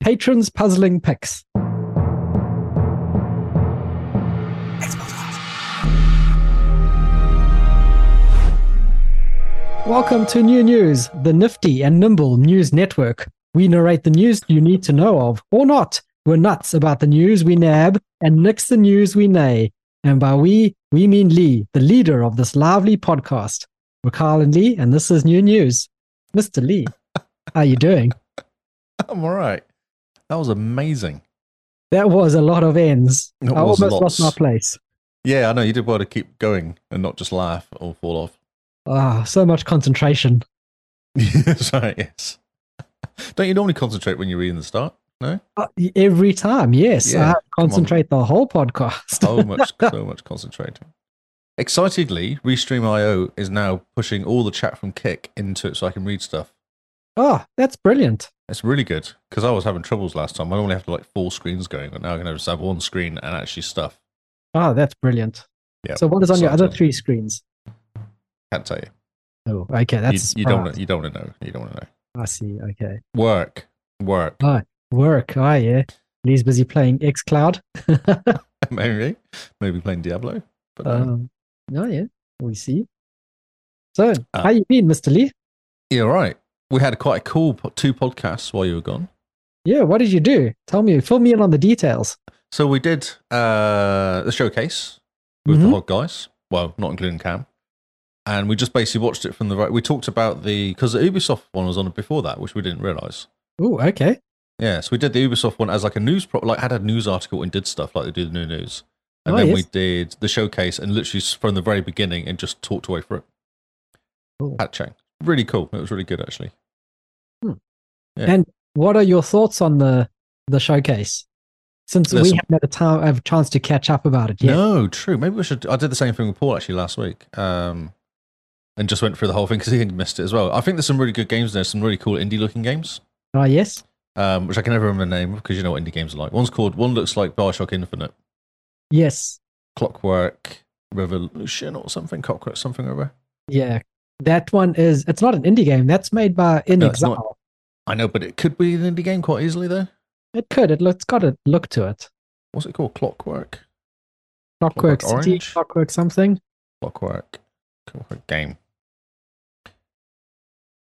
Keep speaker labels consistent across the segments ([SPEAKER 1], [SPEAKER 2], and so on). [SPEAKER 1] Patrons Puzzling Picks. Welcome to New News, the nifty and nimble news network. We narrate the news you need to know of, or not. We're nuts about the news we nab and nix the news we nay. And by we, we mean Lee, the leader of this lively podcast. We're Carl and Lee, and this is New News. Mr. Lee, how you doing?
[SPEAKER 2] I'm all right. That was amazing.
[SPEAKER 1] That was a lot of ends.
[SPEAKER 2] It
[SPEAKER 1] I
[SPEAKER 2] was
[SPEAKER 1] almost lost
[SPEAKER 2] lots.
[SPEAKER 1] my place.
[SPEAKER 2] Yeah, I know you did well to keep going and not just laugh or fall off.
[SPEAKER 1] Ah, so much concentration.
[SPEAKER 2] Sorry, yes. Don't you normally concentrate when you're reading the start? No,
[SPEAKER 1] Uh, Every time, yes.
[SPEAKER 2] Yeah,
[SPEAKER 1] I have to
[SPEAKER 2] come on. Oh.
[SPEAKER 1] concentrate the whole podcast.
[SPEAKER 2] so much, so much concentrating. Excitedly, Restream.io is now pushing all the chat from Kick into it, so I can read stuff.
[SPEAKER 1] Oh, that's brilliant.
[SPEAKER 2] It's really good because I was having troubles last time. I normally have to like four screens going, but now I can just have one screen and actually stuff.
[SPEAKER 1] Oh, that's brilliant.
[SPEAKER 2] Yeah,
[SPEAKER 1] So, what is on your other
[SPEAKER 2] exciting.
[SPEAKER 1] three screens?
[SPEAKER 2] Can't tell you.
[SPEAKER 1] Oh, okay.
[SPEAKER 2] you,
[SPEAKER 1] That's
[SPEAKER 2] you don't.
[SPEAKER 1] right.
[SPEAKER 2] wanna- You don't want to know. You don't want to know.
[SPEAKER 1] I see. Okay.
[SPEAKER 2] Work, work.
[SPEAKER 1] Work. Ah, yeah. Lee's busy playing xCloud.
[SPEAKER 2] maybe, maybe playing Diablo. But uh, no.
[SPEAKER 1] um, oh, yeah. We see. So,
[SPEAKER 2] Uh,
[SPEAKER 1] how you been, Mr. Lee?
[SPEAKER 2] Yeah, right. We had quite a cool po- two podcasts while you were gone.
[SPEAKER 1] Yeah, what did you do? Tell me, fill me in on the details.
[SPEAKER 2] So we did uh, the showcase with
[SPEAKER 1] Mhm.
[SPEAKER 2] the Hog Guys. Well, not including Cam. And we just basically watched it from the right. We talked about the because the Ubisoft one was on before that, which we didn't realize.
[SPEAKER 1] Oh, okay.
[SPEAKER 2] Yeah, so we did the Ubisoft one as like a news pro, like had a news article and did stuff like they do the new news. And
[SPEAKER 1] Oh,
[SPEAKER 2] then
[SPEAKER 1] yes.
[SPEAKER 2] we did the showcase and literally s- from the very beginning and just talked away through it.
[SPEAKER 1] Cool.
[SPEAKER 2] Hat Chang. Really cool. It was really good actually.
[SPEAKER 1] What are your thoughts on the the showcase? Since we
[SPEAKER 2] Listen.
[SPEAKER 1] haven't had a, time, a chance to catch up about it yet.
[SPEAKER 2] No, true. Maybe we should. I did the same thing with Paul actually last week, um, and just went through the whole thing because he missed it as well. I think there's some really good games there, some really cool indie-looking games,
[SPEAKER 1] Ah, yes.
[SPEAKER 2] um, which I can never remember the name because you know what indie games are like. One's called one looks like Bioshock Infinite,
[SPEAKER 1] Yes.
[SPEAKER 2] Clockwork Revolution or something, Cockroach something or other.
[SPEAKER 1] Yeah. That one is, it's not an indie game. That's made by In
[SPEAKER 2] No, it's
[SPEAKER 1] Exile.
[SPEAKER 2] not. I know, but it could be an indie game quite easily though.
[SPEAKER 1] It could. It looks, it's got a look to it.
[SPEAKER 2] What's it called? Clockwork,
[SPEAKER 1] Clockwork
[SPEAKER 2] Clockwork
[SPEAKER 1] City,
[SPEAKER 2] Orange?
[SPEAKER 1] Clockwork something.
[SPEAKER 2] Clockwork, Clockwork game.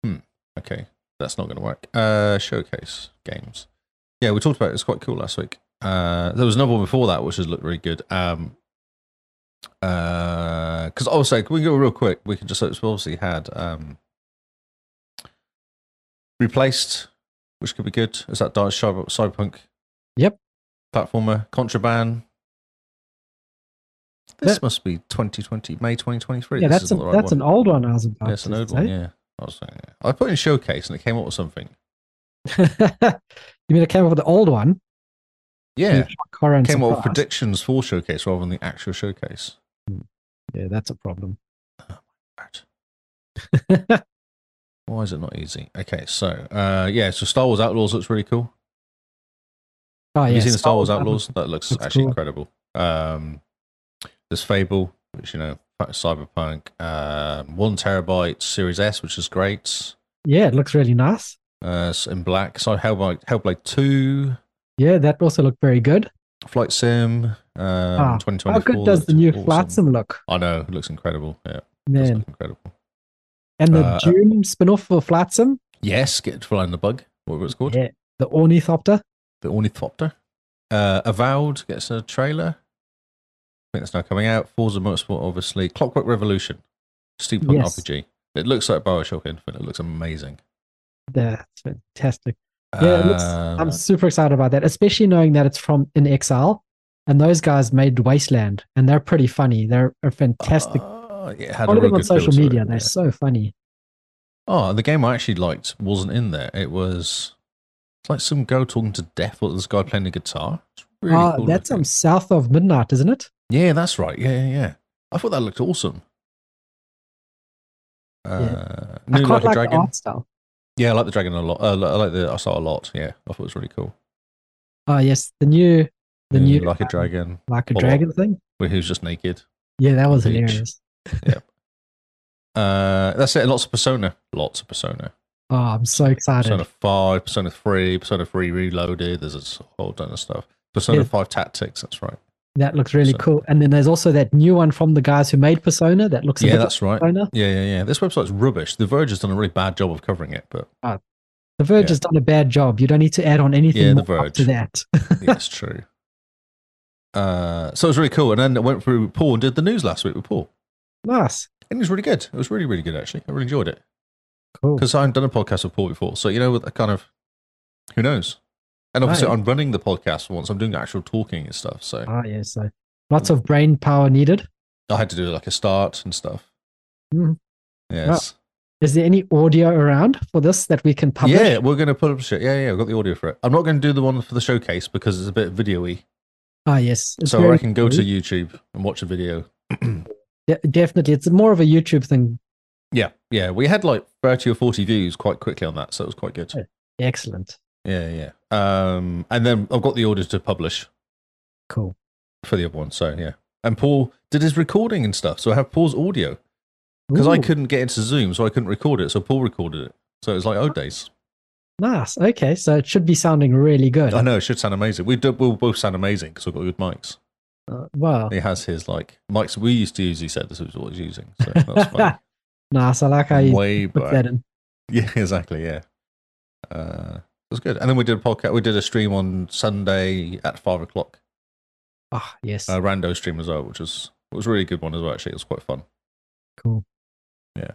[SPEAKER 2] Hmm. Okay, that's not going to work. Uh, showcase games. Yeah, we talked about it. It's quite cool last week. Uh, there was another one before that which has looked really good. Um, uh, because also can we go real quick? We can just so it's obviously had um replaced, which could be good. Is that Dice Cyber- Cyberpunk?
[SPEAKER 1] Yep.
[SPEAKER 2] Platformer contraband. This
[SPEAKER 1] That-
[SPEAKER 2] must be 2020, May 2023.
[SPEAKER 1] yeah,
[SPEAKER 2] This
[SPEAKER 1] that's,
[SPEAKER 2] is
[SPEAKER 1] a,
[SPEAKER 2] not the right
[SPEAKER 1] that's
[SPEAKER 2] one.
[SPEAKER 1] an old one I was about
[SPEAKER 2] Yeah, it's
[SPEAKER 1] to
[SPEAKER 2] an old
[SPEAKER 1] say.
[SPEAKER 2] one. Yeah, I was saying. I put in showcase and it came up with something.
[SPEAKER 1] you mean it came up with the old one?
[SPEAKER 2] Yeah,
[SPEAKER 1] Shock, horror, and
[SPEAKER 2] came up with
[SPEAKER 1] surprise?
[SPEAKER 2] predictions for showcase rather than the actual showcase.
[SPEAKER 1] Yeah, that's a problem.
[SPEAKER 2] Right. Why is it not easy? Okay, so uh, yeah, so Star Wars Outlaws looks really cool.
[SPEAKER 1] Oh,
[SPEAKER 2] Have
[SPEAKER 1] yeah,
[SPEAKER 2] you seen the Star Wars Outlaws? That looks
[SPEAKER 1] Looks
[SPEAKER 2] actually
[SPEAKER 1] cool.
[SPEAKER 2] incredible. Um, there's Fable, which you know, Cyberpunk, um, one terabyte Series S, which is great.
[SPEAKER 1] Yeah, it looks really nice.
[SPEAKER 2] Uh, it's in black, so Hellblade, Hellblade Two,
[SPEAKER 1] Yeah, that also looked very good.
[SPEAKER 2] Flight Sim, um,
[SPEAKER 1] Ah,
[SPEAKER 2] 2024.
[SPEAKER 1] How good does the
[SPEAKER 2] looked
[SPEAKER 1] new
[SPEAKER 2] awesome.
[SPEAKER 1] Flotsam look?
[SPEAKER 2] I know, it looks incredible. Yeah, it does
[SPEAKER 1] Man.
[SPEAKER 2] look incredible.
[SPEAKER 1] And the
[SPEAKER 2] Uh,
[SPEAKER 1] June spin off for Flotsam,
[SPEAKER 2] Yes, get flying the bug, whatever it's called,
[SPEAKER 1] Yeah. the Ornithopter.
[SPEAKER 2] the ornithopter. Uh, Avowed gets a trailer. I think that's now coming out. Forza Motorsport, obviously. Clockwork Revolution, steampunk
[SPEAKER 1] Yes.
[SPEAKER 2] RPG. It looks like Bioshock Infinite. It looks amazing.
[SPEAKER 1] That's fantastic. Yeah, it looks-
[SPEAKER 2] Um,
[SPEAKER 1] I'm super excited about that, especially knowing that it's from In Exile. And those guys made Wasteland, and they're pretty funny. They're a fantastic.
[SPEAKER 2] uh, it had a
[SPEAKER 1] Follow
[SPEAKER 2] real
[SPEAKER 1] them on
[SPEAKER 2] good feel
[SPEAKER 1] social
[SPEAKER 2] to it,
[SPEAKER 1] media.
[SPEAKER 2] yeah.
[SPEAKER 1] They're so funny.
[SPEAKER 2] Oh, the game I actually liked wasn't in there. It was it's like some girl talking to death or this guy playing the guitar. It's really
[SPEAKER 1] Ah,
[SPEAKER 2] cool
[SPEAKER 1] that's um,
[SPEAKER 2] looking.
[SPEAKER 1] south of midnight, isn't it?
[SPEAKER 2] Yeah, that's right. Yeah, yeah, yeah. I thought that looked awesome. Uh,
[SPEAKER 1] I
[SPEAKER 2] New
[SPEAKER 1] quite
[SPEAKER 2] Like a
[SPEAKER 1] like the
[SPEAKER 2] Dragon.
[SPEAKER 1] art style.
[SPEAKER 2] Yeah, I like the dragon a lot. Uh, I like the I saw a lot. Yeah, I thought it was really cool.
[SPEAKER 1] Oh yes, the new, the
[SPEAKER 2] Yeah,
[SPEAKER 1] new
[SPEAKER 2] like a dragon,
[SPEAKER 1] like a
[SPEAKER 2] follow-up.
[SPEAKER 1] dragon thing.
[SPEAKER 2] where he was just naked.
[SPEAKER 1] Yeah, that was
[SPEAKER 2] Beach.
[SPEAKER 1] hilarious.
[SPEAKER 2] Uh, that's it. Lots of Persona. Lots of Persona.
[SPEAKER 1] Oh, I'm so excited.
[SPEAKER 2] Persona 5, Persona 3, Persona 3 Reloaded. There's a whole ton of stuff. Persona
[SPEAKER 1] Yeah.
[SPEAKER 2] 5 Tactics, that's right.
[SPEAKER 1] That looks really
[SPEAKER 2] So-
[SPEAKER 1] cool. And then there's also that new one from the guys who made Persona that looks a
[SPEAKER 2] yeah,
[SPEAKER 1] bit
[SPEAKER 2] that's right.
[SPEAKER 1] like Persona.
[SPEAKER 2] Yeah, yeah, yeah. This website's rubbish. The Verge has done a really bad job of covering it, but
[SPEAKER 1] The Verge
[SPEAKER 2] Yeah.
[SPEAKER 1] has done a bad job. You don't need to add on anything
[SPEAKER 2] Yeah, The
[SPEAKER 1] more up
[SPEAKER 2] Verge.
[SPEAKER 1] to that.
[SPEAKER 2] yeah, it's true. Uh, so it was really cool. And then I went through with Paul and did the news last week with Paul.
[SPEAKER 1] nice.
[SPEAKER 2] And it was really good. It was really, really good, actually. I really enjoyed it.
[SPEAKER 1] Cool.
[SPEAKER 2] Because I haven't done a podcast with Paul before. So, you know, with a kind of, who knows? And obviously,
[SPEAKER 1] Right.
[SPEAKER 2] I'm running the podcast for once. I'm doing the actual talking and stuff. So
[SPEAKER 1] Oh, yeah. So lots of brain power needed.
[SPEAKER 2] I had to do like a start and stuff.
[SPEAKER 1] Mhm.
[SPEAKER 2] Yes.
[SPEAKER 1] Is there any audio around for this that we can publish?
[SPEAKER 2] Yeah, we're going to put up shit. Yeah, yeah, I've got the audio for it. I'm not going to do the one for the showcase because it's a bit video-y.
[SPEAKER 1] Ah, yes. It's
[SPEAKER 2] so
[SPEAKER 1] very
[SPEAKER 2] I can go
[SPEAKER 1] cool.
[SPEAKER 2] to YouTube and watch a video.
[SPEAKER 1] De- definitely. It's more of a YouTube thing.
[SPEAKER 2] Yeah, yeah. We had like 30 or 40 views quite quickly on that, so it was quite good.
[SPEAKER 1] Yeah. Excellent.
[SPEAKER 2] Yeah, yeah. Um, and then I've got the order to publish
[SPEAKER 1] Cool.
[SPEAKER 2] for the other one. So yeah. And Paul did his recording and stuff. So I have Paul's audio because I
[SPEAKER 1] Ooh,
[SPEAKER 2] couldn't get into Zoom, so I couldn't record it. So Paul recorded it. So it was like
[SPEAKER 1] Ah.
[SPEAKER 2] old days.
[SPEAKER 1] Nice. Okay. So it should be sounding really good.
[SPEAKER 2] I know it should sound amazing. We do, we'll both sound amazing because we've got good mics.
[SPEAKER 1] Uh, wow.
[SPEAKER 2] He has his like mics we used to use. He said this was what he's using. So that's fine.
[SPEAKER 1] Nice. I like how
[SPEAKER 2] From
[SPEAKER 1] you
[SPEAKER 2] Way
[SPEAKER 1] put that
[SPEAKER 2] back.
[SPEAKER 1] in.
[SPEAKER 2] Yeah, exactly. Yeah, uh, it was good. And then we did a podcast. We did a stream on Sunday at five o'clock.
[SPEAKER 1] Ah, yes.
[SPEAKER 2] A rando stream as well, which was it was a really good one as well. Actually, it was quite fun.
[SPEAKER 1] cool.
[SPEAKER 2] yeah.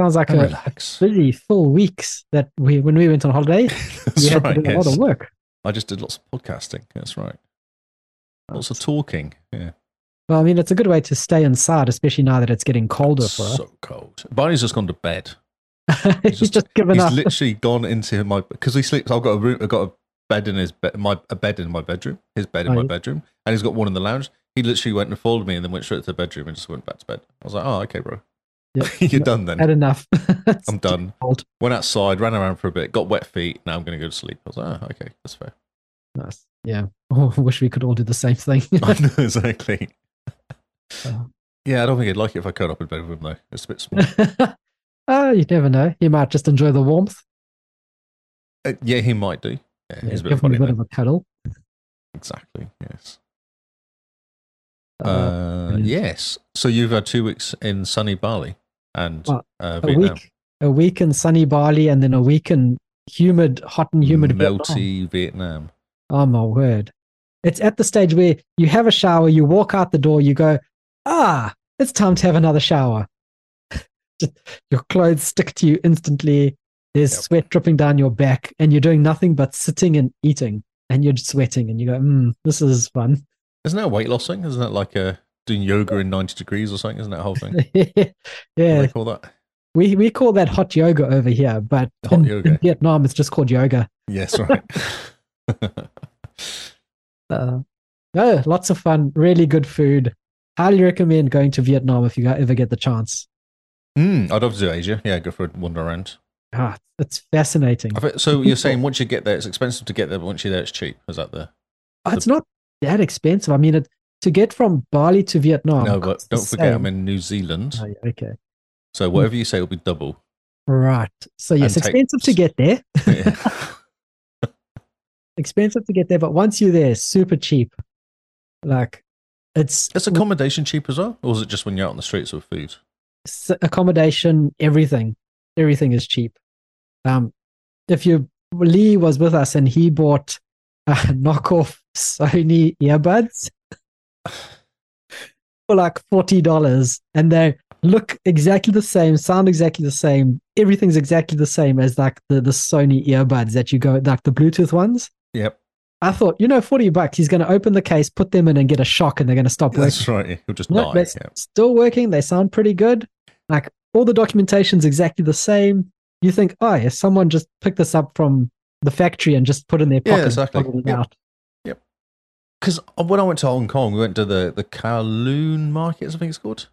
[SPEAKER 1] Sounds like
[SPEAKER 2] And
[SPEAKER 1] a
[SPEAKER 2] relax.
[SPEAKER 1] busy full weeks that we when we went on holiday we
[SPEAKER 2] That's
[SPEAKER 1] had to
[SPEAKER 2] right.
[SPEAKER 1] do a lot
[SPEAKER 2] yes.
[SPEAKER 1] of work
[SPEAKER 2] I just did lots of podcasting. That's right. Lots of talking. Yeah.
[SPEAKER 1] well i mean it's a good way to stay inside especially now that it's getting colder for us
[SPEAKER 2] So cold. Barney's just gone to bed.
[SPEAKER 1] he's just,
[SPEAKER 2] just-
[SPEAKER 1] given
[SPEAKER 2] He's
[SPEAKER 1] up
[SPEAKER 2] literally gone into my because he sleeps. I've got a room. I've got a bed in his bed. My a bed in my bedroom. His bed in
[SPEAKER 1] Oh,
[SPEAKER 2] my
[SPEAKER 1] yeah.
[SPEAKER 2] bedroom, and he's got one in the lounge. He literally went and followed me, and then went straight to the bedroom and just went back to bed. I was like, "Oh, okay, bro,
[SPEAKER 1] Yeah.
[SPEAKER 2] you're done then.
[SPEAKER 1] had enough It's
[SPEAKER 2] I'm done."
[SPEAKER 1] cold.
[SPEAKER 2] Went outside, ran around for a bit, got wet feet. Now I'm going to go to sleep. I was like, "Oh, okay, that's fair."
[SPEAKER 1] nice yeah oh, i wish we could all do the same thing
[SPEAKER 2] I know exactly.
[SPEAKER 1] Uh.
[SPEAKER 2] yeah, I don't think he'd like it if I curled up in bed with him though. It's a bit small.
[SPEAKER 1] oh you never know you might just enjoy the warmth
[SPEAKER 2] Uh, yeah, he might do. Yeah, he's a
[SPEAKER 1] Yeah,
[SPEAKER 2] bit
[SPEAKER 1] give him
[SPEAKER 2] funny.
[SPEAKER 1] a bit
[SPEAKER 2] then.
[SPEAKER 1] of a cuddle
[SPEAKER 2] Exactly. Yes.
[SPEAKER 1] Uh,
[SPEAKER 2] Uh,
[SPEAKER 1] brilliant.
[SPEAKER 2] yes. So you've had two weeks in sunny Bali and
[SPEAKER 1] Well,
[SPEAKER 2] uh,
[SPEAKER 1] a
[SPEAKER 2] Vietnam.
[SPEAKER 1] week a week in sunny bali and then a week in humid hot and humid Vietnam.
[SPEAKER 2] melty Vietnam.
[SPEAKER 1] Oh my word. It's at the stage where you have a shower, you walk out the door, you go, ah, it's time to have another shower. Just- your clothes stick to you instantly. There's
[SPEAKER 2] Yep.
[SPEAKER 1] sweat dripping down your back, and you're doing nothing but sitting and eating, and you're just sweating, and you go, mm, this is fun.
[SPEAKER 2] Isn't that a weight loss thing? Isn't that like uh doing yoga in 90 degrees or something? Isn't that a whole thing? What do
[SPEAKER 1] yeah,
[SPEAKER 2] they call that?
[SPEAKER 1] we, we call that hot yoga over here, but
[SPEAKER 2] Hot
[SPEAKER 1] in,
[SPEAKER 2] yoga.
[SPEAKER 1] in Vietnam, it's just called yoga.
[SPEAKER 2] Yes, right. Uh-huh.
[SPEAKER 1] Uh, no, lots of fun, really good food. Highly recommend going to Vietnam if you gu- ever get the chance.
[SPEAKER 2] mm, I'd love to do Asia. Yeah, go for a wander around.
[SPEAKER 1] Ah, it's fascinating.
[SPEAKER 2] I think, so you're saying once you get there, it's expensive to get there, but once you're there, it's cheap. Is that the.
[SPEAKER 1] Oh, It's not that expensive. I mean, it, to get from Bali to Vietnam.
[SPEAKER 2] no, but
[SPEAKER 1] it's the
[SPEAKER 2] don't forget, I'm
[SPEAKER 1] same.
[SPEAKER 2] in New Zealand.
[SPEAKER 1] Oh, yeah, okay,
[SPEAKER 2] So whatever you say will be double.
[SPEAKER 1] right. So yes,
[SPEAKER 2] And take-
[SPEAKER 1] expensive to get there.
[SPEAKER 2] Yeah.
[SPEAKER 1] Expensive to get there, but once you're there, super cheap. Like, it's
[SPEAKER 2] Is accommodation cheap as well? Or is it just when you're out on the streets with food?
[SPEAKER 1] s- accommodation, everything, everything is cheap. Um, if you Lee was with us and he bought uh, knockoff Sony earbuds for like forty dollars, and they look exactly the same, sound exactly the same, everything's exactly the same as like the the Sony earbuds that you go like the Bluetooth ones.
[SPEAKER 2] Yep.
[SPEAKER 1] I thought, you know, forty bucks, he's going to open the case, put them in, and get a shock, and they're going to stop working.
[SPEAKER 2] That's right. yeah. He'll just
[SPEAKER 1] No,
[SPEAKER 2] die.
[SPEAKER 1] they're s-
[SPEAKER 2] Yeah.
[SPEAKER 1] still working. They sound pretty good. Like all the documentation's exactly the same. You think, oh, yeah, someone just picked this up from the factory and just put it in their
[SPEAKER 2] Yeah,
[SPEAKER 1] pocket
[SPEAKER 2] exactly.
[SPEAKER 1] and bottled it
[SPEAKER 2] Yep.
[SPEAKER 1] out.
[SPEAKER 2] Because when I went to Hong Kong, we went to the the Kowloon markets, I think it's called,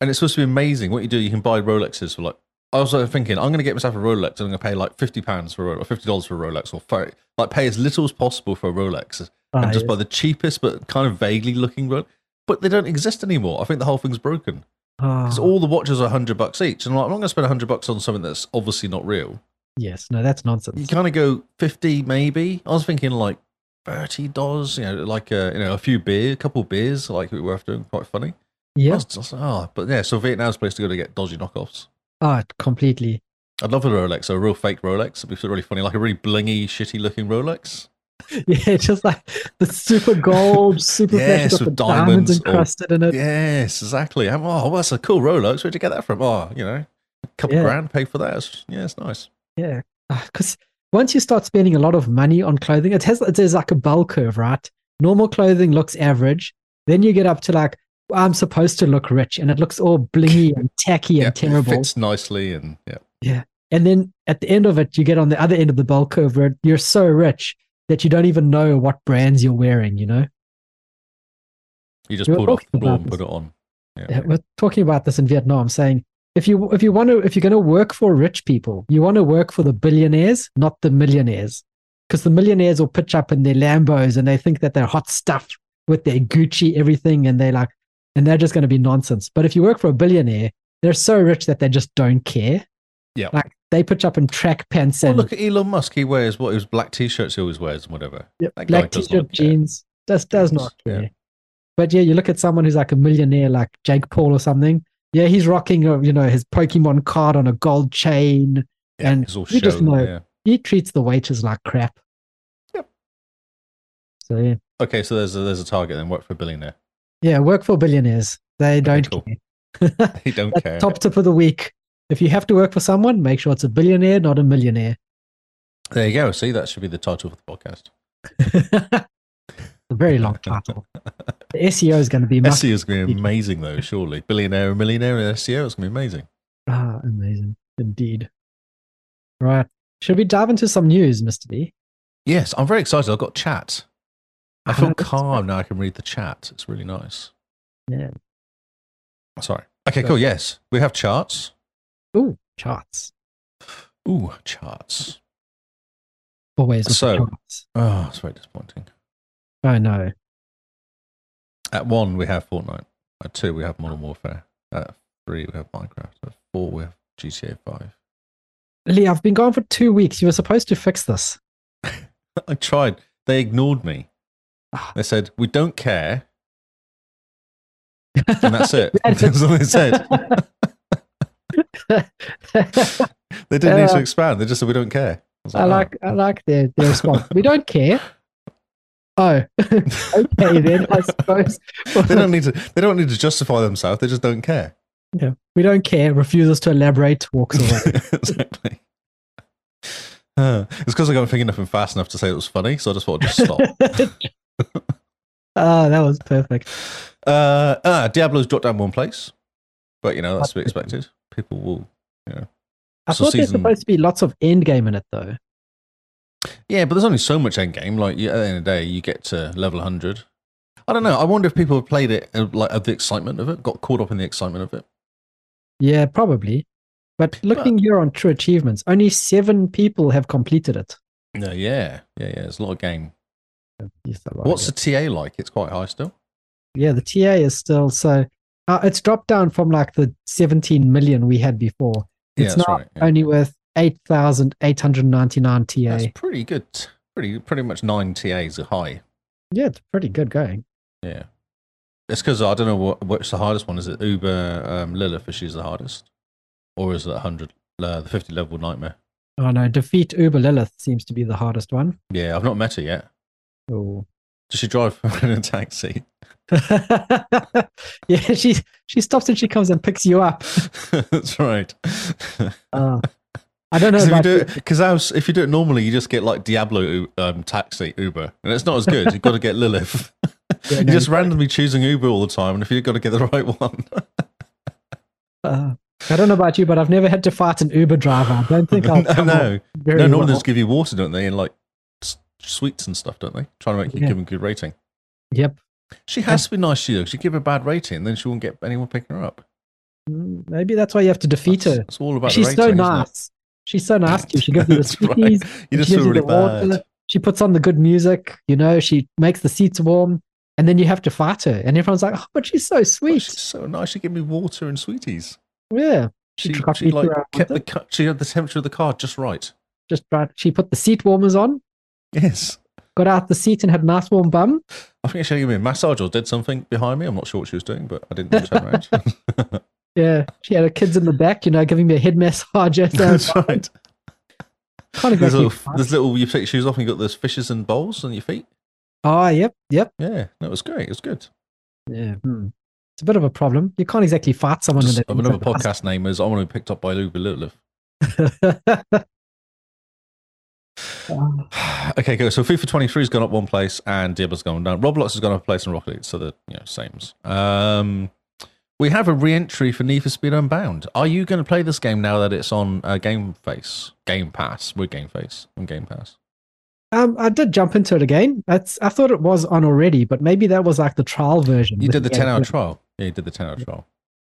[SPEAKER 2] and it's supposed to be amazing. What you do, you can buy Rolexes for like. I was like thinking, I'm going to get myself a Rolex. and I'm going to pay like fifty pounds for a Rolex, or fifty dollars for a Rolex, or 30, like pay as little as possible for a Rolex, and
[SPEAKER 1] Ah,
[SPEAKER 2] just
[SPEAKER 1] yes.
[SPEAKER 2] buy the cheapest but kind of vaguely looking Rolex. But they don't exist anymore. I think the whole thing's broken.
[SPEAKER 1] Ah,
[SPEAKER 2] Because all the watches are hundred bucks each, and I'm, like, I'm not going to spend hundred bucks on something that's obviously not real.
[SPEAKER 1] yes, no, that's
[SPEAKER 2] You
[SPEAKER 1] nonsense.
[SPEAKER 2] kind of go fifty, maybe. I was thinking like thirty dollars, you know, like a, you know a few beer, a couple beers, like we were doing quite funny. I
[SPEAKER 1] Yeah,
[SPEAKER 2] was just, ah, but yeah, so Vietnam's a place to go to get dodgy knockoffs.
[SPEAKER 1] oh, completely.
[SPEAKER 2] I'd love a Rolex, a real fake Rolex. It'd be really funny, like a really blingy, shitty looking Rolex.
[SPEAKER 1] Yeah, just like the super gold, super flash,
[SPEAKER 2] Yes,
[SPEAKER 1] got the
[SPEAKER 2] with
[SPEAKER 1] diamonds,
[SPEAKER 2] diamonds or-
[SPEAKER 1] encrusted in it.
[SPEAKER 2] Yes, exactly. I'm, oh, well, that's a cool Rolex. Where'd you get that from? Oh, you know, a couple
[SPEAKER 1] Yeah.
[SPEAKER 2] grand paid for that. It's- yeah, it's nice.
[SPEAKER 1] Yeah, because once you start spending a lot of money on clothing, it has it is like a bell curve, right? Normal clothing looks average. Then you get up to like I'm supposed to look rich, and it looks all blingy and tacky
[SPEAKER 2] yeah,
[SPEAKER 1] and terrible.
[SPEAKER 2] It fits nicely, and yeah,
[SPEAKER 1] And then at the end of it, you get on the other end of the bell curve where you're so rich that you don't even know what brands you're wearing. You know,
[SPEAKER 2] you just
[SPEAKER 1] You were
[SPEAKER 2] pulled it off the
[SPEAKER 1] talking
[SPEAKER 2] floor
[SPEAKER 1] about
[SPEAKER 2] and put it on.
[SPEAKER 1] Yeah, we're talking about this in Vietnam, saying if you if you want to if you're going to work for rich people, you want to work for the billionaires, not the millionaires, because the millionaires will pitch up in their Lambos and they think that they're hot stuff with their Gucci everything, and they like, and they're just going to be nonsense. But if you work for a billionaire, they're so rich that they just don't care.
[SPEAKER 2] Yeah.
[SPEAKER 1] like they pitch up in track pants
[SPEAKER 2] Well,
[SPEAKER 1] and
[SPEAKER 2] look at Elon Musk. He wears what his black t-shirts he always wears and whatever.
[SPEAKER 1] Yeah,
[SPEAKER 2] That guy
[SPEAKER 1] black
[SPEAKER 2] does
[SPEAKER 1] t-shirt
[SPEAKER 2] not care.
[SPEAKER 1] jeans does does not
[SPEAKER 2] Yeah.
[SPEAKER 1] care. But yeah, you look at someone who's like a millionaire, like Jake Paul or something. Yeah, he's rocking, uh, you know, his Pokemon card on a gold chain.
[SPEAKER 2] Yeah,
[SPEAKER 1] and
[SPEAKER 2] he's all
[SPEAKER 1] you just
[SPEAKER 2] shown,
[SPEAKER 1] know-
[SPEAKER 2] yeah.
[SPEAKER 1] He treats the waiters like crap.
[SPEAKER 2] Yep.
[SPEAKER 1] So yeah,
[SPEAKER 2] Okay, so there's a, there's a target then. Work for a billionaire.
[SPEAKER 1] yeah, work for billionaires. They don't
[SPEAKER 2] cool.
[SPEAKER 1] care.
[SPEAKER 2] He don't
[SPEAKER 1] That's
[SPEAKER 2] care.
[SPEAKER 1] top tip of the week. If you have to work for someone, make sure it's a billionaire, not a millionaire.
[SPEAKER 2] There you go. See, that should be the title of the podcast.
[SPEAKER 1] a very long title. The SEO is going to be massive.
[SPEAKER 2] SEO E is going to be
[SPEAKER 1] be-
[SPEAKER 2] amazing though. Surely, billionaire and millionaire and SEO is going to be amazing.
[SPEAKER 1] Ah, amazing. Indeed. Right. Should we dive into some news, Mr. D?
[SPEAKER 2] Yes, I'm very excited. I've got chat. I
[SPEAKER 1] Ah,
[SPEAKER 2] feel
[SPEAKER 1] that's
[SPEAKER 2] calm now. I can read the chat. It's really nice.
[SPEAKER 1] Yeah.
[SPEAKER 2] Sorry. Okay,
[SPEAKER 1] Go.
[SPEAKER 2] cool. Yes, we have charts.
[SPEAKER 1] Ooh, charts.
[SPEAKER 2] Ooh, charts.
[SPEAKER 1] Always with
[SPEAKER 2] So-
[SPEAKER 1] the charts.
[SPEAKER 2] Oh, it's very disappointing.
[SPEAKER 1] Oh no.
[SPEAKER 2] At one, we have Fortnite. At two, we have Modern Warfare. At three, we have Minecraft. At four, we have GTA 5.
[SPEAKER 1] Lee, I've been gone for two weeks. You were supposed to fix this.
[SPEAKER 2] I tried. They ignored me.
[SPEAKER 1] Ah.
[SPEAKER 2] They said, we don't care. And that's it.
[SPEAKER 1] That's it.
[SPEAKER 2] that's all they said. They didn't need to
[SPEAKER 1] Uh,
[SPEAKER 2] expand. They just said, we don't care. was
[SPEAKER 1] I
[SPEAKER 2] "Oh."
[SPEAKER 1] like I like their, their response. we don't care. Oh. okay then, I suppose.
[SPEAKER 2] "Oh." they don't need to they don't need to justify themselves they just don't care
[SPEAKER 1] we don't care, refuses to elaborate, walks away.
[SPEAKER 2] exactly Uh, it's because I got thinking nothing fast enough to say it was funny, so I just thought I'd just stop.
[SPEAKER 1] oh, that was perfect.
[SPEAKER 2] uh, uh, Diablo's dropped down one place, but you know that's to be expected. People will,
[SPEAKER 1] I
[SPEAKER 2] So
[SPEAKER 1] thought there's
[SPEAKER 2] season-
[SPEAKER 1] supposed to be lots of end game in it though.
[SPEAKER 2] yeah, but there's only so much endgame. Like you- at the end of the day, you get to level 100. I don't know. I wonder if people have played it uh, like of the excitement of it, got caught up in the excitement of it.
[SPEAKER 1] Yeah, probably. But looking here on True Achievements, only seven people have completed it.
[SPEAKER 2] No, yeah, yeah, yeah. It's a lot of game.
[SPEAKER 1] Yes, that right,
[SPEAKER 2] What's
[SPEAKER 1] yeah.
[SPEAKER 2] the TA like? It's quite high still.
[SPEAKER 1] yeah, the TA is still so uh, it's dropped down from like the 17 million we had before.
[SPEAKER 2] Yeah,
[SPEAKER 1] It's
[SPEAKER 2] that's
[SPEAKER 1] now
[SPEAKER 2] right. yeah.
[SPEAKER 1] Only with 8,899 TA.
[SPEAKER 2] That's pretty good. Pretty pretty much nine TAs are high.
[SPEAKER 1] yeah, it's pretty good going.
[SPEAKER 2] Yeah. It's because I don't know what what's the hardest one. Is it Uber um, Lilith? If she's the hardest, or is it 100 uh, the 50 level nightmare?
[SPEAKER 1] Oh no, defeat Uber Lilith seems to be the hardest one.
[SPEAKER 2] Yeah, I've not met her yet.
[SPEAKER 1] Oh.
[SPEAKER 2] Does she drive in a taxi?
[SPEAKER 1] yeah, she she stops and she comes and picks you up.
[SPEAKER 2] That's right.
[SPEAKER 1] Uh, I don't know
[SPEAKER 2] Because if you
[SPEAKER 1] about
[SPEAKER 2] do it, because if you do it normally, you just get like Diablo U- um, taxi Uber, and it's not as good. You've got to get Lilith.
[SPEAKER 1] Yeah,
[SPEAKER 2] You're
[SPEAKER 1] no,
[SPEAKER 2] just randomly choosing Uber all the time, and if you've got to get the right one,
[SPEAKER 1] Uh, I don't know about you, but I've never had to fight an Uber driver. I don't think I'll.
[SPEAKER 2] no,
[SPEAKER 1] come
[SPEAKER 2] no.
[SPEAKER 1] off very
[SPEAKER 2] no, normally
[SPEAKER 1] well.
[SPEAKER 2] they just give you water, don't they? And like s- sweets and stuff, don't they? Trying to make you
[SPEAKER 1] Yeah.
[SPEAKER 2] give them good rating.
[SPEAKER 1] Yep.
[SPEAKER 2] She has to be nice to you. 'cause You give her a bad rating, then she won't get anyone picking her up.
[SPEAKER 1] Mm, Maybe that's why you have to defeat
[SPEAKER 2] That's,
[SPEAKER 1] her.
[SPEAKER 2] it's all about
[SPEAKER 1] She's
[SPEAKER 2] the rating.
[SPEAKER 1] so
[SPEAKER 2] isn't it?
[SPEAKER 1] nice. She's so nice to you. She gives you the
[SPEAKER 2] That's right.
[SPEAKER 1] sweeties.
[SPEAKER 2] You
[SPEAKER 1] she
[SPEAKER 2] just
[SPEAKER 1] gives
[SPEAKER 2] feel
[SPEAKER 1] you
[SPEAKER 2] really
[SPEAKER 1] the water.
[SPEAKER 2] bad.
[SPEAKER 1] She puts on the good music. You know, she makes the seats warm. And then you have to fight her. And everyone's like, oh, but she's so
[SPEAKER 2] Oh,
[SPEAKER 1] sweet.
[SPEAKER 2] she's so nice. She gave me water and sweeties.
[SPEAKER 1] yeah. She
[SPEAKER 2] She,
[SPEAKER 1] dropped
[SPEAKER 2] she
[SPEAKER 1] me to
[SPEAKER 2] like
[SPEAKER 1] her
[SPEAKER 2] kept
[SPEAKER 1] water.
[SPEAKER 2] the cu- she had the temperature of the car just right.
[SPEAKER 1] Just right. She put the seat warmers on,
[SPEAKER 2] Yes.
[SPEAKER 1] got out the seat and had a nice warm bum.
[SPEAKER 2] I think she gave me a massage or did something behind me. I'm not sure what she was doing, but I didn't turn around.
[SPEAKER 1] Yeah. She had her kids in the back, you know, giving me a head massage. as I was
[SPEAKER 2] That's right.
[SPEAKER 1] kind of making
[SPEAKER 2] There's little,
[SPEAKER 1] me laugh.
[SPEAKER 2] there's little. You take your shoes off and you got those fishes and bowls on your feet.
[SPEAKER 1] Oh, yep. Yep.
[SPEAKER 2] Yeah, that was great. It was good.
[SPEAKER 1] Yeah. hmm. It's a bit of a problem. You can't exactly fight someone
[SPEAKER 2] Just,
[SPEAKER 1] with an
[SPEAKER 2] another podcast name is I want to be picked up by Luba Litliff.
[SPEAKER 1] Um,
[SPEAKER 2] okay, cool. So FIFA 23 has gone up one place and Diablo's gone down. Roblox has gone up a place and Rocket League, so they're you know, sames. Um, we have a re-entry for Need for Speed Unbound. Are you going to play this game now that it's on uh, Game Face, Game Pass? We're Game Face on Game Pass.
[SPEAKER 1] um, I did jump into it again. That's I thought it was on already, but maybe that was like the trial version.
[SPEAKER 2] You
[SPEAKER 1] with
[SPEAKER 2] did the
[SPEAKER 1] the
[SPEAKER 2] 10-hour
[SPEAKER 1] game.
[SPEAKER 2] trial. Yeah, you did the 10-hour trial.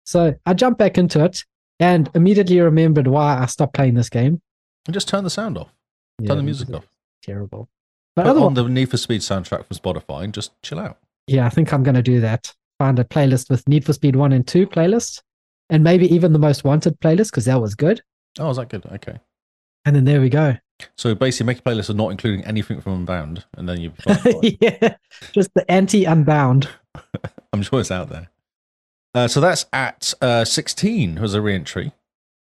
[SPEAKER 1] So I jumped back into it and immediately remembered why I stopped playing this game.
[SPEAKER 2] And just turn the sound off.
[SPEAKER 1] Yeah,
[SPEAKER 2] Turn the music off.
[SPEAKER 1] Terrible. But
[SPEAKER 2] Put
[SPEAKER 1] otherwise,
[SPEAKER 2] on the Need for Speed soundtrack from Spotify and just chill out.
[SPEAKER 1] yeah, I think I'm going to do that. Find a playlist with Need for Speed 1 and 2 playlist, and maybe even the Most Wanted playlist because that was good.
[SPEAKER 2] Oh, is that good? Okay.
[SPEAKER 1] And then there we go.
[SPEAKER 2] So basically make a playlist of not including anything from Unbound and then you'll be fine.
[SPEAKER 1] yeah, just the anti unbound.
[SPEAKER 2] I'm sure it's out there. Uh, so that's at uh, 16 was a re-entry.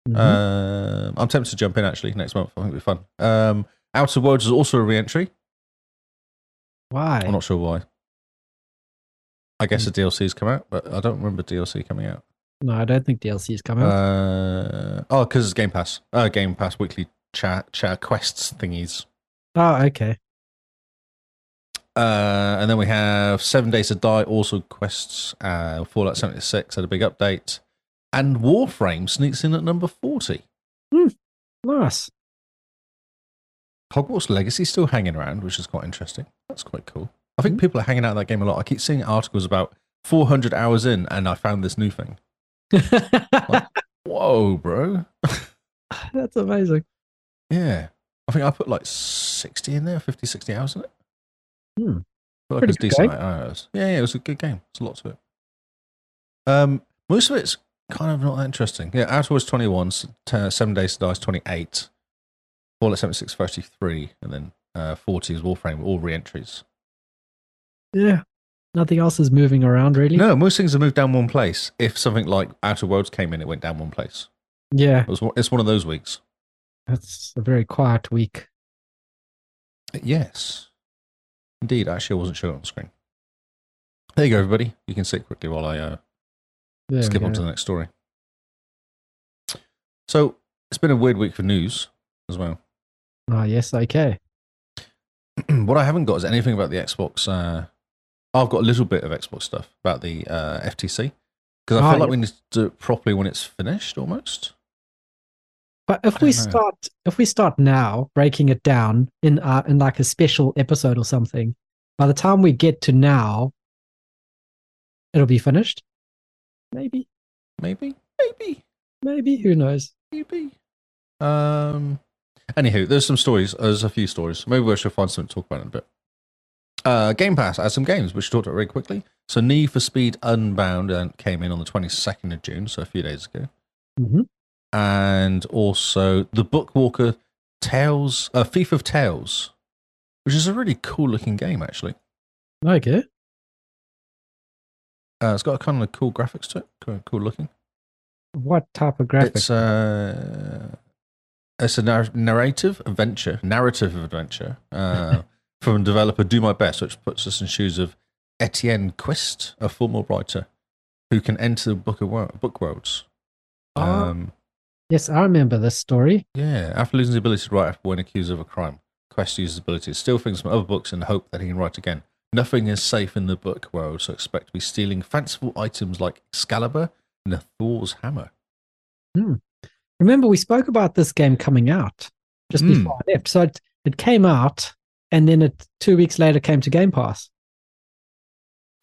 [SPEAKER 1] Mm-hmm.
[SPEAKER 2] Um, I'm tempted to jump in actually next month. I think it'll be fun. Um, Outer Worlds is also a re-entry.
[SPEAKER 1] Why?
[SPEAKER 2] I'm not sure why. I guess the DLC's come out, but I don't remember DLC coming out.
[SPEAKER 1] No, I don't think DLC is coming.
[SPEAKER 2] Uh, oh, because it's Game Pass. Uh, Game Pass weekly chat chat quests thingies.
[SPEAKER 1] oh, okay.
[SPEAKER 2] Uh, and then we have Seven Days to Die, also quests. Uh, Fallout 76 had a big update, and Warframe sneaks in at number 40.
[SPEAKER 1] Nice.
[SPEAKER 2] Hogwarts Legacy still hanging around, which is quite interesting. That's quite cool. I
[SPEAKER 1] Hmm.
[SPEAKER 2] think people are hanging out of that game a lot. I keep seeing articles about 400 hours in, and I found this new thing. Whoa, bro!
[SPEAKER 1] That's amazing.
[SPEAKER 2] Yeah, I think I put like 60 in there, 50, 60 hours in it.
[SPEAKER 1] Hmm.
[SPEAKER 2] Felt like
[SPEAKER 1] Pretty
[SPEAKER 2] it's
[SPEAKER 1] good
[SPEAKER 2] decent
[SPEAKER 1] game.
[SPEAKER 2] amount of hours. Yeah, yeah, it was a good game. There's a lot to it. Um, most of it's kind of not that interesting. Yeah, Outer Worlds 21, s- t- Seven Days to Die is 28, Fallout 76 33, and then uh, 40 is Warframe, all re-entries.
[SPEAKER 1] Yeah. Nothing else is moving around really.
[SPEAKER 2] No, most things have moved down one place. If something like Outer Worlds came in, it went down one place.
[SPEAKER 1] Yeah,
[SPEAKER 2] It was, one- it's one of those weeks.
[SPEAKER 1] that's a very quiet week.
[SPEAKER 2] Yes. Indeed, actually, I wasn't sure on screen. There you go, everybody. You can see it quickly while I uh,
[SPEAKER 1] There we
[SPEAKER 2] skip on
[SPEAKER 1] go.
[SPEAKER 2] to the next story. So, it's been a weird week for news as well.
[SPEAKER 1] Oh yes, okay.
[SPEAKER 2] what I haven't got is anything about the Xbox. Uh, I've got a little bit of Xbox stuff about the uh, FTC because I
[SPEAKER 1] Ah,
[SPEAKER 2] feel like
[SPEAKER 1] yeah.
[SPEAKER 2] we need to do it properly when it's finished almost.
[SPEAKER 1] But if
[SPEAKER 2] I
[SPEAKER 1] we
[SPEAKER 2] don't know.
[SPEAKER 1] start, if we start now, breaking it down in uh, in like a special episode or something, by the time we get to now, it'll be finished. Maybe,
[SPEAKER 2] Maybe. Maybe.
[SPEAKER 1] maybe who knows?
[SPEAKER 2] Maybe. Um. Anywho, there's some stories. There's a few stories. Maybe we should find something to talk about in a bit. Uh, Game Pass has some games, which we talked about very quickly. So, Need for Speed Unbound uh, came in on the 22nd of June, so a few days ago.
[SPEAKER 1] Mhm.
[SPEAKER 2] And also the Bookwalker Tales, uh, Thief of Tales, which is a really cool looking game, actually.
[SPEAKER 1] Okay.
[SPEAKER 2] Uh, it's got a kind of cool graphics to it, cool, cool looking.
[SPEAKER 1] What type of graphics?
[SPEAKER 2] It's uh, it's a nar- narrative adventure, narrative adventure uh, from developer Do My Best, which puts us in shoes of Etienne Quist, a former writer who can enter the book of wor- book worlds.
[SPEAKER 1] Ah.
[SPEAKER 2] Um,
[SPEAKER 1] yes, I remember this story.
[SPEAKER 2] yeah, after losing the ability to write when accused of a crime, Quest uses the ability to steal things from other books in the hope that he can write again. Nothing is safe in the book world, so expect to be stealing fanciful items like Excalibur and a Thor's hammer.
[SPEAKER 1] Remember, we spoke about this game coming out just
[SPEAKER 2] Mm.
[SPEAKER 1] before I left. So it, it came out, and then it two weeks later came to Game Pass.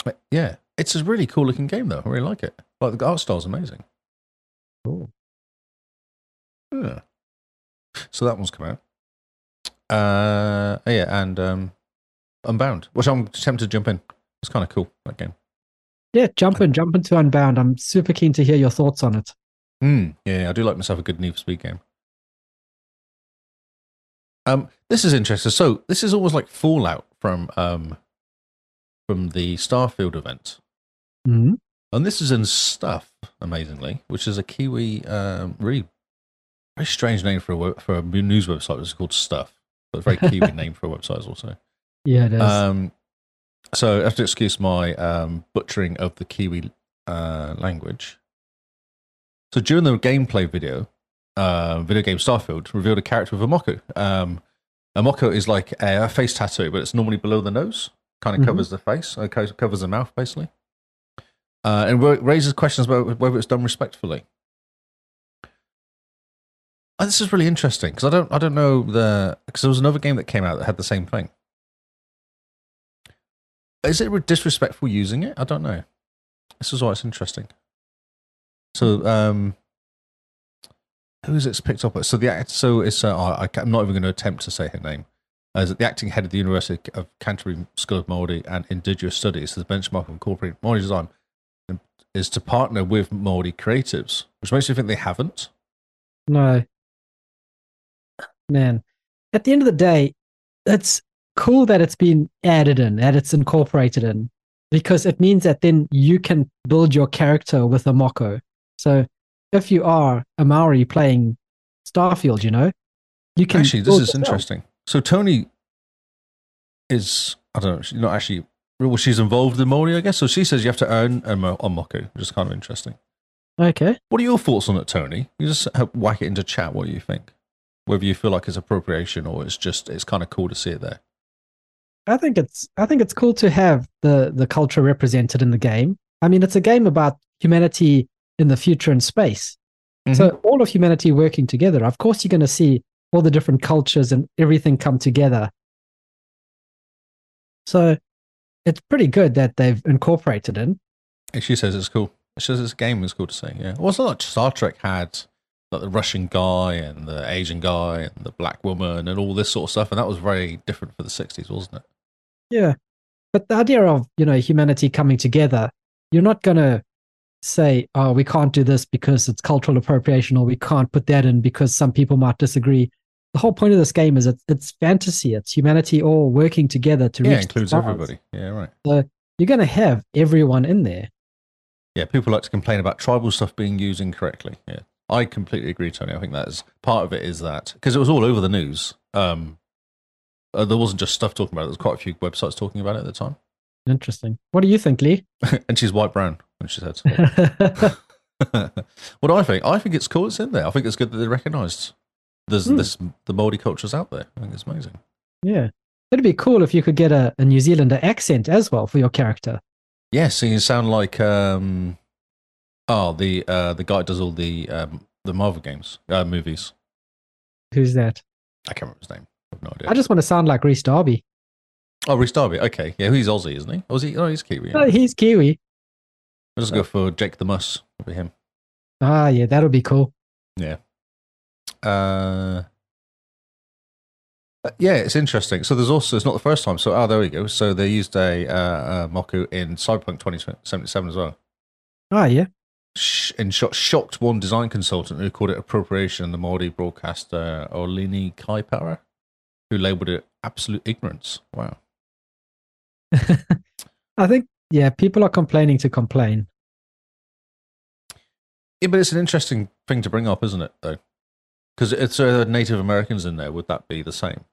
[SPEAKER 2] But yeah, it's a really cool looking game though. I really like it. Like the art style's amazing.
[SPEAKER 1] Cool.
[SPEAKER 2] Yeah. So that one's come out. oh, Uh, yeah, and um, Unbound, which I'm tempted to jump in. It's kind of cool that game.
[SPEAKER 1] Yeah, jump in, jump into Unbound. I'm super keen to hear your thoughts on it.
[SPEAKER 2] Mm, yeah, I do like myself a good Need for Speed game. Um, this is interesting. So this is almost like Fallout from um, from the Starfield event,
[SPEAKER 1] hmm
[SPEAKER 2] and this is in Stuff, amazingly, which is a Kiwi um, really very strange name for a web, for a news website. It's called Stuff, but a very Kiwi name for a website also.
[SPEAKER 1] Yeah, it is.
[SPEAKER 2] Um, so I have to excuse my um, butchering of the Kiwi uh, language. So during the gameplay video, uh, video game Starfield revealed a character with a mocku. Um, a mocku is like a, a face tattoo, but it's normally below the nose, kind of
[SPEAKER 1] Mhm.
[SPEAKER 2] covers the face, uh, co- covers the mouth basically, uh, and wo- raises questions about whether it's done respectfully. And this is really interesting because I don't, I don't know the because there was another game that came out that had the same thing. Is it disrespectful using it? I don't know. This is why it's interesting. So, um, who is it's picked up at? So the act, so it's uh, I, I ca- I'm not even going to attempt to say her name. As the acting head of the University of Canterbury School of Māori and Indigenous Studies, the benchmark of incorporating Māori design um, is to partner with Māori creatives, which makes me think they haven't.
[SPEAKER 1] No. Man, at the end of the day, it's cool that it's been added in, that it's incorporated in, because it means that then you can build your character with a Mako. So if you are a Maori playing Starfield, you know, you can
[SPEAKER 2] Actually, this
[SPEAKER 1] build
[SPEAKER 2] is
[SPEAKER 1] yourself.
[SPEAKER 2] interesting. So Tony is I don't know, she's not actually well, she's involved in Māori, I guess. So she says you have to earn a, mo- a moko, which is kind of interesting.
[SPEAKER 1] Okay.
[SPEAKER 2] What are your thoughts on it, Tony? You just uh, whack it into chat. What do you think? Whether you feel like it's appropriation or it's just it's kind of cool to see it there.
[SPEAKER 1] I think it's I think it's cool to have the the culture represented in the game. I mean, it's a game about humanity in the future and space. So all of humanity working together. Of course, you're going to see all the different cultures and everything come together. So it's pretty good that they've incorporated in.
[SPEAKER 2] And she says it's cool. She says this game is cool to see. Yeah. Well, it's not like Star Trek had like the Russian guy and the Asian guy and the black woman and all this sort of stuff, and that was very different for the '60s, wasn't it?
[SPEAKER 1] Yeah. But the idea of, you know, humanity coming together, you're not going to say, oh, we can't do this because it's cultural appropriation or we can't put that in because some people might disagree. The whole point of this game is it's, it's fantasy. It's humanity all working together to
[SPEAKER 2] yeah,
[SPEAKER 1] reach the
[SPEAKER 2] includes
[SPEAKER 1] stars.
[SPEAKER 2] everybody. Yeah, right.
[SPEAKER 1] You're going to have everyone in there.
[SPEAKER 2] Yeah, people like to complain about tribal stuff being used incorrectly. Yeah, I completely agree, Tony. I think that is part of it is that because it was all over the news. Um, uh, there wasn't just stuff talking about it. There was quite a few websites talking about it at the time.
[SPEAKER 1] Interesting. What do you think, Lee?
[SPEAKER 2] and she's white brown when she said. what do I think? I think it's cool. It's in there. I think it's good that they're recognised. There's
[SPEAKER 1] Hmm.
[SPEAKER 2] this the Maori culture's out there. I think it's amazing.
[SPEAKER 1] Yeah. It'd be cool if you could get a, a New Zealander accent as well for your character.
[SPEAKER 2] Yeah, so you sound like um, oh the uh, the guy that does all the um, the Marvel games uh, movies.
[SPEAKER 1] Who's that?
[SPEAKER 2] I can't remember his name. I've no idea.
[SPEAKER 1] I just want to sound like Reese Darby.
[SPEAKER 2] Oh, Reece Darby. Okay. Yeah, he's Aussie, isn't he? Aussie? Oh, he's Kiwi. Yeah.
[SPEAKER 1] Oh, he's Kiwi.
[SPEAKER 2] I'll just go for Jake the Muss. That'll be him.
[SPEAKER 1] Ah, yeah, that'll be cool.
[SPEAKER 2] Uh, uh, yeah, it's interesting. So there's also, it's not the first time. So, oh, there we go. So they used a, uh, uh Moku in Cyberpunk 2077 as well.
[SPEAKER 1] Ah, yeah.
[SPEAKER 2] Sh- and shot, shocked one design consultant who called it appropriation and the Maori broadcaster Olini Kaipara, who labeled it absolute ignorance. Wow.
[SPEAKER 1] I think, yeah, people are complaining to complain.
[SPEAKER 2] Yeah, but it's an interesting thing to bring up, isn't it, though? Because it's uh, Native Americans in there. Would that be the same?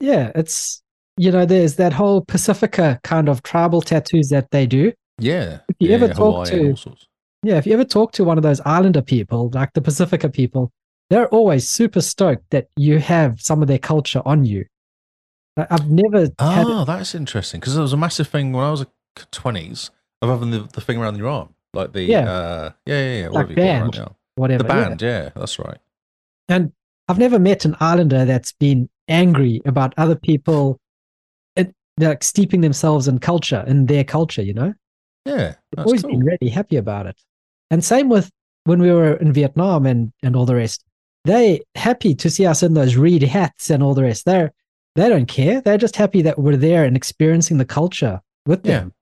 [SPEAKER 1] Yeah, it's, you know, there's that whole Pacifica kind of tribal tattoos that they do.
[SPEAKER 2] Yeah.
[SPEAKER 1] If you
[SPEAKER 2] yeah,
[SPEAKER 1] ever
[SPEAKER 2] yeah,
[SPEAKER 1] talk
[SPEAKER 2] Hawaii and
[SPEAKER 1] to-
[SPEAKER 2] all sorts.
[SPEAKER 1] Yeah, if you ever talk to one of those islander people, like the Pacifica people, they're always super stoked that you have some of their culture on you. I- I've never had
[SPEAKER 2] Oh, that's interesting. Because there was a massive thing when I was twenties of having the, the thing around your arm, like the
[SPEAKER 1] Yeah.
[SPEAKER 2] uh, yeah, yeah, yeah,
[SPEAKER 1] Like
[SPEAKER 2] whatever you call it around
[SPEAKER 1] band.
[SPEAKER 2] your arm.
[SPEAKER 1] whatever.
[SPEAKER 2] the
[SPEAKER 1] yeah.
[SPEAKER 2] band. Yeah. that's right.
[SPEAKER 1] And I've never met an islander that's been angry about other people it, like steeping themselves in culture, in their culture, you know?
[SPEAKER 2] Yeah, that's
[SPEAKER 1] Always
[SPEAKER 2] cool.
[SPEAKER 1] been really happy about it. And same with when we were in Vietnam and, and all the rest. They happy to see us in those reed hats and all the rest. They're they don't care. They're just happy that we're there and experiencing the culture with
[SPEAKER 2] Yeah.
[SPEAKER 1] them.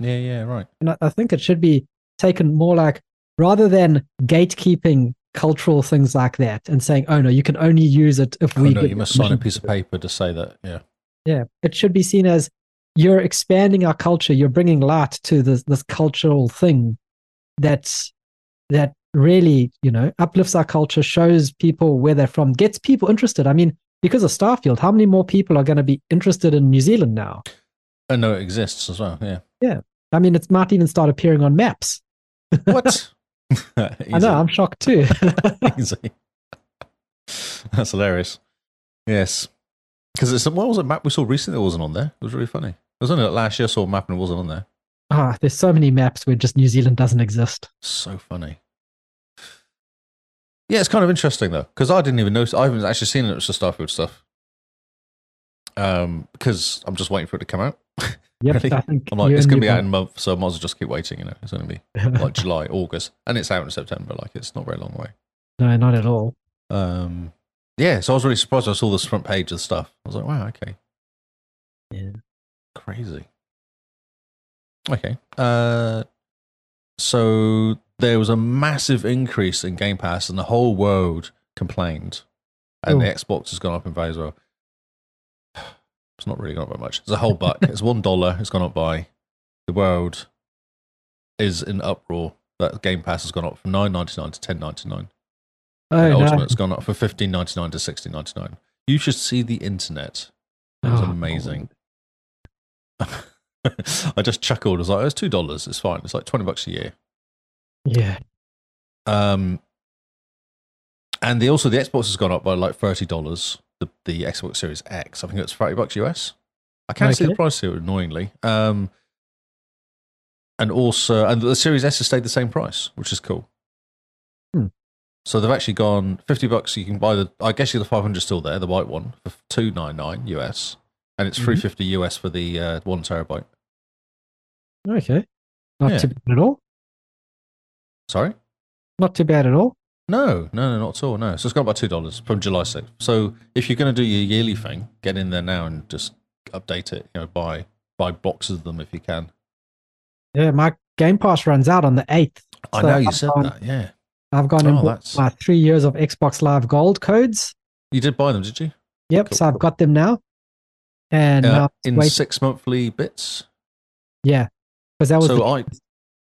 [SPEAKER 2] Yeah, yeah, right.
[SPEAKER 1] And I, I think it should be taken more like rather than gatekeeping cultural things like that and saying, oh no, you can only use it if
[SPEAKER 2] Oh,
[SPEAKER 1] we
[SPEAKER 2] no,
[SPEAKER 1] give
[SPEAKER 2] you
[SPEAKER 1] you
[SPEAKER 2] must sign a
[SPEAKER 1] permission."
[SPEAKER 2] piece of paper to say that. Yeah.
[SPEAKER 1] Yeah, it should be seen as you're expanding our culture. You're bringing light to this this cultural thing that's that really you know uplifts our culture, shows people where they're from, gets people interested. I mean, because of Starfield, how many more people are going to be interested in New Zealand now?
[SPEAKER 2] And no, it exists as well. Yeah.
[SPEAKER 1] I mean, it might even start appearing on maps.
[SPEAKER 2] What?
[SPEAKER 1] I know, I'm shocked too.
[SPEAKER 2] Easy. That's hilarious. Yes. Because it's what was a map we saw recently that wasn't on there? It was really funny. It was only like last year I saw a map and it wasn't on there.
[SPEAKER 1] Ah, there's so many maps where just New Zealand doesn't exist.
[SPEAKER 2] So funny. Yeah, it's kind of interesting though, because I didn't even notice. I haven't actually seen it. It's just Starfield stuff. Um, because I'm just waiting for it to come out.
[SPEAKER 1] Yep,
[SPEAKER 2] Really?
[SPEAKER 1] I think
[SPEAKER 2] I'm like,
[SPEAKER 1] you
[SPEAKER 2] it's
[SPEAKER 1] and
[SPEAKER 2] gonna
[SPEAKER 1] me
[SPEAKER 2] be out in
[SPEAKER 1] both.
[SPEAKER 2] a month, so I might as well just keep waiting. You know, it's only be like July, August, and it's out in September. Like, it's not very long away.
[SPEAKER 1] no, not at all.
[SPEAKER 2] Um, yeah, so I was really surprised when I saw this front page of stuff. I was like, wow, okay.
[SPEAKER 1] Yeah.
[SPEAKER 2] Crazy. Okay. Uh, so there was a massive increase in Game Pass, and the whole world complained. And the
[SPEAKER 1] Oh.
[SPEAKER 2] Xbox has gone up in value as well. It's not really gone up by much. It's a whole buck. it's one dollar. It's gone up by. The world is in uproar. That Game Pass has gone up from nine ninety nine to ten ninety nine.
[SPEAKER 1] Oh
[SPEAKER 2] And
[SPEAKER 1] no!
[SPEAKER 2] Ultimate's gone up from fifteen ninety nine to sixteen ninety nine. You should see the internet. It was
[SPEAKER 1] Oh,
[SPEAKER 2] amazing. I just chuckled. I was like, "Oh, "It's two dollars. It's fine. It's like twenty bucks a year."
[SPEAKER 1] Yeah.
[SPEAKER 2] Um, and the also the Xbox has gone up by like thirty dollars. The the Xbox Series X. I think it's thirty bucks US. I can't see
[SPEAKER 1] Okay.
[SPEAKER 2] the price here annoyingly. Um, and also, and the Series S has stayed the same price, which is cool.
[SPEAKER 1] Hmm.
[SPEAKER 2] So they've actually gone fifty bucks. You can buy the. I guess the five hundred still there, the white one for two nine nine US, and it's
[SPEAKER 1] Mhm.
[SPEAKER 2] three fifty US for the uh, one terabyte.
[SPEAKER 1] Okay. Not
[SPEAKER 2] Yeah.
[SPEAKER 1] too bad at all.
[SPEAKER 2] Sorry.
[SPEAKER 1] Not too bad at all.
[SPEAKER 2] No, no, no, not at all. No, so it's gone by two dollars from July sixth. So if you're going to do your yearly thing, get in there now and just update it. You know, buy buy boxes of them if you can.
[SPEAKER 1] Yeah, my Game Pass runs out on the eighth.
[SPEAKER 2] I
[SPEAKER 1] So
[SPEAKER 2] know you
[SPEAKER 1] I've
[SPEAKER 2] said
[SPEAKER 1] gone-
[SPEAKER 2] that. Yeah,
[SPEAKER 1] I've gone
[SPEAKER 2] Oh,
[SPEAKER 1] and bought
[SPEAKER 2] that's-
[SPEAKER 1] my three years of Xbox Live Gold codes.
[SPEAKER 2] you did buy them, did you?
[SPEAKER 1] Yep,
[SPEAKER 2] Cool.
[SPEAKER 1] so I've got them now. And
[SPEAKER 2] Uh,
[SPEAKER 1] now it's
[SPEAKER 2] in
[SPEAKER 1] wait-
[SPEAKER 2] six monthly bits.
[SPEAKER 1] yeah, because that was
[SPEAKER 2] So
[SPEAKER 1] the-
[SPEAKER 2] I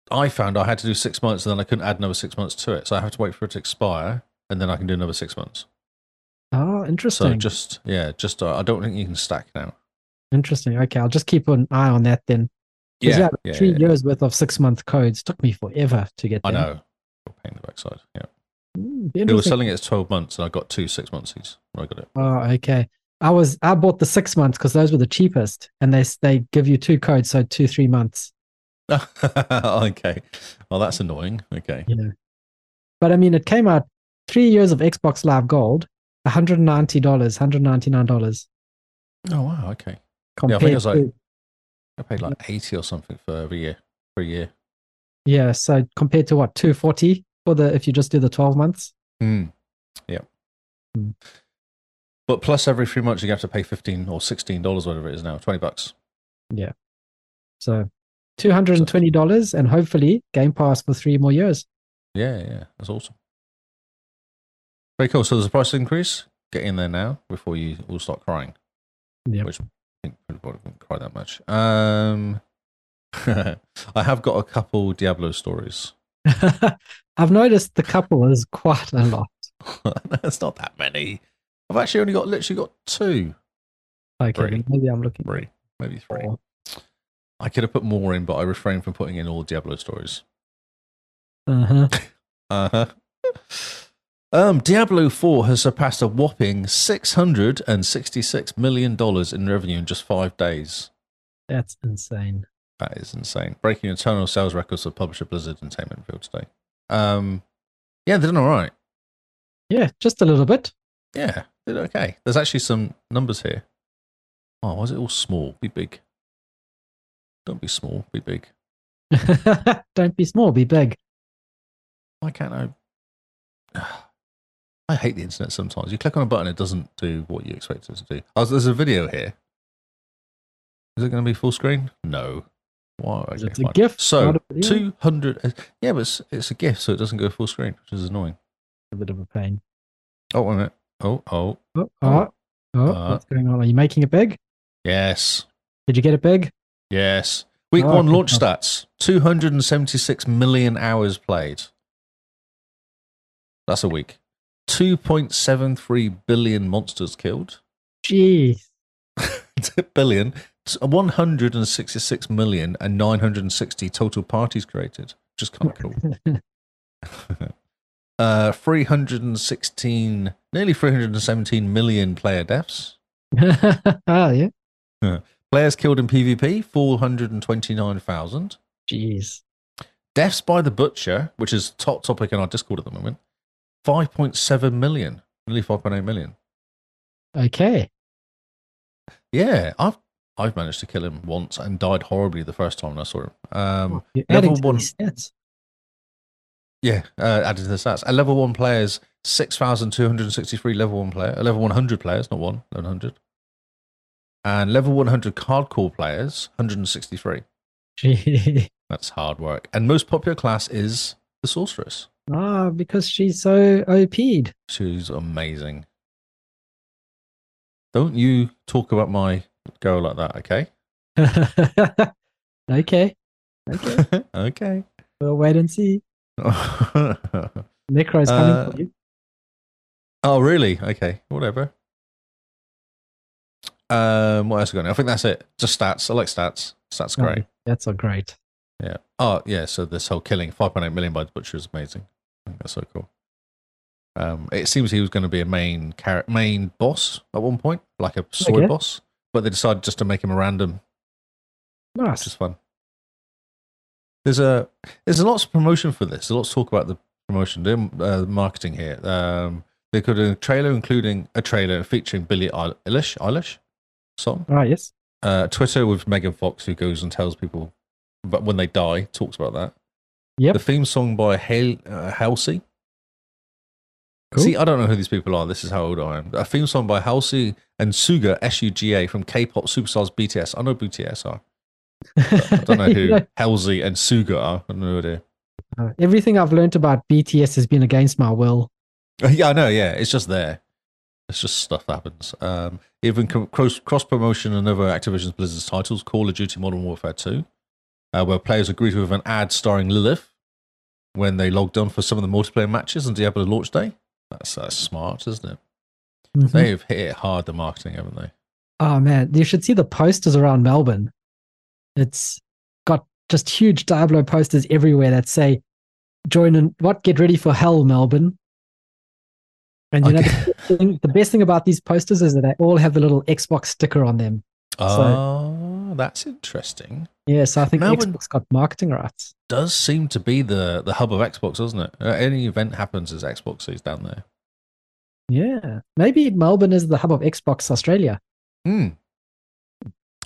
[SPEAKER 2] I found I had to do six months and then I couldn't add another six months to it. So I have to wait for it to expire and then I can do another six months.
[SPEAKER 1] oh interesting,
[SPEAKER 2] So just yeah, just uh, I don't think you can stack now.
[SPEAKER 1] interesting. Okay, I'll just keep an eye on that then. 'Cause
[SPEAKER 2] Yeah,
[SPEAKER 1] yeah,
[SPEAKER 2] yeah,
[SPEAKER 1] three
[SPEAKER 2] yeah.
[SPEAKER 1] years worth of six month codes took me forever to get.
[SPEAKER 2] I
[SPEAKER 1] there.
[SPEAKER 2] know. You're paying the backside. Yeah.
[SPEAKER 1] Mm, be
[SPEAKER 2] They were
[SPEAKER 1] interesting.
[SPEAKER 2] selling it as 12 months, and I got two six monthsies. I got it.
[SPEAKER 1] Oh, okay. I was I bought the six months because those were the cheapest, and they s- they give you two codes, so two three months.
[SPEAKER 2] okay. Well, that's annoying. Okay.
[SPEAKER 1] you know. But I mean, it came out three years of Xbox Live Gold, one hundred ninety dollars, one hundred ninety nine dollars
[SPEAKER 2] Oh, wow. Okay. Yeah, I
[SPEAKER 1] compared
[SPEAKER 2] think it was like-
[SPEAKER 1] to
[SPEAKER 2] I paid like 80 or something for every year. For a year.
[SPEAKER 1] yeah, so compared to what two forty for the if you just do the twelve months.
[SPEAKER 2] Mm. Yeah.
[SPEAKER 1] Hmm.
[SPEAKER 2] But plus, every three months, you have to pay 15 or $16, whatever it is now, 20 bucks.
[SPEAKER 1] So two hundred and twenty dollars, and hopefully Game Pass for three more years.
[SPEAKER 2] Yeah. Yeah. That's awesome. Very cool. So there's a price increase. Get in there now before you all start crying.
[SPEAKER 1] Yeah.
[SPEAKER 2] Which I think probably won't cry that much. Um, I have got a couple Diablo stories.
[SPEAKER 1] I've noticed the couple is quite a lot.
[SPEAKER 2] That's not that many. I've actually only got literally got two,
[SPEAKER 1] Okay,
[SPEAKER 2] Three.
[SPEAKER 1] then maybe I'm looking
[SPEAKER 2] three, maybe three.
[SPEAKER 1] for.
[SPEAKER 2] I could have put more in, but I refrained from putting in all Diablo stories.
[SPEAKER 1] Uh-huh.
[SPEAKER 2] Uh huh. Um, Diablo 4 has surpassed a whopping $666 million in revenue in just five days.
[SPEAKER 1] That's insane.
[SPEAKER 2] That is insane. Breaking internal sales records for publisher Blizzard Entertainment revealed today. Um, yeah, they're doing all right.
[SPEAKER 1] Yeah, just a little bit.
[SPEAKER 2] Yeah, did okay. There's actually some numbers here. Oh, why is it all small? Be big. Don't be small, be big.
[SPEAKER 1] Don't be small, be big.
[SPEAKER 2] Why can't I? I hate the internet sometimes. You click on a button, it doesn't do what you expect it to do. Oh, there's a video here Is it going to be full screen? No. Wow. Okay,
[SPEAKER 1] it's a
[SPEAKER 2] fine.
[SPEAKER 1] gift.
[SPEAKER 2] So
[SPEAKER 1] not a video.
[SPEAKER 2] two hundred. uh, Yeah, but it's, it's a gift, so it doesn't go full screen, which is annoying.
[SPEAKER 1] a bit of a pain.
[SPEAKER 2] Oh, wait a minute. Oh, oh,
[SPEAKER 1] Oh, oh, oh,
[SPEAKER 2] Uh,
[SPEAKER 1] what's going on? Are you making it big?
[SPEAKER 2] yes,
[SPEAKER 1] Did you get it big?
[SPEAKER 2] yes. Week
[SPEAKER 1] Oh,
[SPEAKER 2] one
[SPEAKER 1] good
[SPEAKER 2] launch
[SPEAKER 1] job.
[SPEAKER 2] stats: two hundred and seventy-six million hours played. That's a week. Two point seven three billion monsters killed.
[SPEAKER 1] Jeez.
[SPEAKER 2] billion. One hundred and sixty-six million and nine hundred and sixty total parties created. Just kind of Oh, cool. Uh, 316, nearly 317 million player deaths.
[SPEAKER 1] oh, yeah.
[SPEAKER 2] Players killed in PvP, 429,000.
[SPEAKER 1] Jeez.
[SPEAKER 2] Deaths by the Butcher, which is top topic in our Discord at the moment, 5.7 million, nearly 5.8 million.
[SPEAKER 1] Okay.
[SPEAKER 2] Yeah, I've, I've managed to kill him once and died horribly the first time I saw him. Um,
[SPEAKER 1] You're
[SPEAKER 2] level
[SPEAKER 1] adding to
[SPEAKER 2] one-
[SPEAKER 1] these stats.
[SPEAKER 2] yeah, uh, added to the stats. A level 1 players, 6,263 level 1 player, uh, level 100 players, not 1, level 100. And level 100 hardcore players, 163.
[SPEAKER 1] Gee.
[SPEAKER 2] That's hard work. And most popular class is the Sorceress.
[SPEAKER 1] Ah, because she's so OP'd.
[SPEAKER 2] She's amazing. Don't you talk about my girl like that, okay?
[SPEAKER 1] okay. Okay.
[SPEAKER 2] okay.
[SPEAKER 1] We'll wait and see.
[SPEAKER 2] oh,
[SPEAKER 1] Necro's
[SPEAKER 2] Uh,
[SPEAKER 1] coming for you.
[SPEAKER 2] Oh, really? Okay. Whatever. Um, what else we got? now? I think that's it. Just stats. I like stats. Stats are
[SPEAKER 1] Oh,
[SPEAKER 2] great.
[SPEAKER 1] That's all great.
[SPEAKER 2] Yeah. Oh, yeah. So this whole killing, 5.8 million by the butcher is amazing. I think that's so cool. Um, it seems he was going to be a main char- main boss at one point, like a sword
[SPEAKER 1] Okay.
[SPEAKER 2] boss, but they decided just to make him a random
[SPEAKER 1] Nice.
[SPEAKER 2] which is fun. There's a there's lots of promotion for this. There's lots of talk about the promotion, the uh, marketing here. Um, they could a trailer including a trailer featuring Billie Eil- Eilish, Eilish song.
[SPEAKER 1] Ah, yes.
[SPEAKER 2] Uh, Twitter with Megan Fox who goes and tells people, but when they die, talks about that.
[SPEAKER 1] Yep.
[SPEAKER 2] The theme song by Hal- uh, Halsey.
[SPEAKER 1] Cool.
[SPEAKER 2] See, I don't know who these people are. This is how old I am. A theme song by Halsey and Suga S U G A from K-pop superstars BTS. I know BTS are. I don't know
[SPEAKER 1] You
[SPEAKER 2] who Halsey and Suga are. I have no idea.
[SPEAKER 1] know, everything I've learnt about BTS has been against my will.
[SPEAKER 2] Uh, Yeah, I know. Yeah, it's just there. It's just stuff that happens. Um, even co- cross cross promotion and other Activision Blizzard's titles, Call of Duty Modern Warfare 2, uh, where players are greeted with an ad starring Lilith when they logged on for some of the multiplayer matches on Diablo launch day. That's, that's smart, isn't it?
[SPEAKER 1] Mhm.
[SPEAKER 2] They've hit it hard, the marketing, haven't they?
[SPEAKER 1] Oh man, you should see the posters around Melbourne. It's got just huge Diablo posters everywhere that say, "Join and what? Get ready for hell, Melbourne." And you know,
[SPEAKER 2] Okay.
[SPEAKER 1] the, best thing, the best thing about these posters is that they all have the little Xbox sticker on them.
[SPEAKER 2] Oh, that's interesting.
[SPEAKER 1] Yeah, so I think
[SPEAKER 2] Melbourne-
[SPEAKER 1] Xbox got marketing rights.
[SPEAKER 2] does seem to be the, the hub of Xbox, doesn't it? Uh, Any event happens as Xbox is down there.
[SPEAKER 1] Yeah, maybe Melbourne is the hub of Xbox Australia.
[SPEAKER 2] Hmm.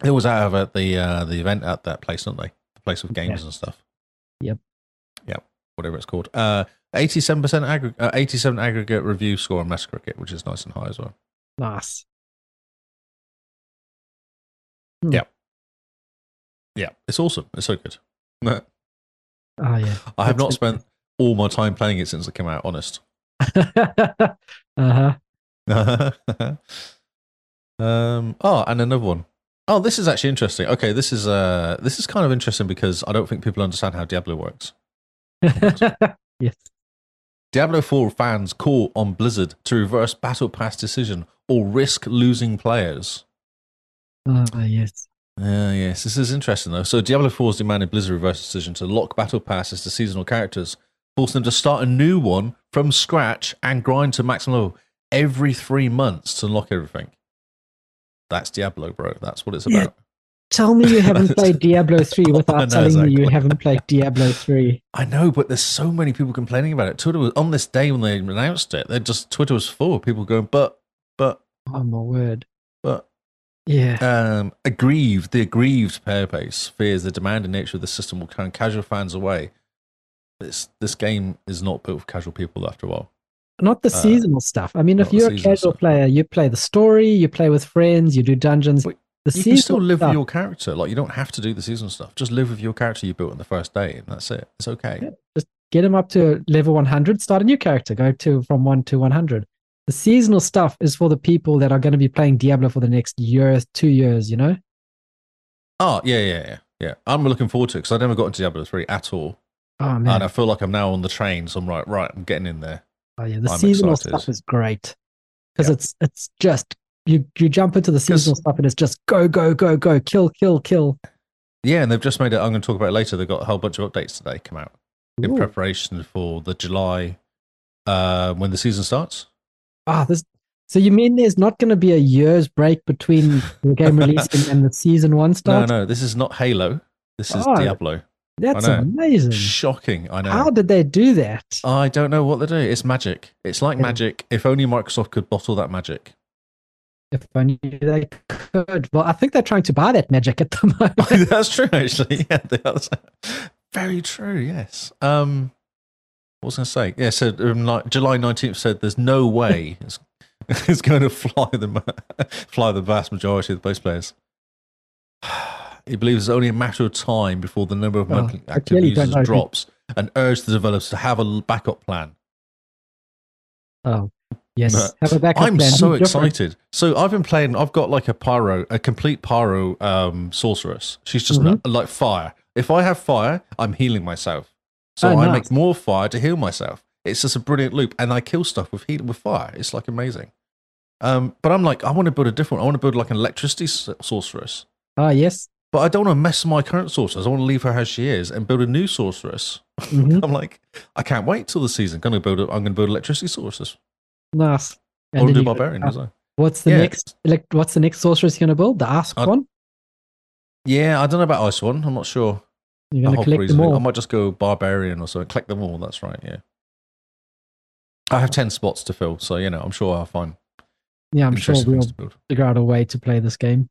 [SPEAKER 2] It was out of at the uh, the event at that place, aren't they? The place with games and stuff.
[SPEAKER 1] Yep.
[SPEAKER 2] Yep. Whatever it's called. Uh, eighty-seven percent aggregate, uh, eighty-seven aggregate review score on Metacritic, which is nice and high as well.
[SPEAKER 1] Nice.
[SPEAKER 2] Yeah, it's awesome. It's so good.
[SPEAKER 1] Oh yeah.
[SPEAKER 2] I
[SPEAKER 1] That's
[SPEAKER 2] have not
[SPEAKER 1] good.
[SPEAKER 2] spent all my time playing it since it came out. Honest.
[SPEAKER 1] uh huh.
[SPEAKER 2] um, oh, and another one. Oh, this is actually interesting. Okay, this is uh, this is kind of interesting because I don't think people understand how Diablo works.
[SPEAKER 1] yes.
[SPEAKER 2] Diablo 4 fans call on Blizzard to reverse Battle Pass decision or risk losing players.
[SPEAKER 1] Oh yes.
[SPEAKER 2] Uh, yes, this is interesting though. So Diablo 4 has demanded Blizzard reverse decision to lock Battle Passes to seasonal characters, force them to start a new one from scratch and grind to maximum level every three months to unlock everything. That's Diablo, bro. That's what it's
[SPEAKER 1] Yeah.
[SPEAKER 2] about.
[SPEAKER 1] Tell me you haven't played Diablo 3
[SPEAKER 2] I know,
[SPEAKER 1] without telling me you
[SPEAKER 2] exactly.
[SPEAKER 1] haven't played Diablo 3.
[SPEAKER 2] I know, but there's so many people complaining about it. Twitter was on this day when they announced it. They just Twitter was full of people going, but, but,
[SPEAKER 1] Oh my word.
[SPEAKER 2] but.
[SPEAKER 1] Yeah.
[SPEAKER 2] Um, aggrieved, the aggrieved player base fears the demanding nature of the system will turn casual fans away. This this game is not built for casual people after a while.
[SPEAKER 1] Not the
[SPEAKER 2] uh,
[SPEAKER 1] seasonal stuff. I mean,
[SPEAKER 2] not
[SPEAKER 1] if
[SPEAKER 2] the
[SPEAKER 1] you're a
[SPEAKER 2] seasonal
[SPEAKER 1] casual
[SPEAKER 2] stuff.
[SPEAKER 1] player, you play the story, you play with friends, you do dungeons.
[SPEAKER 2] Wait.
[SPEAKER 1] The
[SPEAKER 2] You can still
[SPEAKER 1] seasonal
[SPEAKER 2] live
[SPEAKER 1] stuff-
[SPEAKER 2] with your character. Like you don't have to do the season stuff. Just live with your character you built on the first day, and that's it. It's okay.
[SPEAKER 1] Yeah. get him up to level 100 start a new character go to from 1 to 100 the seasonal stuff is for the people that are going to be playing diablo for the next year two years you know
[SPEAKER 2] Oh yeah, yeah, yeah, yeah. I'm looking forward to it because I never got into Diablo three at all,
[SPEAKER 1] oh
[SPEAKER 2] and
[SPEAKER 1] man
[SPEAKER 2] I feel like I'm now on the train. So I'm like, right, I'm getting in there.
[SPEAKER 1] oh yeah the
[SPEAKER 2] I'm
[SPEAKER 1] seasonal
[SPEAKER 2] excited.
[SPEAKER 1] stuff is great because
[SPEAKER 2] Yeah.
[SPEAKER 1] it's it's just you you jump into the seasonal stuff and it's just go go go go kill kill kill
[SPEAKER 2] Yeah, and they've just made it. I'm going to talk about it later. They've got a whole bunch of updates today come out in
[SPEAKER 1] Ooh.
[SPEAKER 2] preparation for the July uh, when the season starts.
[SPEAKER 1] ah this so you mean there's not going to be a year's break between the game release and, and the season one
[SPEAKER 2] No,
[SPEAKER 1] start
[SPEAKER 2] no, this is not Halo. This is
[SPEAKER 1] Oh,
[SPEAKER 2] Diablo.
[SPEAKER 1] that's
[SPEAKER 2] I know.
[SPEAKER 1] amazing
[SPEAKER 2] Shocking, I know.
[SPEAKER 1] how did they do that
[SPEAKER 2] I don't know what they do. It's magic. It's like
[SPEAKER 1] Yeah.
[SPEAKER 2] magic. If only Microsoft could bottle that magic.
[SPEAKER 1] If only they could. Well, I think they're trying to buy that magic at the moment.
[SPEAKER 2] that's true, actually. Yeah, that's very true. Yes. Um, what was I going to say? Yeah, so um, like, July nineteenth said there's no way it's, it's going to fly the ma- fly the vast majority of the base players. He believes it's only a matter of time before the number of
[SPEAKER 1] Oh,
[SPEAKER 2] monthly
[SPEAKER 1] I
[SPEAKER 2] active
[SPEAKER 1] clearly don't
[SPEAKER 2] users
[SPEAKER 1] know who-
[SPEAKER 2] drops, and urged the developers to have a l- backup plan.
[SPEAKER 1] Oh, yes.
[SPEAKER 2] No.
[SPEAKER 1] Have a backup
[SPEAKER 2] I'm
[SPEAKER 1] plan.
[SPEAKER 2] so
[SPEAKER 1] Be different.
[SPEAKER 2] excited. So I've been playing. I've got like a pyro, a complete pyro um, sorceress. She's just
[SPEAKER 1] Mhm.
[SPEAKER 2] not- like fire. If I have fire, I'm healing myself. So
[SPEAKER 1] Oh,
[SPEAKER 2] I
[SPEAKER 1] nice.
[SPEAKER 2] make more fire to heal myself. It's just a brilliant loop, and I kill stuff with heat with fire. It's like amazing. Um, but I'm like, I want to build a different. I want to build like an electricity s- sorceress.
[SPEAKER 1] Ah, yes.
[SPEAKER 2] But I don't want to mess with my current sorceress. I want to leave her as she is and build a new sorceress.
[SPEAKER 1] Mhm.
[SPEAKER 2] I'm like, I can't wait till the season. Going to build. A, I'm going to build electricity sorceress
[SPEAKER 1] Nice. And
[SPEAKER 2] or
[SPEAKER 1] then
[SPEAKER 2] do
[SPEAKER 1] you-
[SPEAKER 2] barbarian. as well.
[SPEAKER 1] What's the
[SPEAKER 2] Yeah. Uh,
[SPEAKER 1] next? Like, what's the next sorceress you're going to build? The Ask
[SPEAKER 2] I-
[SPEAKER 1] one.
[SPEAKER 2] Yeah, I don't know about Ice One. I'm not sure.
[SPEAKER 1] You're
[SPEAKER 2] The
[SPEAKER 1] going to
[SPEAKER 2] whole
[SPEAKER 1] collect
[SPEAKER 2] reason.
[SPEAKER 1] them all.
[SPEAKER 2] I might just go Barbarian or something. Collect them all. That's right. Yeah. I have 10 spots to fill. So, you know, I'm sure I'll find
[SPEAKER 1] yeah, I'm sure
[SPEAKER 2] interesting
[SPEAKER 1] we'll
[SPEAKER 2] things to build.
[SPEAKER 1] figure out a way to play this game.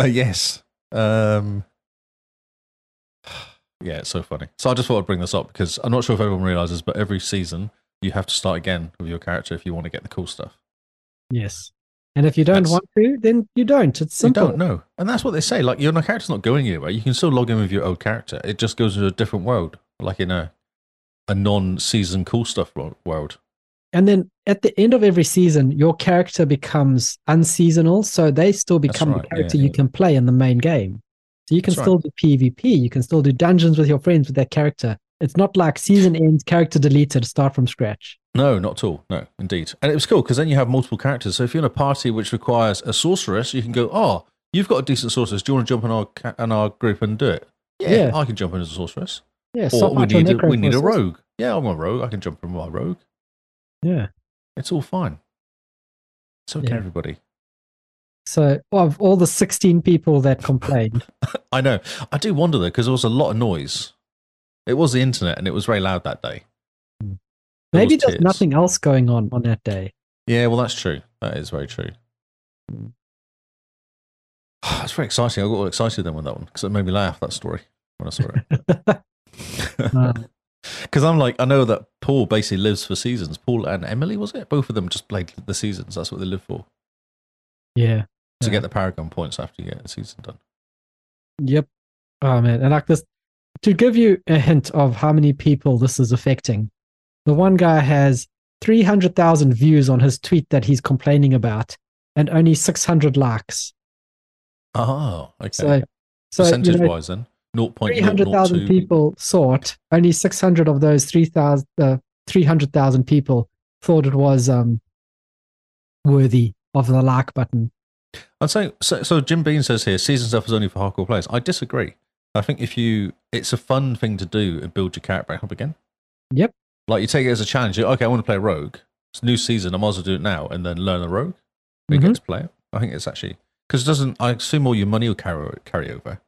[SPEAKER 2] Uh, yes. Um, yeah, it's so funny. So I just thought I'd bring this up because I'm not sure if everyone realizes, but every season you have to start again with your character if you want to get the cool stuff.
[SPEAKER 1] Yes. And if you don't
[SPEAKER 2] That's-
[SPEAKER 1] want to, then you don't. It's
[SPEAKER 2] You
[SPEAKER 1] simple.
[SPEAKER 2] don't know. And that's what they say. Like, your character's not going anywhere. You can still log in with your old character. It just goes to a different world, like in a, a non season cool stuff wo- world.
[SPEAKER 1] And then at the end of every season, your character becomes unseasonal, so they still
[SPEAKER 2] That's
[SPEAKER 1] become
[SPEAKER 2] right,
[SPEAKER 1] the
[SPEAKER 2] yeah,
[SPEAKER 1] character you
[SPEAKER 2] yeah.
[SPEAKER 1] can play in the main game. So you can
[SPEAKER 2] That's
[SPEAKER 1] still do PvP, you can still do dungeons with your friends with that character. It's not like season ends, character deleted, start from scratch.
[SPEAKER 2] No, not at all. No, indeed. And it was cool because then you have multiple characters. So if you're in a party which requires a sorceress, you can go, oh, you've got a decent sorceress. Do you want to jump in our, ca- in our group and do it? Yeah,
[SPEAKER 1] Yeah.
[SPEAKER 2] I can jump in as a sorceress.
[SPEAKER 1] Yeah,
[SPEAKER 2] or
[SPEAKER 1] swap
[SPEAKER 2] we
[SPEAKER 1] out your
[SPEAKER 2] need, a,
[SPEAKER 1] necro
[SPEAKER 2] we need
[SPEAKER 1] for
[SPEAKER 2] a
[SPEAKER 1] sorcerer.
[SPEAKER 2] rogue. Yeah, I'm a rogue. I can jump in with my rogue.
[SPEAKER 1] Yeah.
[SPEAKER 2] It's all fine. It's okay,
[SPEAKER 1] Yeah.
[SPEAKER 2] everybody.
[SPEAKER 1] So of all the 16 people that complained,
[SPEAKER 2] I know. I do wonder though, because there was a lot of noise. It was the internet, and it was very loud that day.
[SPEAKER 1] Hmm.
[SPEAKER 2] There
[SPEAKER 1] maybe
[SPEAKER 2] was
[SPEAKER 1] there's
[SPEAKER 2] tears.
[SPEAKER 1] nothing else going on on that day.
[SPEAKER 2] Yeah, well, that's true. That is very true. That's very exciting. I got all excited then with that one because it made me laugh. That story when I saw
[SPEAKER 1] Uh,
[SPEAKER 2] it. Because I'm like, I know that Paul basically lives for seasons. Paul and Emily, was it? Both of them just played the seasons. That's what they live for
[SPEAKER 1] yeah.
[SPEAKER 2] to
[SPEAKER 1] Yeah.
[SPEAKER 2] get the Paragon points after you get the season done.
[SPEAKER 1] Yep. Oh man, and like this to give you a hint of how many people this is affecting. The one guy has 300,000 views on his tweet that he's complaining about and only 600 likes.
[SPEAKER 2] Oh,
[SPEAKER 1] Ah,
[SPEAKER 2] okay.
[SPEAKER 1] So so you
[SPEAKER 2] Percentage
[SPEAKER 1] know,
[SPEAKER 2] wise, then 0.002
[SPEAKER 1] 300,000 people saw it. Only 600 of those 3,000 uh, 300,000 people thought it was um worthy of the like button.
[SPEAKER 2] I'd say so. So Jim Bean says here, season stuff is only for hardcore players. I disagree. I think if you, it's a fun thing to do and build your character back up again.
[SPEAKER 1] Yep.
[SPEAKER 2] Like you take it as a challenge. You're, okay, I want to play rogue. It's a new season. I might as well do it now and then learn a rogue. We
[SPEAKER 1] Mhm.
[SPEAKER 2] get to play it. I think it's actually because it doesn't. I assume all your money will carry carry over,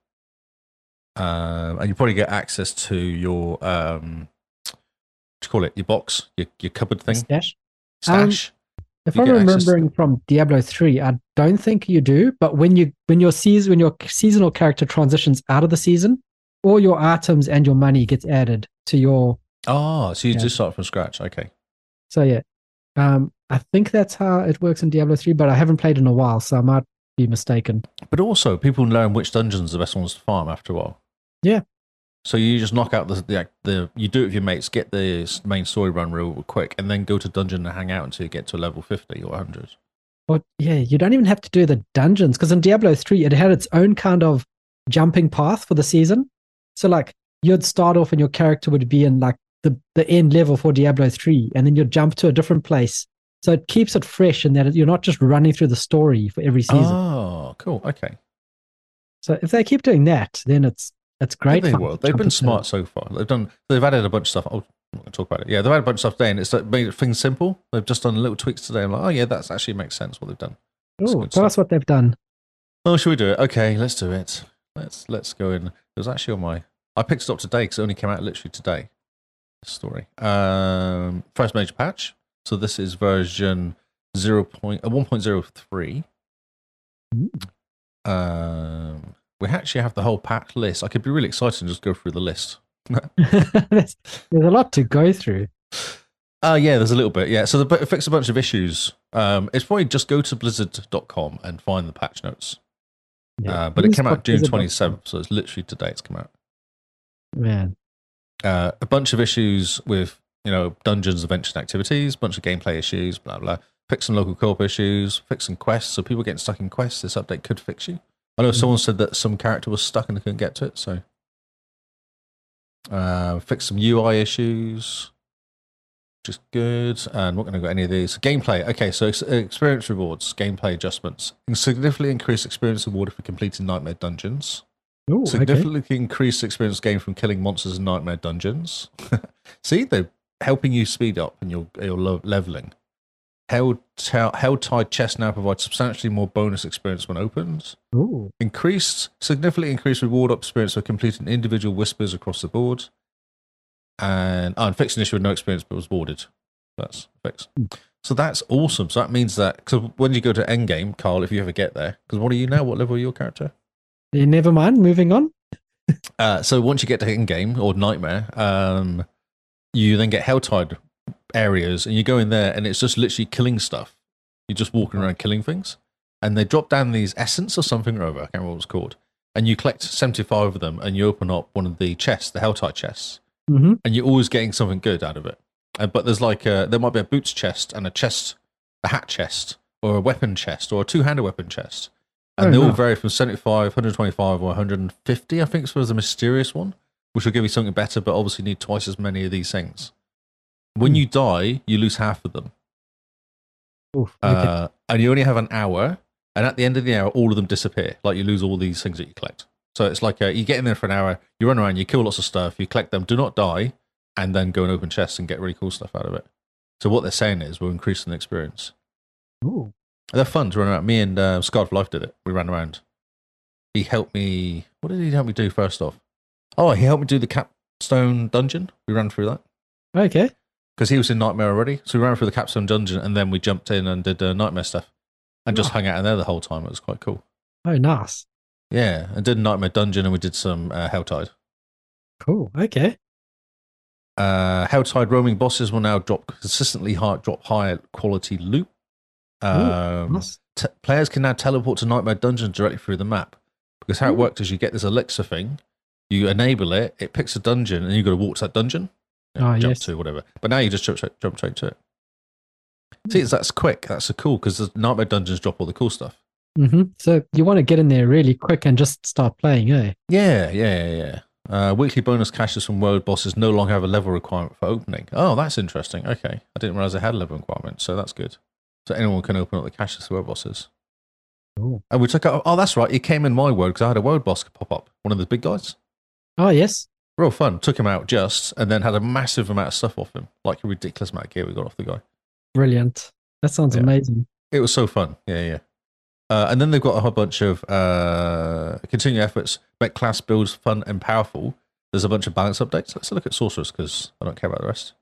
[SPEAKER 2] um, and you probably get access to your um, what do you call it? Your box, your your cupboard thing,
[SPEAKER 1] Stash. Um,
[SPEAKER 2] stash.
[SPEAKER 1] If
[SPEAKER 2] You
[SPEAKER 1] I'm
[SPEAKER 2] get access to-
[SPEAKER 1] remembering from Diablo three, I don't think you do. But when you when your season when your seasonal character transitions out of the season, all your items and your money gets added to your.
[SPEAKER 2] oh, so you
[SPEAKER 1] Yeah.
[SPEAKER 2] just start from scratch. Okay.
[SPEAKER 1] So yeah, um, I think that's how it works in Diablo three. But I haven't played in a while, so I might be mistaken.
[SPEAKER 2] But also, people learn which dungeons are the best ones to farm after a while.
[SPEAKER 1] Yeah.
[SPEAKER 2] So you just knock out the the, the you do it with your mates, get the s- main story run real quick, and then go to dungeon and hang out until you get to level fifty or hundred.
[SPEAKER 1] But yeah, you don't even have to do the dungeons because in Diablo 3, it had its own kind of jumping path for the season. So, like, you'd start off and your character would be in like the, the end level for Diablo 3, and then you'd jump to a different place. So, it keeps it fresh in that you're not just running through the story for every season.
[SPEAKER 2] Oh, cool. Okay.
[SPEAKER 1] So, if they keep doing that, then it's it's great.
[SPEAKER 2] They
[SPEAKER 1] fun
[SPEAKER 2] were.
[SPEAKER 1] to
[SPEAKER 2] They've
[SPEAKER 1] jump
[SPEAKER 2] been
[SPEAKER 1] into.
[SPEAKER 2] smart so far. They've done. They've added a bunch of stuff. Oh, I'm not going to talk about it. Yeah, they've added a bunch of stuff today, and it's like made things simple. They've just done little tweaks today. I'm like, oh yeah, that's actually makes sense what they've done. It's
[SPEAKER 1] Ooh,
[SPEAKER 2] good
[SPEAKER 1] tell us what they've done.
[SPEAKER 2] Oh, should we do it? Okay, let's do it. Let's let's go in. It was actually on my. I picked it up today because it only came out literally today. This story. Um, first major patch. So this is version zero point uh, one point zero three. Um, we actually have the whole patch list. I could be really excited and just go through the list.
[SPEAKER 1] there's, there's a lot to go through.
[SPEAKER 2] Uh, yeah, there's a little bit. Yeah, so the, it fixed a bunch of issues. Um, it's probably just go to blizzard.com and find the patch notes. Uh, but it
[SPEAKER 1] Who's
[SPEAKER 2] came out
[SPEAKER 1] got
[SPEAKER 2] June
[SPEAKER 1] Blizzard dot com?
[SPEAKER 2] 27th, so it's literally today it's come out.
[SPEAKER 1] Man,
[SPEAKER 2] uh, a bunch of issues with you know dungeons adventure activities, bunch of gameplay issues, blah blah. Fix some local corp issues, fix some quests. So people getting stuck in quests, this update could fix you. I know someone said that some character was stuck and they couldn't get to it, so uh, fix some UI issues. Just good, and we're not going to go any of these. Gameplay, okay. So ex- experience rewards, gameplay adjustments, significantly increased experience awarded for completing nightmare dungeons.
[SPEAKER 1] Ooh, okay.
[SPEAKER 2] Significantly increased experience gained from killing monsters in nightmare dungeons. See, they're helping you speed up and your your lo- leveling. Hell, ta- Hell Tide chest now provides substantially more bonus experience when opened.
[SPEAKER 1] Ooh.
[SPEAKER 2] Increased, significantly increased reward up experience for completing individual whispers across the board. And, oh, and fixed an issue with no experience but was warded. That's fixed.
[SPEAKER 1] Hmm.
[SPEAKER 2] So that's awesome. So that means that, because when you go to endgame, Carl, if you ever get there, because what are you now? What level are your character?
[SPEAKER 1] Yeah, never mind. Moving on.
[SPEAKER 2] Uh, so once you get to in game or nightmare, um, you then get Helltide areas, and you go in there, and it's just literally killing stuff. You're just walking around killing things, and they drop down these essence or something or other. I can't remember what it's called. And you collect 75 of them, and you open up one of the chests, the Helltide chests,
[SPEAKER 1] hmm
[SPEAKER 2] and you're always getting something good out of it. Uh, but there's like a, there might be a boots chest and a chest, a hat chest, or a weapon chest, or a two-handed weapon chest, and
[SPEAKER 1] Oh,
[SPEAKER 2] they all
[SPEAKER 1] no.
[SPEAKER 2] vary from 75, 125, or 150. I think so was the mysterious one, which will give you something better, but obviously you need twice as many of these things. When
[SPEAKER 1] Hmm.
[SPEAKER 2] you die, you lose half of them,
[SPEAKER 1] Oof, okay.
[SPEAKER 2] uh, and you only have an hour. And at the end of the hour, all of them disappear. Like you lose all these things that you collect. So it's like uh, you get in there for an hour, you run around, you kill lots of stuff, you collect them, do not die, and then go and open chests and get really cool stuff out of it. So what they're saying is we're increasing the experience.
[SPEAKER 1] Ooh.
[SPEAKER 2] They're fun to run around. Me and uh, Scarred for Life did it. We ran around. He helped me. What did he help me do first off? Oh, he helped me do the capstone dungeon. We ran through that
[SPEAKER 1] Okay.
[SPEAKER 2] because he was in Nightmare already. So we ran through the capstone dungeon and then we jumped in and did uh, Nightmare stuff and just hung out in there the whole time. It was quite cool.
[SPEAKER 1] Oh, nice.
[SPEAKER 2] Yeah, and did Nightmare Dungeon and we did some uh, Helltide.
[SPEAKER 1] Cool. Okay.
[SPEAKER 2] Uh, Helltide roaming bosses will now drop consistently high, drop higher quality loot. Um,
[SPEAKER 1] nice.
[SPEAKER 2] t- players can now teleport to nightmare dungeons directly through the map because how it
[SPEAKER 1] Ooh.
[SPEAKER 2] worked is you get this elixir thing you enable it it picks a dungeon and you've got to walk to that dungeon you know,
[SPEAKER 1] Ah,
[SPEAKER 2] jump
[SPEAKER 1] yes.
[SPEAKER 2] to whatever but now you just jump straight, jump straight to it
[SPEAKER 1] Hmm.
[SPEAKER 2] see it's, that's quick that's a cool because the nightmare dungeons drop all the cool stuff
[SPEAKER 1] hmm So you want to get in there really quick and just start playing, eh?
[SPEAKER 2] yeah yeah yeah yeah uh, weekly bonus caches from world bosses no longer have a level requirement for opening oh that's interesting okay i didn't realize they had a level requirement so that's good so anyone can open up the caches for world bosses
[SPEAKER 1] Cool.
[SPEAKER 2] and we took out oh that's right he came in my world because i had a world boss pop up one of the big guys
[SPEAKER 1] Oh, yes.
[SPEAKER 2] real fun. Took him out just, and then had a massive amount of stuff off him, like a ridiculous amount of gear we got off the guy.
[SPEAKER 1] Brilliant. That sounds
[SPEAKER 2] Yeah.
[SPEAKER 1] amazing.
[SPEAKER 2] It was so fun. Yeah, yeah. Uh, and then they've got a whole bunch of uh, continuing efforts make class builds fun and powerful. There's a bunch of balance updates. Let's look at sorcerers because I don't care about the rest.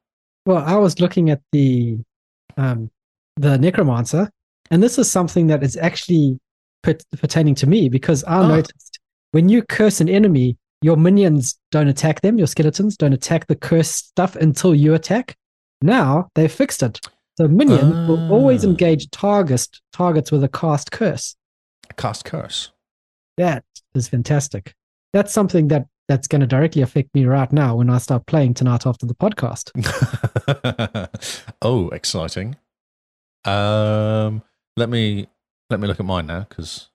[SPEAKER 1] Well, I was looking at the um, the necromancer, and this is something that is actually pert- pertaining to me because I
[SPEAKER 2] Ah.
[SPEAKER 1] noticed when you curse an enemy, your minions don't attack them, your skeletons don't attack the cursed stuff until you attack. Now they fixed it. So minions will always
[SPEAKER 2] Ah.
[SPEAKER 1] engage targets targets with a cast curse.
[SPEAKER 2] cast curse.
[SPEAKER 1] That is fantastic. That's something that that's going to directly affect me right now when I start playing tonight after the podcast.
[SPEAKER 2] oh, exciting. Um, let me let me look at mine now because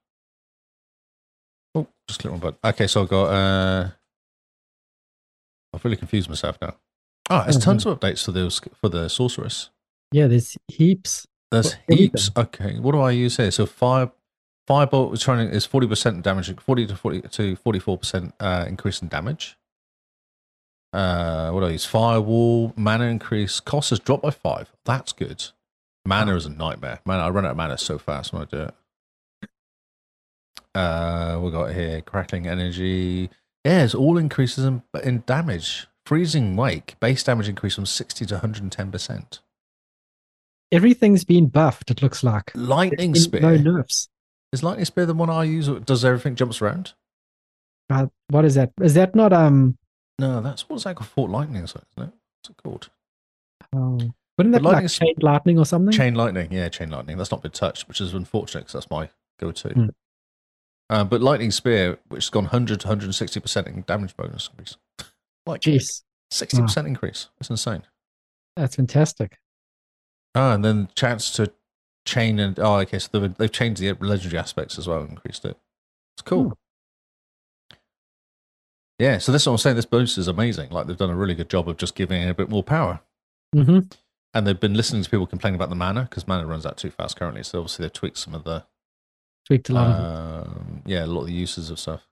[SPEAKER 2] oh, just click one button. Okay, so I've got. Uh, I've really confused myself now. Ah, there's tons of updates for those for the sorceress.
[SPEAKER 1] Yeah, there's heaps.
[SPEAKER 2] There's
[SPEAKER 1] What-
[SPEAKER 2] heaps. Okay, what do I use here? So fire firebolt is trying is forty percent damage, forty to forty to forty four percent uh, increase in damage. Uh, what do I use? Firewall mana increase. Cost has dropped by five. That's good. Mana is a nightmare. Man, I run out of mana so fast when I do it. Uh, we got here crackling energy. Yeah, it's all increases in, in damage. Freezing wake base damage increase from sixty to one hundred and ten percent.
[SPEAKER 1] Everything's been buffed. It looks like
[SPEAKER 2] Lightning
[SPEAKER 1] There's
[SPEAKER 2] spear.
[SPEAKER 1] been no nerfs.
[SPEAKER 2] Is Lightning Spear the one I use? Or does everything jumps around?
[SPEAKER 1] Uh, what is that? Is that not um?
[SPEAKER 2] No, that's what's that called? Fort Lightning, isn't it? What's it called?
[SPEAKER 1] Oh, wouldn't that be
[SPEAKER 2] lightning
[SPEAKER 1] like
[SPEAKER 2] is-
[SPEAKER 1] chain lightning or something?
[SPEAKER 2] Chain Lightning. Yeah, Chain Lightning. That's not been touched, which is unfortunate because that's my go-to.
[SPEAKER 1] Hmm.
[SPEAKER 2] Uh, but Lightning Spear, which has gone 100 to 160 percent in damage bonus increase, like
[SPEAKER 1] Jeez,
[SPEAKER 2] 60 percent increase. That's insane.
[SPEAKER 1] that's fantastic.
[SPEAKER 2] Ah, and then chance to chain and oh, okay, so they've, they've changed the legendary aspects as well, and increased it. It's cool.
[SPEAKER 1] Hmm.
[SPEAKER 2] Yeah, so this is what I'm saying. This bonus is amazing. Like they've done a really good job of just giving it a bit more power.
[SPEAKER 1] hmm
[SPEAKER 2] And they've been listening to people complaining about the mana because mana runs out too fast currently. So obviously they've tweaked some of the
[SPEAKER 1] Tweaked a lot. of it.
[SPEAKER 2] um, yeah, a lot of the uses of stuff.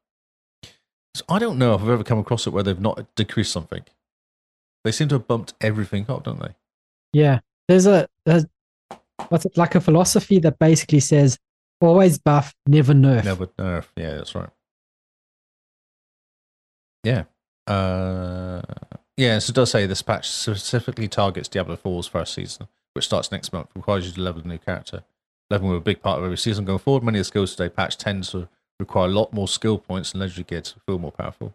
[SPEAKER 2] So I don't know if I've ever come across it where they've not decreased something. They seem to have bumped everything up, don't they?
[SPEAKER 1] Yeah, there's a there's, what's it like a philosophy that basically says always buff, never nerf.
[SPEAKER 2] Never nerf. Yeah, that's right. Yeah. Uh, yeah, so it does say this patch specifically targets Diablo 4's first season, which starts next month, requires you to level a new character. Leveling will be a big part of every season going forward. Many of the skills today patch tends to require a lot more skill points and legendary gear to feel more powerful.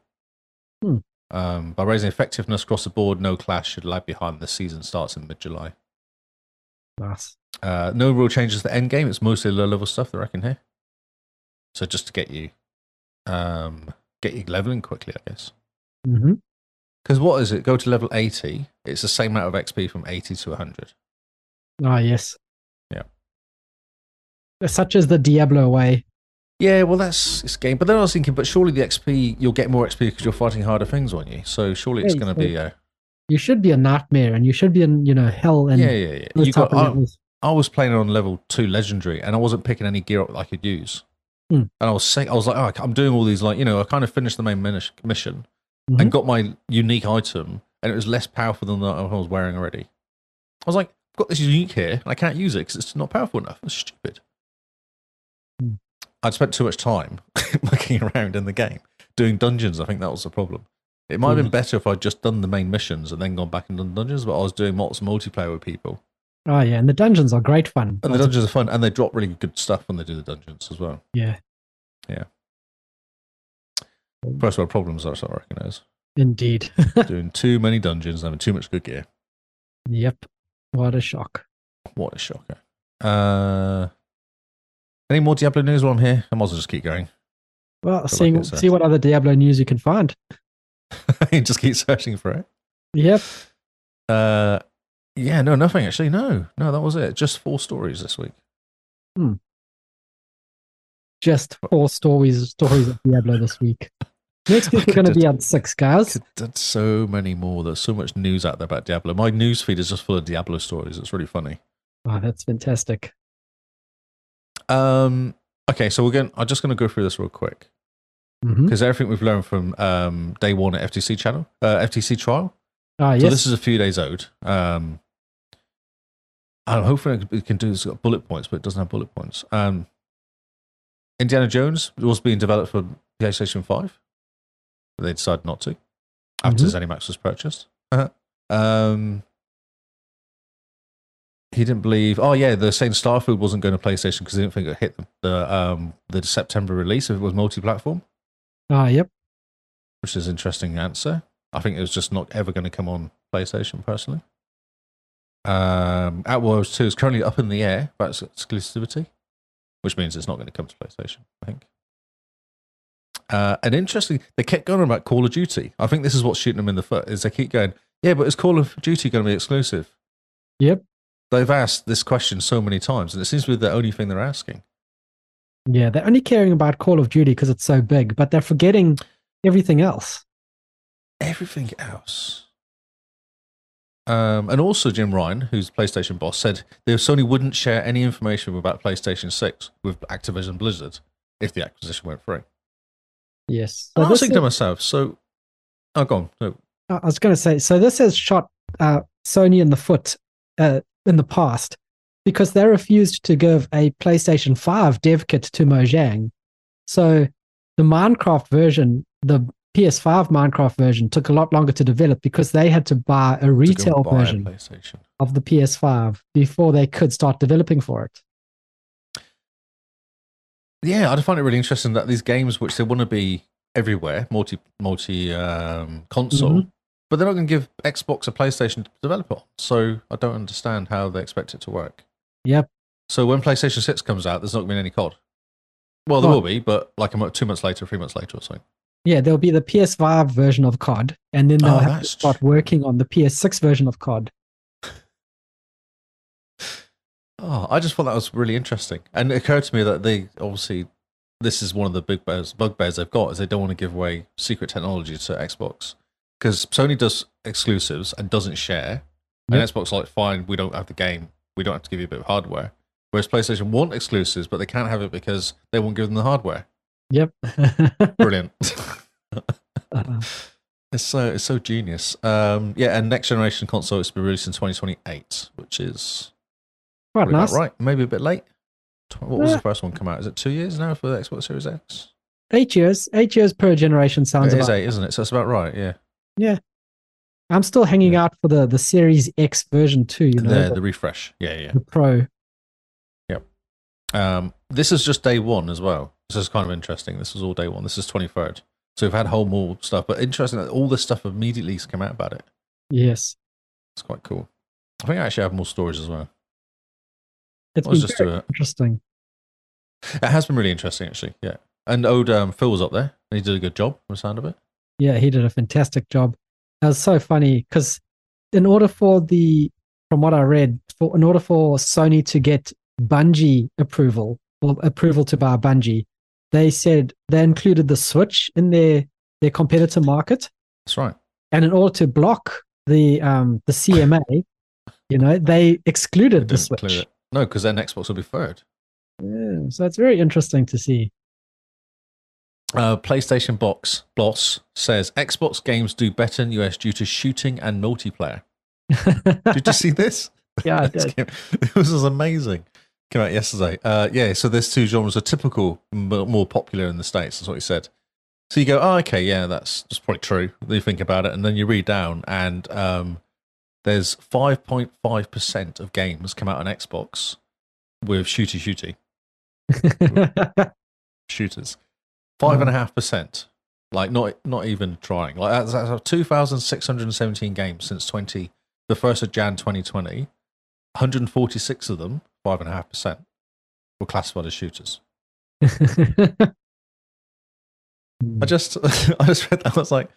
[SPEAKER 1] Hmm.
[SPEAKER 2] Um, by raising effectiveness across the board, no clash should lag behind. The season starts in mid July.
[SPEAKER 1] Nice.
[SPEAKER 2] Uh, no real changes to the end game. It's mostly low level stuff, they reckon here. So just to get you, um, get you leveling quickly, I guess.
[SPEAKER 1] hmm
[SPEAKER 2] Because what is it? Go to level eighty. It's the same amount of XP from eighty to hundred.
[SPEAKER 1] Oh yes.
[SPEAKER 2] Yeah.
[SPEAKER 1] Such as the Diablo way.
[SPEAKER 2] Yeah, well, that's it's game. But then I was thinking, but surely the XP you'll get more XP because you're fighting harder things on you. So surely it's
[SPEAKER 1] Yeah,
[SPEAKER 2] going to be a
[SPEAKER 1] You should be a nightmare, and you should be in you know hell and
[SPEAKER 2] yeah, yeah, yeah.
[SPEAKER 1] those
[SPEAKER 2] You
[SPEAKER 1] type
[SPEAKER 2] got,
[SPEAKER 1] of
[SPEAKER 2] I,
[SPEAKER 1] levels.
[SPEAKER 2] I was playing on level two legendary, and I wasn't picking any gear up that I could use.
[SPEAKER 1] Hmm.
[SPEAKER 2] And I was saying, I was like, oh, I'm doing all these like you know, I kind of finished the main minish- mission,
[SPEAKER 1] Mhm.
[SPEAKER 2] and got my unique item, and it was less powerful than the item I was wearing already. I was like, I've got this unique here, and I can't use it because it's not powerful enough. It's stupid.
[SPEAKER 1] Hmm.
[SPEAKER 2] I'd spent too much time mucking around in the game doing dungeons. I think that was the problem. It might have
[SPEAKER 1] Mm-hmm.
[SPEAKER 2] been better if I'd just done the main missions and then gone back and done dungeons, but I was doing lots of multiplayer with people.
[SPEAKER 1] Oh yeah, and the dungeons are great fun.
[SPEAKER 2] And the dungeons are fun, and they drop really good stuff when they do the dungeons as well.
[SPEAKER 1] Yeah,
[SPEAKER 2] First world problems, that's what I recognise.
[SPEAKER 1] indeed.
[SPEAKER 2] doing too many dungeons and having too much good gear.
[SPEAKER 1] yep. What a shock.
[SPEAKER 2] What a shocker. Uh, any more Diablo news while I'm here? I might as well just keep going.
[SPEAKER 1] Well,
[SPEAKER 2] like
[SPEAKER 1] seeing
[SPEAKER 2] it's a-
[SPEAKER 1] see what other Diablo news you can find.
[SPEAKER 2] just keep searching for it.
[SPEAKER 1] Yep.
[SPEAKER 2] Uh, yeah, no, nothing actually. No, no, that was it. Just four stories this week.
[SPEAKER 1] Just four stories stories of Diablo this week. Next week we're going to be on six guys.
[SPEAKER 2] Could- That's so many more. There's so much news out there about Diablo. My news feed is just full of Diablo stories. It's really funny.
[SPEAKER 1] Oh, that's fantastic.
[SPEAKER 2] Um, okay, so we're going. I'm just going to go through this real quick.
[SPEAKER 1] Mm-hmm.
[SPEAKER 2] because everything we've learned from um, day one at FTC channel, uh, FTC trial.
[SPEAKER 1] Ah,
[SPEAKER 2] So
[SPEAKER 1] yes.
[SPEAKER 2] this is a few days old. Um, and hopefully it can do. It's got bullet points, but it doesn't have bullet points. Um, Indiana Jones was being developed for PlayStation Five, but they decided not to after
[SPEAKER 1] Mm-hmm.
[SPEAKER 2] ZeniMax was purchased. Uh-huh. Um, he didn't believe. Oh yeah, they're saying Starfield wasn't going to PlayStation because they didn't think it hit the the, um, the September release if it was multi-platform
[SPEAKER 1] Ah, yep.
[SPEAKER 2] which is an interesting answer. I think it was just not ever going to come on PlayStation personally. Um, Outworlds 2 is currently up in the air about its exclusivity, which means it's not going to come to PlayStation, I think. Uh, and interestingly, they kept going about Call of Duty. I think this is what's shooting them in the foot, is they keep going, yeah, but is Call of Duty going to be exclusive?
[SPEAKER 1] Yep.
[SPEAKER 2] They've asked this question so many times, and it seems to be the only thing they're asking.
[SPEAKER 1] Yeah, they're only caring about Call of Duty because it's so big, but they're forgetting everything else.
[SPEAKER 2] everything else. Um, and also, Jim Ryan, who's PlayStation boss, said that Sony wouldn't share any information about PlayStation 6 with Activision Blizzard if the acquisition went through.
[SPEAKER 1] Yes.
[SPEAKER 2] And Oh, I was
[SPEAKER 1] this
[SPEAKER 2] thinking to myself, so, oh, go on. No,
[SPEAKER 1] I I was going to say, so this has shot uh, Sony in the foot uh, in the past because they refused to give a PlayStation 5 dev kit to Mojang. So the Minecraft version, the PS5 Minecraft version, took a lot longer to develop because they had to buy a
[SPEAKER 2] to go
[SPEAKER 1] retail
[SPEAKER 2] buy a
[SPEAKER 1] version
[SPEAKER 2] PlayStation.
[SPEAKER 1] of the PS5 before they could start developing for it.
[SPEAKER 2] Yeah, I find it really interesting that these games, which they want to be everywhere, multi multi um, console, but they're not going to give Xbox a PlayStation to develop on. So I don't understand how they expect it to work.
[SPEAKER 1] Yep.
[SPEAKER 2] So when PlayStation Six comes out, there's not going to be any COD. Well, there
[SPEAKER 1] Well-
[SPEAKER 2] will be, but like a month, two months later, three months later, or something.
[SPEAKER 1] Yeah, there'll be the PS5 version of COD, and then they'll
[SPEAKER 2] Oh,
[SPEAKER 1] have to
[SPEAKER 2] that's
[SPEAKER 1] start
[SPEAKER 2] true.
[SPEAKER 1] working on the PS6 version of COD.
[SPEAKER 2] Oh, I just thought that was really interesting, and it occurred to me that they obviously this is one of the big bears, bugbears they've got is they don't want to give away secret technology to Xbox because Sony does exclusives and doesn't share, and
[SPEAKER 1] Yep.
[SPEAKER 2] Xbox are like fine, we don't have the game, we don't have to give you a bit of hardware. Whereas PlayStation want exclusives, but they can't have it because they won't give them the hardware.
[SPEAKER 1] Yep.
[SPEAKER 2] Brilliant.
[SPEAKER 1] Uh,
[SPEAKER 2] it's so it's so genius. Um, yeah, and next generation console is to be released in 2028, which is
[SPEAKER 1] quite
[SPEAKER 2] Probably about
[SPEAKER 1] nice.
[SPEAKER 2] right. Maybe a bit late. Tw- What was
[SPEAKER 1] Yeah.
[SPEAKER 2] the first one come out? Is it two years now for the Xbox Series X?
[SPEAKER 1] Eight years, eight years per generation sounds
[SPEAKER 2] It is
[SPEAKER 1] about.
[SPEAKER 2] eight, isn't it? So that's about right. Yeah.
[SPEAKER 1] I'm still hanging out for the the Series X version too. You know,
[SPEAKER 2] the,
[SPEAKER 1] the,
[SPEAKER 2] the refresh. Yeah, yeah.
[SPEAKER 1] the Pro.
[SPEAKER 2] yeah. Um, this is just day one as well. This is kind of interesting. This is all day one. This is twenty third. So we've had whole more stuff, but interesting that all this stuff immediately has come out about it.
[SPEAKER 1] Yes,
[SPEAKER 2] It's quite cool. I think I actually have more stories as well.
[SPEAKER 1] it's
[SPEAKER 2] Let's
[SPEAKER 1] been
[SPEAKER 2] just
[SPEAKER 1] very
[SPEAKER 2] do it.
[SPEAKER 1] interesting.
[SPEAKER 2] It has been really interesting actually. Yeah. And old um, Phil was up there. and He did a good job. From the sound of it.
[SPEAKER 1] Yeah, he did a fantastic job. That was so funny because, in order for the, from what I read, for in order for Sony to get Bungie approval or approval to buy Bungie, they said they included the Switch in their their competitor market.
[SPEAKER 2] That's right.
[SPEAKER 1] and in order to block the um the CMA, you know, they
[SPEAKER 2] They
[SPEAKER 1] excluded the
[SPEAKER 2] didn't
[SPEAKER 1] switch.
[SPEAKER 2] include it. No, because then Xbox will be third.
[SPEAKER 1] Yeah, so it's very interesting to see.
[SPEAKER 2] Uh, PlayStation Box Bloss says Xbox games do better in US due to shooting and multiplayer. Did you see this?
[SPEAKER 1] yeah, it
[SPEAKER 2] This
[SPEAKER 1] did.
[SPEAKER 2] came- this was amazing. Came out yesterday. Uh, yeah, so those two genres are typical, m- more popular in the states. That's what he said. So you go, oh, okay, yeah, that's that's probably true. Then You think about it, and then you read down, and um, there's 5.5 percent of games come out on Xbox with shooty shooty shooters. Five and a half percent. Like not not even trying. Like that's, that's two thousand six hundred and seventeen games since twenty the first of Jan twenty twenty. One hundred and forty six of them, five and a half percent, were classified as shooters.
[SPEAKER 1] Hmm.
[SPEAKER 2] I just I just read that I was like,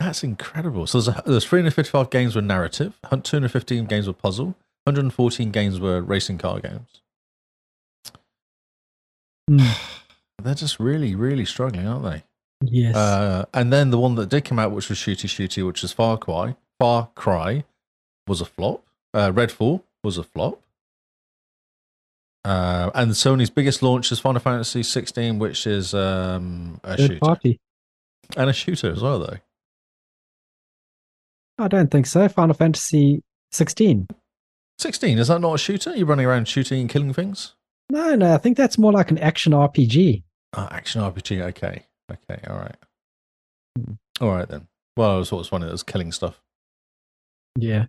[SPEAKER 2] that's incredible. So there's a, there's three hundred fifty five games were narrative, two hundred fifteen games were puzzle, one hundred and fourteen games were racing car games.
[SPEAKER 1] Mm,
[SPEAKER 2] They're just really really struggling, aren't they?
[SPEAKER 1] yes.
[SPEAKER 2] Uh, and then the one that did come out, which was Shooty Shooty, which was Far Cry, Far Cry, was a flop. Uh, Redfall was a flop. Uh, and Sony's biggest launch is Final Fantasy 16, which is um, a
[SPEAKER 1] Third
[SPEAKER 2] shooter
[SPEAKER 1] party.
[SPEAKER 2] and a shooter as well, though.
[SPEAKER 1] I don't think so. Final Fantasy 16.
[SPEAKER 2] 16 is that not a shooter? You're running around shooting and killing things.
[SPEAKER 1] No, no, I think that's more like an action RPG.
[SPEAKER 2] Ah, action RPG. Okay, okay, all right,
[SPEAKER 1] Hmm.
[SPEAKER 2] all right then. Well, I was always funny that was killing stuff.
[SPEAKER 1] Yeah.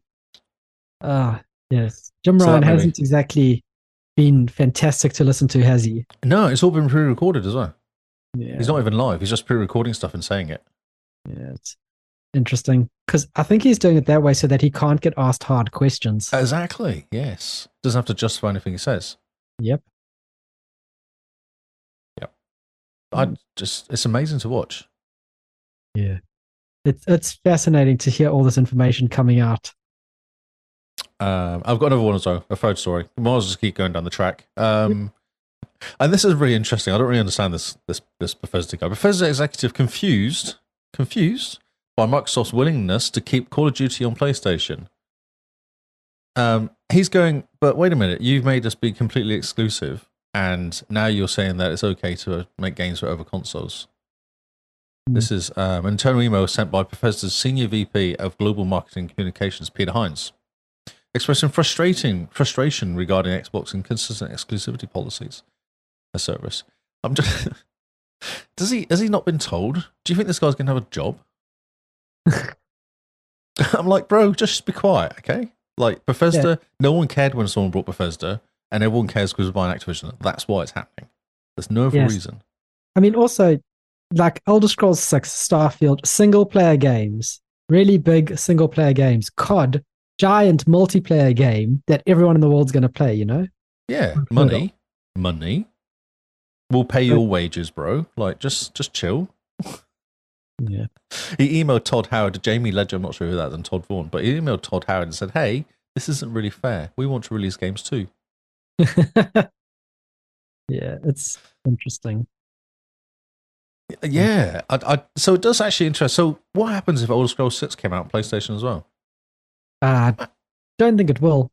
[SPEAKER 1] Ah, yes. Jim
[SPEAKER 2] So that
[SPEAKER 1] Ryan
[SPEAKER 2] movie-
[SPEAKER 1] hasn't exactly been fantastic to listen to, has he?
[SPEAKER 2] No, it's all been pre-recorded as well.
[SPEAKER 1] Yeah.
[SPEAKER 2] He's not even live. He's just pre-recording stuff and saying it.
[SPEAKER 1] Yeah, it's interesting because I think he's doing it that way so that he can't get asked hard
[SPEAKER 2] Uh,
[SPEAKER 1] questions.
[SPEAKER 2] Exactly. Yes. Doesn't have to justify anything he says.
[SPEAKER 1] Yep.
[SPEAKER 2] I just it's amazing to watch.
[SPEAKER 1] Yeah. It's it's fascinating to hear all this information coming out.
[SPEAKER 2] Um, I've got another one as well, a third story. We might as well just keep going down the track. Um, and this is really interesting. I don't really understand this this this Bethesda guy. Bethesda executive confused confused by Microsoft's willingness to keep Call of Duty on PlayStation. Um, he's going, but wait a minute, you've made us be completely exclusive, and now you're saying that it's okay to uh, make games for other consoles. This is um, an internal email sent by Bethesda's senior VP of global marketing communications, Peter Hines expressing frustrating frustration regarding Xbox inconsistent exclusivity policies. A service. I'm just. Does he has he not been told? Do you think this guy's going to have a job? I'm like, bro, just be quiet, okay? Like Bethesda, no one cared when someone brought Bethesda, and everyone cares because we're buying Activision. That's why it's happening. There's no other
[SPEAKER 1] Yes.
[SPEAKER 2] reason.
[SPEAKER 1] I mean, also, like Elder Scrolls 6, Starfield, single player games, really big single player games, COD, giant multiplayer game that everyone in the world's going to play, you know?
[SPEAKER 2] Yeah,
[SPEAKER 1] Unheard
[SPEAKER 2] money, money. We'll pay your wages, bro. Like, just just chill.
[SPEAKER 1] Yeah.
[SPEAKER 2] He emailed Todd Howard, Jamie Ledger, I'm not sure who that is, and Todd Vaughan, but he emailed Todd Howard and said, Hey, this isn't really fair. We want to release games too.
[SPEAKER 1] yeah, it's interesting.
[SPEAKER 2] Yeah. I, I, so it does actually interest. So what happens if Elder Scrolls 6 came out on PlayStation as well?
[SPEAKER 1] Uh, don't think it will.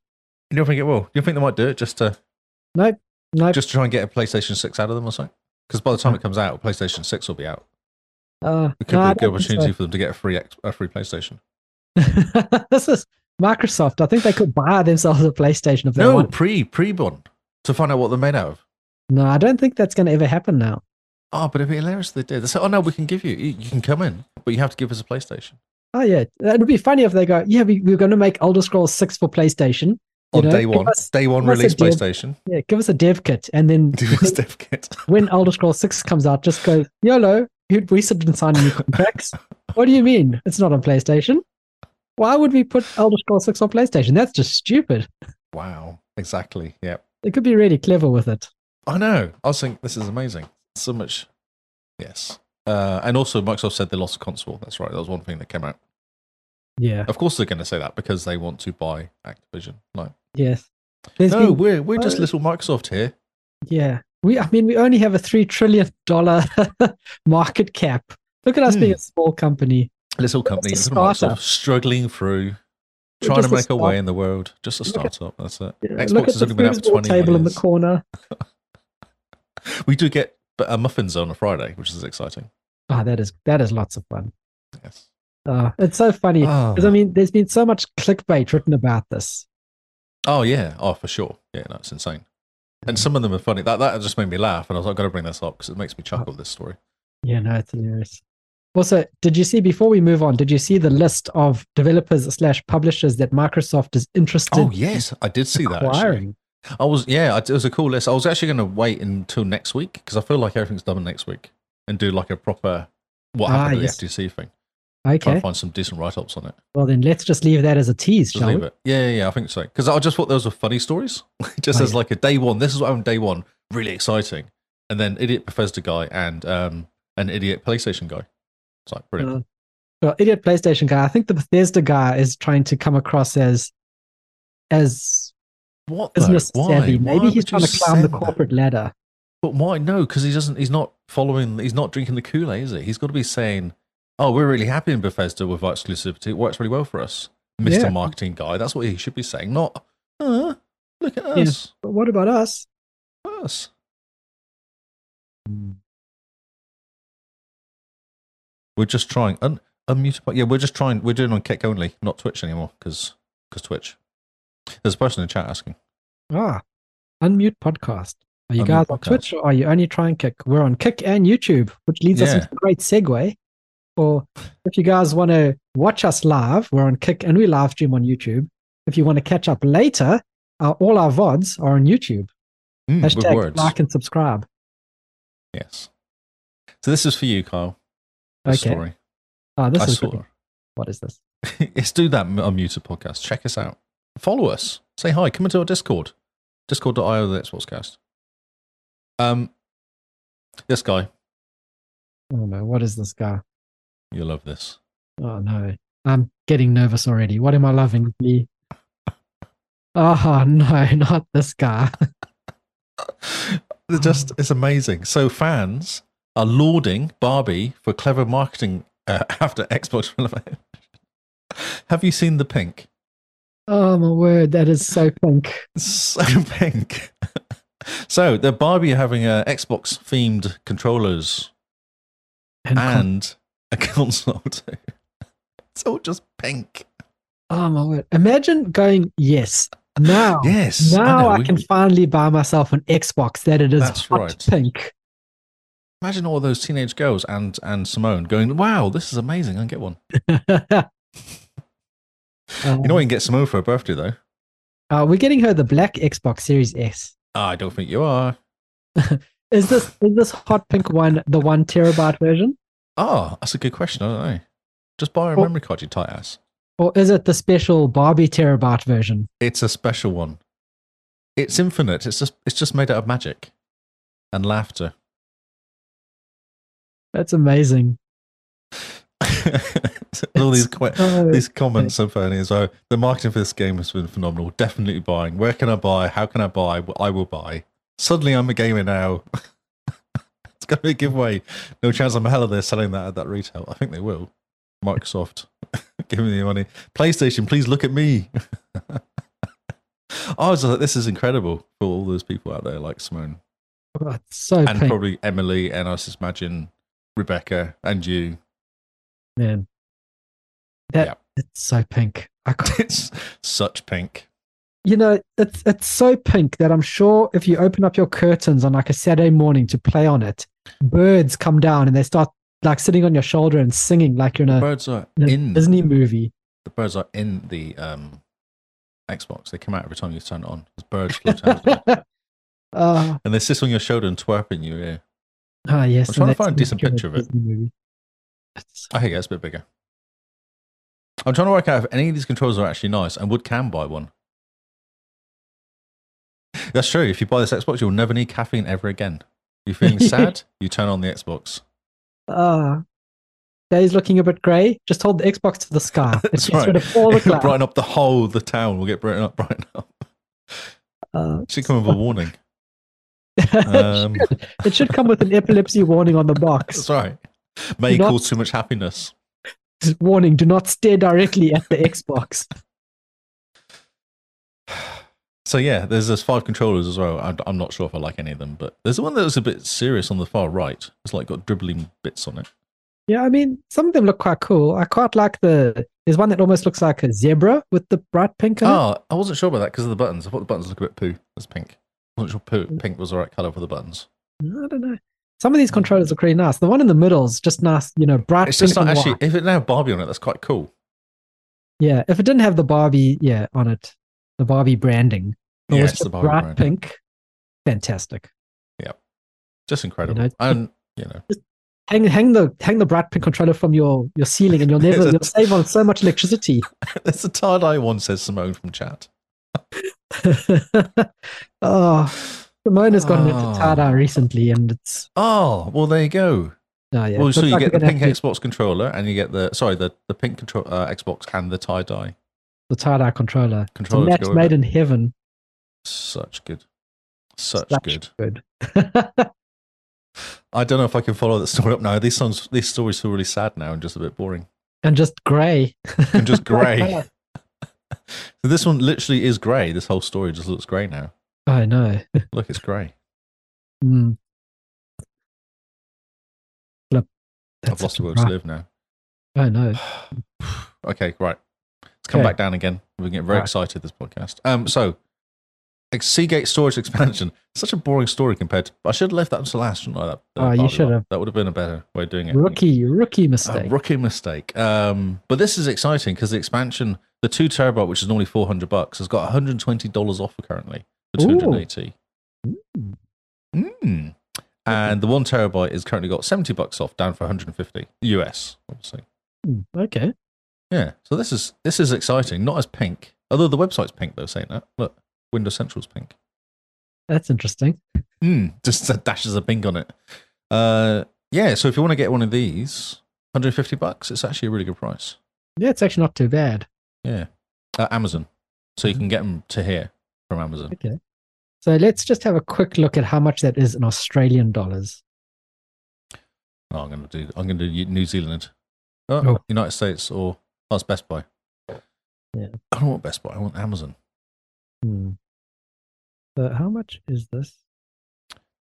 [SPEAKER 2] You don't think it will? You think they might do it just to
[SPEAKER 1] Nope. Nope.
[SPEAKER 2] just to try and get a PlayStation 6 out of them or something? Because by the time it comes out, PlayStation 6 will be out.
[SPEAKER 1] uh,
[SPEAKER 2] It could
[SPEAKER 1] no,
[SPEAKER 2] be
[SPEAKER 1] I
[SPEAKER 2] a
[SPEAKER 1] don't
[SPEAKER 2] good
[SPEAKER 1] think so.
[SPEAKER 2] opportunity for them to get a free, X- a free PlayStation.
[SPEAKER 1] this is Microsoft. I think they could buy themselves a PlayStation if they
[SPEAKER 2] No,
[SPEAKER 1] want.
[SPEAKER 2] pre, pre-bon to find out what they're made out of.
[SPEAKER 1] No, I don't think that's going to ever happen now.
[SPEAKER 2] Oh, but it'd be hilarious if they did. They said, oh, no, we can give you, you, you can come in, but you have to give us a PlayStation.
[SPEAKER 1] Oh yeah, it would be funny if they go, yeah, we, we're going to make Elder Scrolls Six for PlayStation you
[SPEAKER 2] on
[SPEAKER 1] know,
[SPEAKER 2] day
[SPEAKER 1] give
[SPEAKER 2] one,
[SPEAKER 1] us-
[SPEAKER 2] day one
[SPEAKER 1] give us a
[SPEAKER 2] release
[SPEAKER 1] dev-
[SPEAKER 2] PlayStation.
[SPEAKER 1] yeah, give us a dev kit, and then
[SPEAKER 2] Do a dev kit.
[SPEAKER 1] when Elder Scrolls Six comes out, just go, YOLO. you- We sit and sign new contracts. what do you mean it's not on PlayStation? Why would we put Elder Scrolls Six on PlayStation? That's just stupid.
[SPEAKER 2] Wow, exactly. Yep.
[SPEAKER 1] They could be really clever with it.
[SPEAKER 2] I know. I was thinking this is amazing. So much. Yes. Uh, and also, Microsoft said they lost a console. That's right. That was one thing that came out.
[SPEAKER 1] Yeah.
[SPEAKER 2] Of course, they're going to say that because they want to buy Activision. Like,
[SPEAKER 1] Yes. There's
[SPEAKER 2] no,
[SPEAKER 1] been-
[SPEAKER 2] we're we're just
[SPEAKER 1] Oh.
[SPEAKER 2] little Microsoft here.
[SPEAKER 1] Yeah. We I mean we only have a three trillion dollar market cap. Look at us
[SPEAKER 2] Hmm.
[SPEAKER 1] being a small company.
[SPEAKER 2] Little company,
[SPEAKER 1] Just a
[SPEAKER 2] little Microsoft,
[SPEAKER 1] startup.
[SPEAKER 2] struggling through, trying
[SPEAKER 1] just
[SPEAKER 2] to
[SPEAKER 1] a
[SPEAKER 2] make our way
[SPEAKER 1] start-
[SPEAKER 2] in the world. Just a
[SPEAKER 1] Look at-
[SPEAKER 2] startup. That's it.
[SPEAKER 1] Yeah,
[SPEAKER 2] Xbox has only been out for
[SPEAKER 1] foosball
[SPEAKER 2] twenty
[SPEAKER 1] table in the
[SPEAKER 2] years.
[SPEAKER 1] corner.
[SPEAKER 2] We do get uh, muffins on a Friday, which is exciting.
[SPEAKER 1] Ah, that is that is lots of fun.
[SPEAKER 2] Yes.
[SPEAKER 1] Uh, it's so funny
[SPEAKER 2] Ah.
[SPEAKER 1] because I mean there's been so much clickbait written about this.
[SPEAKER 2] Oh yeah, oh for sure. Yeah, that's insane. And some of them are funny. That that just made me laugh, and I was like, "I've got to bring this up because it makes me chuckle." This story.
[SPEAKER 1] Yeah, no, it's hilarious. Also, did you see before we move on? Did you see the list of developers slash publishers that Microsoft is interested
[SPEAKER 2] Oh yes, I did see
[SPEAKER 1] in
[SPEAKER 2] that. Actually.
[SPEAKER 1] acquiring?
[SPEAKER 2] I was yeah, I- it was a cool list. I was actually going to wait until next week because I feel like everything's done next week and do like a proper what
[SPEAKER 1] Ah,
[SPEAKER 2] happened to
[SPEAKER 1] yes.
[SPEAKER 2] the FTC thing. Try
[SPEAKER 1] Okay,
[SPEAKER 2] and find some decent write ups on it.
[SPEAKER 1] well then let's just leave that as a tease,
[SPEAKER 2] Just
[SPEAKER 1] shall
[SPEAKER 2] leave
[SPEAKER 1] we?
[SPEAKER 2] it. Yeah, yeah, yeah, I think so. Because I just thought those were funny stories. just
[SPEAKER 1] Oh,
[SPEAKER 2] as
[SPEAKER 1] yeah.
[SPEAKER 2] like a day one. This is what happened day one. Really exciting. And then idiot Bethesda guy and um an idiot PlayStation guy. It's like brilliant.
[SPEAKER 1] Uh, well, idiot PlayStation guy. I think the Bethesda guy is trying to come across as as
[SPEAKER 2] What though?
[SPEAKER 1] business
[SPEAKER 2] Why?
[SPEAKER 1] savvy.
[SPEAKER 2] Why
[SPEAKER 1] Maybe he's
[SPEAKER 2] would you
[SPEAKER 1] trying to climb the
[SPEAKER 2] send that?
[SPEAKER 1] corporate ladder.
[SPEAKER 2] But why? No, because he doesn't. He's not following. He's not drinking the Kool Aid, is he? He's got to be saying, "Oh, we're really happy in Bethesda with our exclusivity. It works really well for us, Mister
[SPEAKER 1] Yeah.
[SPEAKER 2] Marketing Guy." That's what he should be saying. Not, uh, look at
[SPEAKER 1] Yeah.
[SPEAKER 2] us,
[SPEAKER 1] But what about us?
[SPEAKER 2] us. Hmm. We're just trying. Un- unmute. Yeah, we're just trying. We're doing on Kick only, not Twitch anymore, because Twitch. There's a person in the chat asking.
[SPEAKER 1] Ah, unmute podcast. Are you
[SPEAKER 2] Unmute
[SPEAKER 1] guys on
[SPEAKER 2] podcast.
[SPEAKER 1] Twitch or are you only trying Kick? We're on Kick and YouTube, which leads us
[SPEAKER 2] Yeah.
[SPEAKER 1] into a great segue. Or if you guys want to watch us live, we're on Kick and we live stream on YouTube. If you want to catch up later, uh, all our VODs are on YouTube.
[SPEAKER 2] Mm, with
[SPEAKER 1] Hashtag
[SPEAKER 2] words.
[SPEAKER 1] like and subscribe.
[SPEAKER 2] Yes. So this is for you, Kyle. This
[SPEAKER 1] Okay.
[SPEAKER 2] Story.
[SPEAKER 1] Oh, this
[SPEAKER 2] I
[SPEAKER 1] is
[SPEAKER 2] saw.
[SPEAKER 1] really- what is this?
[SPEAKER 2] Let's do that unmuted podcast. Check us out. Follow us. Say hi. Come into our Discord. Discord.io the Xboxcast. Um, this guy,
[SPEAKER 1] Oh no, what is this guy?
[SPEAKER 2] You love this.
[SPEAKER 1] Oh no, I'm getting nervous already. What am I loving? Me? Oh no, not this guy.
[SPEAKER 2] They're
[SPEAKER 1] Oh.
[SPEAKER 2] just it's amazing. So fans are lauding Barbie for clever marketing uh, after Xbox. revelation. Have you seen the pink?
[SPEAKER 1] Oh my word, that is so pink.
[SPEAKER 2] So pink. so the Barbie are having uh, Xbox themed controllers
[SPEAKER 1] And, con-
[SPEAKER 2] and a console too. It's all just pink.
[SPEAKER 1] oh my word, imagine going yes now.
[SPEAKER 2] Yes.
[SPEAKER 1] Oh. Now
[SPEAKER 2] know,
[SPEAKER 1] I,
[SPEAKER 2] we-
[SPEAKER 1] can finally buy myself an Xbox that it is
[SPEAKER 2] That's
[SPEAKER 1] hot
[SPEAKER 2] right.
[SPEAKER 1] pink.
[SPEAKER 2] imagine all those teenage girls and and Simone going, "Wow, this is amazing! I can get one." You know what you can get Simone for her birthday though.
[SPEAKER 1] Uh, we're getting her the black Xbox Series S.
[SPEAKER 2] Ah, I don't think you are.
[SPEAKER 1] Is this is this hot pink one the one terabyte version,
[SPEAKER 2] Oh, that's a good question. I don't know. Just buy a
[SPEAKER 1] Oh.
[SPEAKER 2] memory card, you tight ass.
[SPEAKER 1] or is it the special Barbie terabyte version?
[SPEAKER 2] It's a special one. It's infinite. It's just it's just made out of magic and laughter.
[SPEAKER 1] That's amazing.
[SPEAKER 2] all
[SPEAKER 1] It's
[SPEAKER 2] these que-
[SPEAKER 1] so-
[SPEAKER 2] these comments are funny as well. The marketing for this game has been phenomenal. Definitely buying. Where can I buy? How can I buy? Well, I will buy. Suddenly, I'm a gamer now. it's going to be a giveaway. No chance I'm hell of they're selling that at that retail. I think they will. Microsoft, give me the money. PlayStation, please look at me. I was like, this is incredible for all those people out there like Simone
[SPEAKER 1] Oh, it's so
[SPEAKER 2] and
[SPEAKER 1] pink,
[SPEAKER 2] probably Emily and I just imagine Rebecca and you.
[SPEAKER 1] man. That
[SPEAKER 2] Yeah.
[SPEAKER 1] it's so pink. I can't,
[SPEAKER 2] It's such pink.
[SPEAKER 1] you know, it's it's so pink that I'm sure if you open up your curtains on like a Saturday morning to play on it, birds come down and they start like sitting on your shoulder and singing like you're in
[SPEAKER 2] The
[SPEAKER 1] a,
[SPEAKER 2] birds are
[SPEAKER 1] in a
[SPEAKER 2] in
[SPEAKER 1] Disney movie.
[SPEAKER 2] the birds are in the um, Xbox. They come out every time you turn it on. There's birds floating out of it.
[SPEAKER 1] Uh,
[SPEAKER 2] and they sit on your shoulder and twerp in your ear.
[SPEAKER 1] Ah, yes.
[SPEAKER 2] I'm trying
[SPEAKER 1] and
[SPEAKER 2] to find a
[SPEAKER 1] that's
[SPEAKER 2] decent
[SPEAKER 1] in
[SPEAKER 2] picture of it.
[SPEAKER 1] Disney Movie. It's-
[SPEAKER 2] I think that's a bit bigger. I'm trying to work out if any of these controllers are actually nice, and would can buy one. That's true. If you buy this Xbox, you'll never need caffeine ever again. You're feeling sad, you turn on the Xbox.
[SPEAKER 1] Ah, day's looking a bit grey. Just hold the Xbox to the sky. It
[SPEAKER 2] That's
[SPEAKER 1] gets
[SPEAKER 2] right.
[SPEAKER 1] rid of all the
[SPEAKER 2] It'll
[SPEAKER 1] clouds.
[SPEAKER 2] brighten up the whole of the town. We'll get brighten up, brighten up.
[SPEAKER 1] Ah.
[SPEAKER 2] Should come with a warning. Um,
[SPEAKER 1] it should come with an epilepsy warning on the box.
[SPEAKER 2] that's right. May
[SPEAKER 1] Not-
[SPEAKER 2] cause too much happiness.
[SPEAKER 1] Warning: Do not stare directly at the Xbox.
[SPEAKER 2] So yeah, there's there's five controllers as well. I'm, I'm not sure if I like any of them, but there's the one that was a bit serious on the far right. It's like got dribbling bits on it.
[SPEAKER 1] Yeah, I mean, some of them look quite cool. I quite like the. There's one that almost looks like a zebra with the bright pink. On
[SPEAKER 2] Oh, I wasn't sure about that because of the buttons. I thought the buttons look a bit poo. That's pink. I wasn't sure poo, pink was the right color for the buttons.
[SPEAKER 1] it. I don't know. Some of these controllers look really nice. The one in the middle is just nice, you know, bright.
[SPEAKER 2] It's just
[SPEAKER 1] pink
[SPEAKER 2] not
[SPEAKER 1] and
[SPEAKER 2] actually.
[SPEAKER 1] white.
[SPEAKER 2] If it didn't have Barbie on it, that's quite cool.
[SPEAKER 1] Yeah, if it didn't have the Barbie, yeah, on it, the Barbie branding. It
[SPEAKER 2] Yeah,
[SPEAKER 1] was
[SPEAKER 2] it's
[SPEAKER 1] just
[SPEAKER 2] the Barbie
[SPEAKER 1] bright
[SPEAKER 2] brand.
[SPEAKER 1] pink. Fantastic.
[SPEAKER 2] Just incredible.
[SPEAKER 1] it's-
[SPEAKER 2] and you know,
[SPEAKER 1] Hang, hang the hang the bright pink controller from your your ceiling, and you'll never
[SPEAKER 2] It's a-
[SPEAKER 1] you'll save on so much electricity.
[SPEAKER 2] there's a tie dye one says Simone from chat.
[SPEAKER 1] oh, Simone has gotten
[SPEAKER 2] Oh.
[SPEAKER 1] into Tada recently, and it's Ah,
[SPEAKER 2] Oh, well there you go.
[SPEAKER 1] oh yeah.
[SPEAKER 2] well,
[SPEAKER 1] it
[SPEAKER 2] so
[SPEAKER 1] looks
[SPEAKER 2] you
[SPEAKER 1] like
[SPEAKER 2] get
[SPEAKER 1] we're
[SPEAKER 2] the
[SPEAKER 1] gonna
[SPEAKER 2] pink
[SPEAKER 1] have to-
[SPEAKER 2] Xbox controller, and you get the sorry the the pink control uh, Xbox and the tie dye
[SPEAKER 1] the Tada controller. It's a
[SPEAKER 2] controller. to
[SPEAKER 1] match
[SPEAKER 2] go with it.
[SPEAKER 1] made in heaven.
[SPEAKER 2] Such good. Such,
[SPEAKER 1] Such
[SPEAKER 2] good.
[SPEAKER 1] good.
[SPEAKER 2] I don't know if I can follow that story up now. These songs, these stories feel really sad now and just a bit boring
[SPEAKER 1] and just grey.
[SPEAKER 2] and just grey. so this one literally is grey. This whole story just looks grey now.
[SPEAKER 1] I know.
[SPEAKER 2] Look, it's grey.
[SPEAKER 1] Mm. Flip.
[SPEAKER 2] I've
[SPEAKER 1] That's
[SPEAKER 2] lost the will
[SPEAKER 1] right.
[SPEAKER 2] to live now.
[SPEAKER 1] I know.
[SPEAKER 2] okay, right. Let's come
[SPEAKER 1] Okay.
[SPEAKER 2] back down again. We're getting very
[SPEAKER 1] Right.
[SPEAKER 2] excited this podcast. Um, so ex- Seagate storage expansion. Such a boring story compared to. I should have left that to last, shouldn't I? That, that
[SPEAKER 1] Oh, you
[SPEAKER 2] Barbie
[SPEAKER 1] should
[SPEAKER 2] one.
[SPEAKER 1] have.
[SPEAKER 2] That would have been a better way of doing it. I think.
[SPEAKER 1] Rookie, rookie mistake.
[SPEAKER 2] A rookie mistake. Um, but this is exciting because the expansion, the two terabyte, which is normally four hundred bucks, has got one hundred twenty dollars off currently for
[SPEAKER 1] Ooh. Hmm.
[SPEAKER 2] two hundred eighty. Mm. And the one terabyte is currently got seventy bucks off, down for one hundred and fifty US, obviously.
[SPEAKER 1] Mm, okay.
[SPEAKER 2] Yeah. So this is this is exciting. Not as pink, although the website's pink though. Saying that, look, Windows Central's pink. Hmm,
[SPEAKER 1] That's interesting.
[SPEAKER 2] Mm, just dashes of pink on it. Uh, Yeah, so if you want to get one of these, 150 bucks, it's actually a really good price.
[SPEAKER 1] Yeah, it's actually not too bad.
[SPEAKER 2] Yeah. Uh, Amazon. So you
[SPEAKER 1] Mm-hmm.
[SPEAKER 2] can get them to here from Amazon.
[SPEAKER 1] Okay. So let's just have a quick look at how much that is in Australian dollars.
[SPEAKER 2] Oh, I'm going to do I'm going to do New Zealand. Oh,
[SPEAKER 1] Oh.
[SPEAKER 2] United States or that's Best Buy.
[SPEAKER 1] Yeah.
[SPEAKER 2] I don't want Best Buy. I want Amazon.
[SPEAKER 1] Hmm. So how much is this?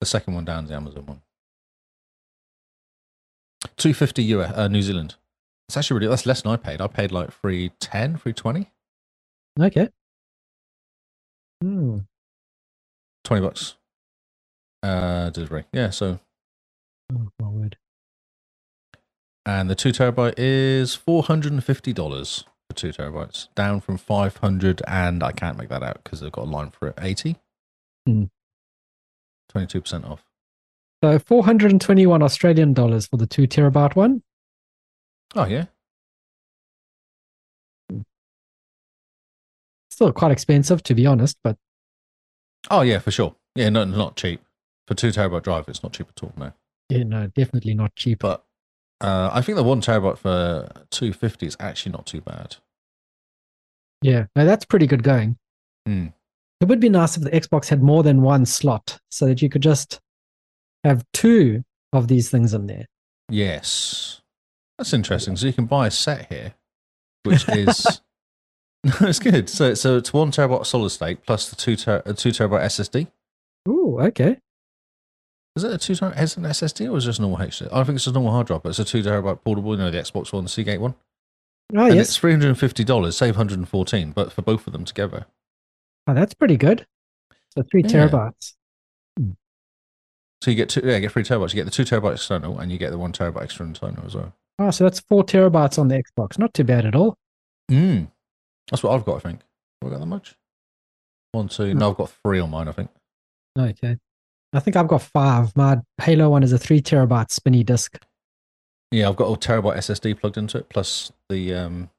[SPEAKER 2] The second one down is the Amazon one. 250 US, uh, New Zealand. It's actually really that's less than I paid. I paid like 310, 320,
[SPEAKER 1] Okay. Hmm.
[SPEAKER 2] 20 bucks. Uh delivery. Yeah, so
[SPEAKER 1] Oh, my word.
[SPEAKER 2] and the 2 terabyte is $450 for 2 terabytes, down from 500 and I can't make that out because they've got a line for it 80.
[SPEAKER 1] Hmm.
[SPEAKER 2] 22% off.
[SPEAKER 1] So 421 Australian dollars for the two terabyte one.
[SPEAKER 2] Oh yeah.
[SPEAKER 1] Still quite expensive, to be honest, but
[SPEAKER 2] Oh yeah, for sure. Yeah, no not cheap. For 2 terabyte drive it's not cheap at all, no.
[SPEAKER 1] you know, definitely not cheap.
[SPEAKER 2] but uh, I think the one terabyte for two fifty is actually not too bad.
[SPEAKER 1] Yeah, no, that's pretty good going.
[SPEAKER 2] Hmm.
[SPEAKER 1] It would be nice if the Xbox had more than one slot so that you could just have two of these things in there.
[SPEAKER 2] Yes, that's interesting. So you can buy a set here, which is no, it's good. So so it's one terabyte solid state plus the two ter- uh, two terabyte SSD.
[SPEAKER 1] Ooh, okay.
[SPEAKER 2] Is it a two terabyte is it an SSD or is it just a normal HD? I think it's a normal hard drive, but it's a two terabyte portable. You know the Xbox one, the Seagate one.
[SPEAKER 1] Oh,
[SPEAKER 2] and it's
[SPEAKER 1] yes.
[SPEAKER 2] three hundred and fifty dollars, save hundred and fourteen, but for both of them together.
[SPEAKER 1] Oh, that's pretty good. So three
[SPEAKER 2] Yeah.
[SPEAKER 1] terabytes.
[SPEAKER 2] So you get two, yeah, you get three terabytes. You get the two terabyte external, and you get the one terabyte external as well.
[SPEAKER 1] Oh, so that's four terabytes on the Xbox. Not too bad at all.
[SPEAKER 2] Mm. That's what I've got, I think. Have I got that much? One, two.
[SPEAKER 1] Hmm.
[SPEAKER 2] No, I've got three on mine, I think.
[SPEAKER 1] Okay. I think I've got five. My Halo one is a three terabyte spinny disk.
[SPEAKER 2] Yeah, I've got a terabyte SSD plugged into it, plus the um,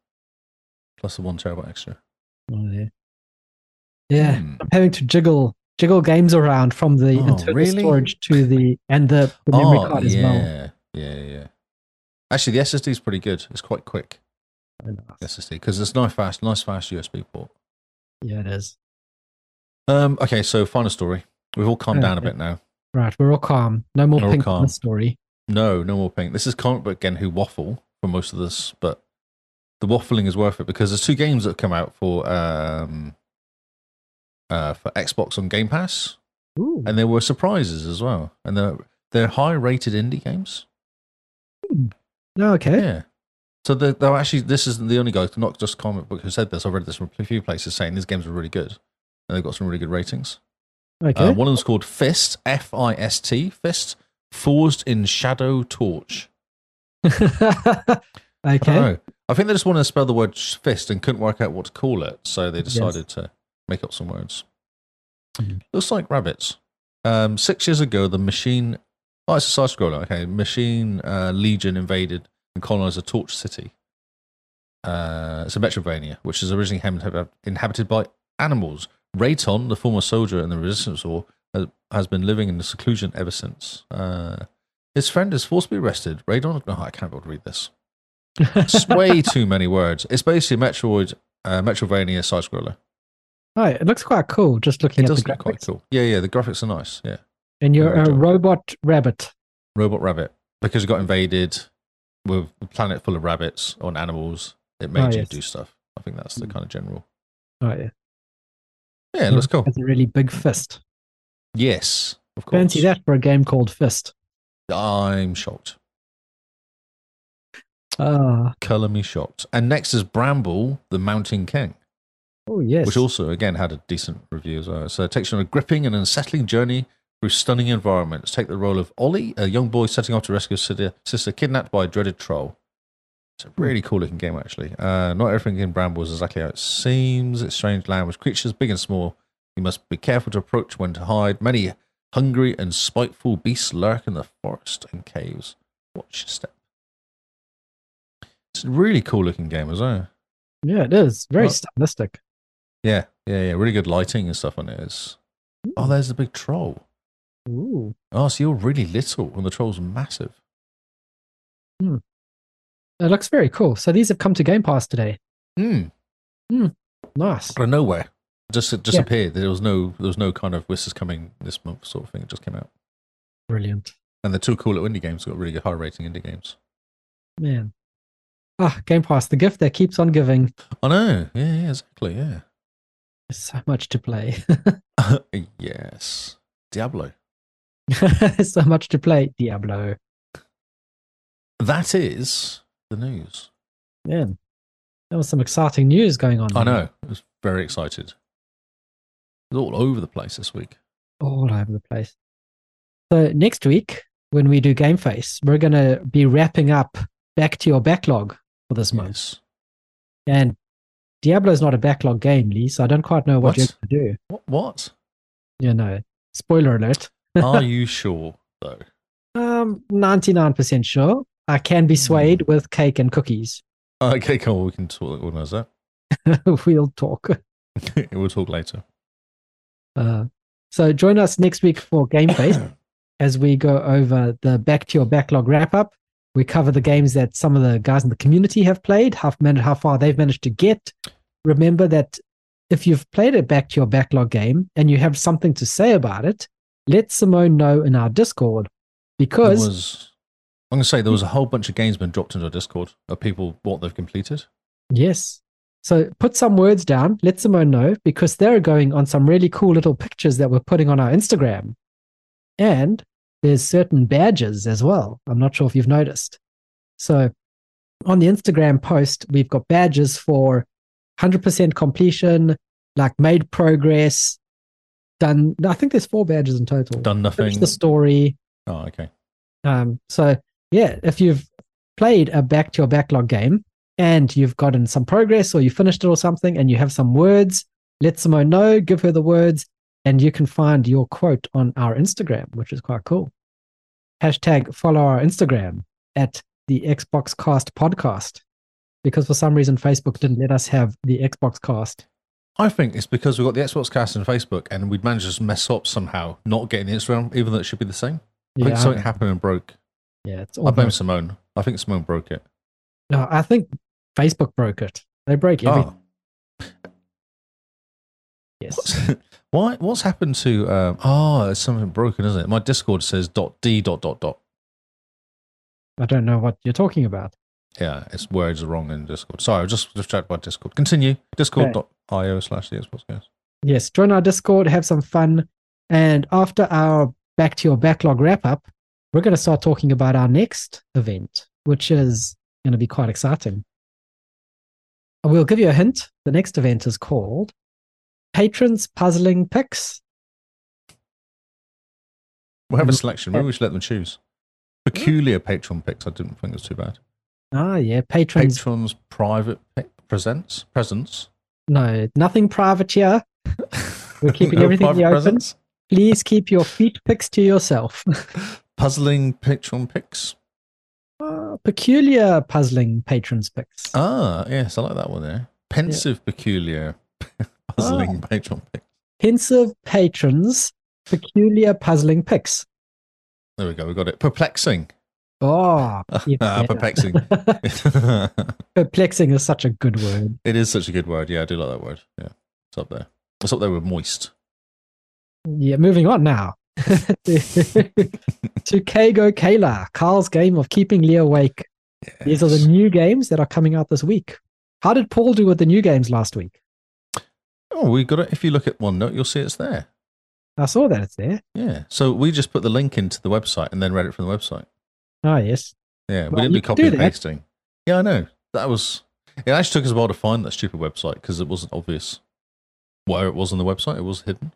[SPEAKER 2] plus the one terabyte extra.
[SPEAKER 1] Oh, yeah. Yeah.
[SPEAKER 2] Hmm.
[SPEAKER 1] I'm having to jiggle jiggle games around from the
[SPEAKER 2] Oh,
[SPEAKER 1] internal
[SPEAKER 2] really?
[SPEAKER 1] storage to the and the, the memory
[SPEAKER 2] Oh,
[SPEAKER 1] card as
[SPEAKER 2] yeah,
[SPEAKER 1] well.
[SPEAKER 2] yeah, yeah. Actually, the SSD is pretty good. It's quite quick
[SPEAKER 1] Very nice.
[SPEAKER 2] the SSD because it's nice, fast, nice, fast USB port.
[SPEAKER 1] Yeah, it is.
[SPEAKER 2] Um, okay, so final story. We've all calmed down a
[SPEAKER 1] Okay.
[SPEAKER 2] bit now.
[SPEAKER 1] Right, we're all calm. No more
[SPEAKER 2] We're all
[SPEAKER 1] pink in
[SPEAKER 2] calm.
[SPEAKER 1] the story.
[SPEAKER 2] No, no more pink. This is comic book again who waffle for most of this, but the waffling is worth it because there's two games that have come out for um uh for Xbox on Game Pass,
[SPEAKER 1] Ooh.
[SPEAKER 2] and there were surprises as well. And they're they're high rated indie games.
[SPEAKER 1] No, okay.
[SPEAKER 2] Yeah. So they're, they're actually this isn't the only guy, not just comic book who said this. I've read this from a few places saying these games are really good. And they've got some really good ratings.
[SPEAKER 1] Okay.
[SPEAKER 2] Uh, one of them's called Fist, F I S T, Fist, Forged in Shadow Torch. I
[SPEAKER 1] okay.
[SPEAKER 2] don't know. I think they just wanted to spell the word sh- fist and couldn't work out what to call it, so they decided to make up some words.
[SPEAKER 1] Mhm.
[SPEAKER 2] Looks like rabbits. Um, six years ago, the machine. Oh, it's a side scroller. Okay, machine uh, legion invaded and colonized a torch city. Uh, it's in Metrovania, which is originally hem- inhabited by animals. Rayton, the former soldier in the Resistance War, has, has been living in seclusion ever since. Uh, his friend is forced to be arrested. Rayton. Oh, I can't be able to read this. It's way too many words. It's basically Metroid, uh, Metrovania side scroller.
[SPEAKER 1] Right, it looks quite cool just looking
[SPEAKER 2] It
[SPEAKER 1] at
[SPEAKER 2] does
[SPEAKER 1] the
[SPEAKER 2] look
[SPEAKER 1] graphics.
[SPEAKER 2] quite cool. Yeah, yeah. The graphics are nice. Yeah,
[SPEAKER 1] And you're
[SPEAKER 2] Yeah, I
[SPEAKER 1] a
[SPEAKER 2] don't-
[SPEAKER 1] robot rabbit.
[SPEAKER 2] Robot Rabbit because it got invaded with a planet full of rabbits on animals. It made
[SPEAKER 1] Oh,
[SPEAKER 2] you
[SPEAKER 1] yes.
[SPEAKER 2] do stuff. I think that's the
[SPEAKER 1] Mm.
[SPEAKER 2] kind of general.
[SPEAKER 1] Oh yeah. Hmm.
[SPEAKER 2] Yeah, it looks cool.
[SPEAKER 1] That's a really big fist.
[SPEAKER 2] Yes, of course.
[SPEAKER 1] Fancy that for a game called Fist.
[SPEAKER 2] I'm shocked.
[SPEAKER 1] Ah,
[SPEAKER 2] Color me shocked. And next is Bramble, the Mountain King.
[SPEAKER 1] oh yes.
[SPEAKER 2] which also again had a decent review as well. So it takes you on a gripping and unsettling journey through stunning environments. Take the role of Ollie, a young boy setting off to rescue his sister, sister kidnapped by a dreaded troll. It's a really cool looking game, actually. Uh, not everything in Bramble is exactly how it seems. It's strange language, creatures big and small. You must be careful to approach when to hide. Many hungry and spiteful beasts lurk in the forest and caves. Watch your step. It's a really cool looking game as well.
[SPEAKER 1] yeah, it is very
[SPEAKER 2] Well-
[SPEAKER 1] stylistic.
[SPEAKER 2] Yeah, yeah, yeah. Really good lighting and stuff on it. It's, oh, there's the big troll.
[SPEAKER 1] Ooh,
[SPEAKER 2] Oh, so you're really little and the troll's massive.
[SPEAKER 1] It looks very cool. So these have come to Game Pass today.
[SPEAKER 2] Hmm.
[SPEAKER 1] Nice.
[SPEAKER 2] Out of nowhere, just it just
[SPEAKER 1] Yeah.
[SPEAKER 2] appeared. There was no there was no kind of this is coming this month sort of thing. It just came out,
[SPEAKER 1] Brilliant.
[SPEAKER 2] and they're two cool little indie games. Got really good high rating indie games.
[SPEAKER 1] Man. Ah, Game Pass, the gift that keeps on giving.
[SPEAKER 2] I know. Yeah, yeah exactly. Yeah.
[SPEAKER 1] There's so much to play.
[SPEAKER 2] yes. Diablo.
[SPEAKER 1] so much to play. Diablo.
[SPEAKER 2] That is the news.
[SPEAKER 1] Man. There was some exciting news going on.
[SPEAKER 2] I
[SPEAKER 1] there.
[SPEAKER 2] know. I was very excited. It was all over the place this week.
[SPEAKER 1] all over the place. So next week, when we do Game Face, we're going to be wrapping up Back to Your Backlog for this month.
[SPEAKER 2] Yes.
[SPEAKER 1] And Diablo's not a backlog game, Lee, so I don't quite know what,
[SPEAKER 2] What?
[SPEAKER 1] you're going to do.
[SPEAKER 2] What? What?
[SPEAKER 1] You know, spoiler alert.
[SPEAKER 2] Are you sure though?
[SPEAKER 1] Um, Hmm. 99% sure. I can be swayed with cake and cookies.
[SPEAKER 2] Okay, cool. We can talk. Organize that.
[SPEAKER 1] we'll talk.
[SPEAKER 2] we'll talk later.
[SPEAKER 1] Uh, so join us next week for Game Face as we go over the Back to Your Backlog wrap up. We cover the games that some of the guys in the community have played, how, man- how far they've managed to get. Remember that if you've played a Back to Your Backlog game and you have something to say about it, let Simone know in our Discord
[SPEAKER 2] There
[SPEAKER 1] because
[SPEAKER 2] was, I'm going to say there was a whole bunch of games been dropped into our Discord of people what they've completed.
[SPEAKER 1] Yes. So put some words down, let Simone know, because they're going on some really cool little pictures that we're putting on our Instagram. And there's certain badges as well. I'm not sure if you've noticed. So on the Instagram post, we've got badges for 100% completion, like made progress, done. I think there's four badges in total.
[SPEAKER 2] Done
[SPEAKER 1] Finish
[SPEAKER 2] nothing.
[SPEAKER 1] the story,
[SPEAKER 2] Oh, okay.
[SPEAKER 1] um, so yeah, if you've played a back to your backlog game and you've gotten some progress or you finished it or something and you have some words, let Simone know, give her the words, and you can find your quote on our Instagram, which is quite cool. Hashtag follow our Instagram at the Xbox Cast Podcast. Because for some reason Facebook didn't let us have the Xbox cast.
[SPEAKER 2] I think it's because we've got the Xbox cast and Facebook, and we'd managed to just mess up somehow, not getting the Instagram, even though it should be the same. I think something happened and broke.
[SPEAKER 1] yeah, it's
[SPEAKER 2] I
[SPEAKER 1] all
[SPEAKER 2] blame
[SPEAKER 1] broke.
[SPEAKER 2] Simone. I think Simone broke it.
[SPEAKER 1] No, I think Facebook broke it. They break everything.
[SPEAKER 2] Oh,
[SPEAKER 1] yes.
[SPEAKER 2] what's, why, what's happened to? Um, oh, it's something broken, isn't it? My Discord says dot d dot dot dot.
[SPEAKER 1] I don't know what you're talking about.
[SPEAKER 2] Yeah, it's words are wrong in Discord. Sorry, I was just distracted by Discord. Continue. Discord.io slash the Xbox cast.
[SPEAKER 1] yes, join our Discord, have some fun. And after our back to your backlog wrap up, we're going to start talking about our next event, which is going to be quite exciting. And We'll give you a hint. The next event is called Patrons Puzzling Picks.
[SPEAKER 2] We'll have a
[SPEAKER 1] Mm.
[SPEAKER 2] selection. Maybe we should let them choose. Peculiar patron picks. I didn't think it was too bad.
[SPEAKER 1] Ah, yeah, patrons.
[SPEAKER 2] Patrons private pick presents presents.
[SPEAKER 1] no, nothing private here. We're keeping
[SPEAKER 2] No
[SPEAKER 1] everything in the
[SPEAKER 2] private
[SPEAKER 1] open. Please keep your feet picks to yourself.
[SPEAKER 2] Puzzling patron picks.
[SPEAKER 1] Ah, peculiar puzzling patrons picks.
[SPEAKER 2] Ah, yes, I like that one there. Pensive, peculiar, puzzling
[SPEAKER 1] Ah.
[SPEAKER 2] patron picks.
[SPEAKER 1] Pensive patrons, peculiar puzzling picks.
[SPEAKER 2] There we go. We got it. Perplexing.
[SPEAKER 1] Oh, even
[SPEAKER 2] Ah,
[SPEAKER 1] better.
[SPEAKER 2] perplexing.
[SPEAKER 1] perplexing is such a good word.
[SPEAKER 2] it is such a good word. Yeah, I do like that word. Yeah, it's up there. It's up there with moist.
[SPEAKER 1] Yeah, moving on now to Kago Kayla, Carl's game of keeping Lee awake. These are the
[SPEAKER 2] Yes.
[SPEAKER 1] new games that are coming out this week. How did Paul do with the new games last week?
[SPEAKER 2] Oh, we got it. If you look at one note, you'll see it's there.
[SPEAKER 1] I saw that it's there.
[SPEAKER 2] Yeah. So we just put the link into the website and then read it from the website.
[SPEAKER 1] Ah, yes.
[SPEAKER 2] Yeah, we
[SPEAKER 1] Well,
[SPEAKER 2] didn't
[SPEAKER 1] you
[SPEAKER 2] do
[SPEAKER 1] can
[SPEAKER 2] copy
[SPEAKER 1] do
[SPEAKER 2] and
[SPEAKER 1] that.
[SPEAKER 2] pasting. Yeah, I know. That was. It actually took us a while to find that stupid website because it wasn't obvious where it was on the website. It was hidden.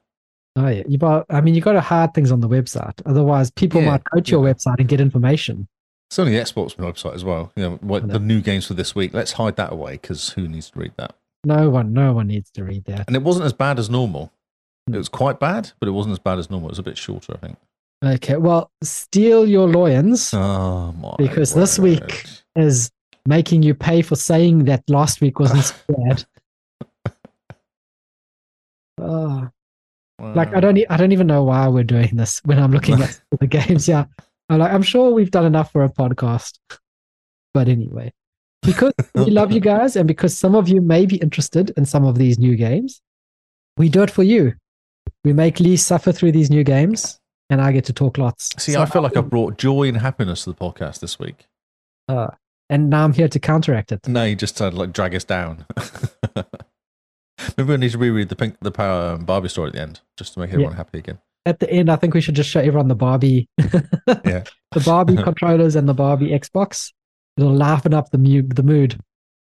[SPEAKER 1] Oh, yeah. You got, I mean, you got to hide things on the website. Otherwise, people
[SPEAKER 2] Yeah,
[SPEAKER 1] might go to your website and get information.
[SPEAKER 2] It's only the Xbox website as well. You know,
[SPEAKER 1] I
[SPEAKER 2] what,
[SPEAKER 1] know.
[SPEAKER 2] the new games for this week. Let's hide that away because who needs to read that?
[SPEAKER 1] No one, no one needs to read that.
[SPEAKER 2] And it wasn't as bad as normal. It
[SPEAKER 1] Hmm.
[SPEAKER 2] was quite bad, but it wasn't as bad as normal. It was a bit shorter, I think.
[SPEAKER 1] Okay. Well, steal your loins.
[SPEAKER 2] Oh my!
[SPEAKER 1] Because this week-
[SPEAKER 2] word.
[SPEAKER 1] is making you pay for saying that last week wasn't so bad. Ah, like
[SPEAKER 2] Ah.
[SPEAKER 1] I don't, e- I don't even know why we're doing this when I'm looking at the games. Yeah, I'm like, I'm sure we've done enough for a podcast. But anyway, because we love you guys and because some of you may be interested in some of these new games, we do it for you. We make Lee suffer through these new games and I get to talk lots.
[SPEAKER 2] See,
[SPEAKER 1] So
[SPEAKER 2] I feel like I've brought joy and happiness to the podcast this week.
[SPEAKER 1] And now I'm here to counteract it.
[SPEAKER 2] No, you just tried to like drag us down. Maybe we need to reread the pink, the power um, Barbie story at the end, just to make everyone happy again.
[SPEAKER 1] At the end, I think we should just show everyone the Barbie,
[SPEAKER 2] Yeah.
[SPEAKER 1] the Barbie controllers and the Barbie Xbox. It'll liven up the, mu- the mood.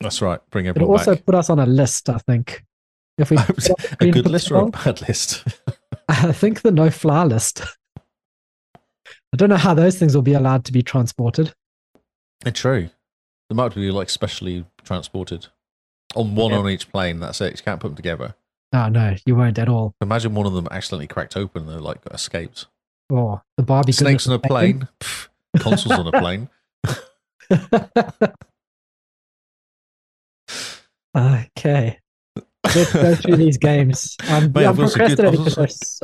[SPEAKER 2] That's right. Bring
[SPEAKER 1] It'll
[SPEAKER 2] everyone
[SPEAKER 1] also
[SPEAKER 2] back.
[SPEAKER 1] put us on a list, I think. If we put up
[SPEAKER 2] a
[SPEAKER 1] green
[SPEAKER 2] good list or a
[SPEAKER 1] patrol,
[SPEAKER 2] bad list?
[SPEAKER 1] I think the no fly list. I don't know how those things will be allowed to be transported.
[SPEAKER 2] True. They might be like specially transported on one
[SPEAKER 1] Yeah.
[SPEAKER 2] on each plane. That's it. You can't put them together.
[SPEAKER 1] No, Ah, no, you won't at all.
[SPEAKER 2] Imagine one of them accidentally cracked open and they like got escaped.
[SPEAKER 1] Or Oh, the Barbie
[SPEAKER 2] Snakes on a
[SPEAKER 1] goodness is
[SPEAKER 2] plane. Pff, consoles on a plane.
[SPEAKER 1] back in. okay, let's go through these games. I'm,
[SPEAKER 2] Mate,
[SPEAKER 1] I'm
[SPEAKER 2] I've got some good-
[SPEAKER 1] procrastinating
[SPEAKER 2] I've
[SPEAKER 1] because
[SPEAKER 2] got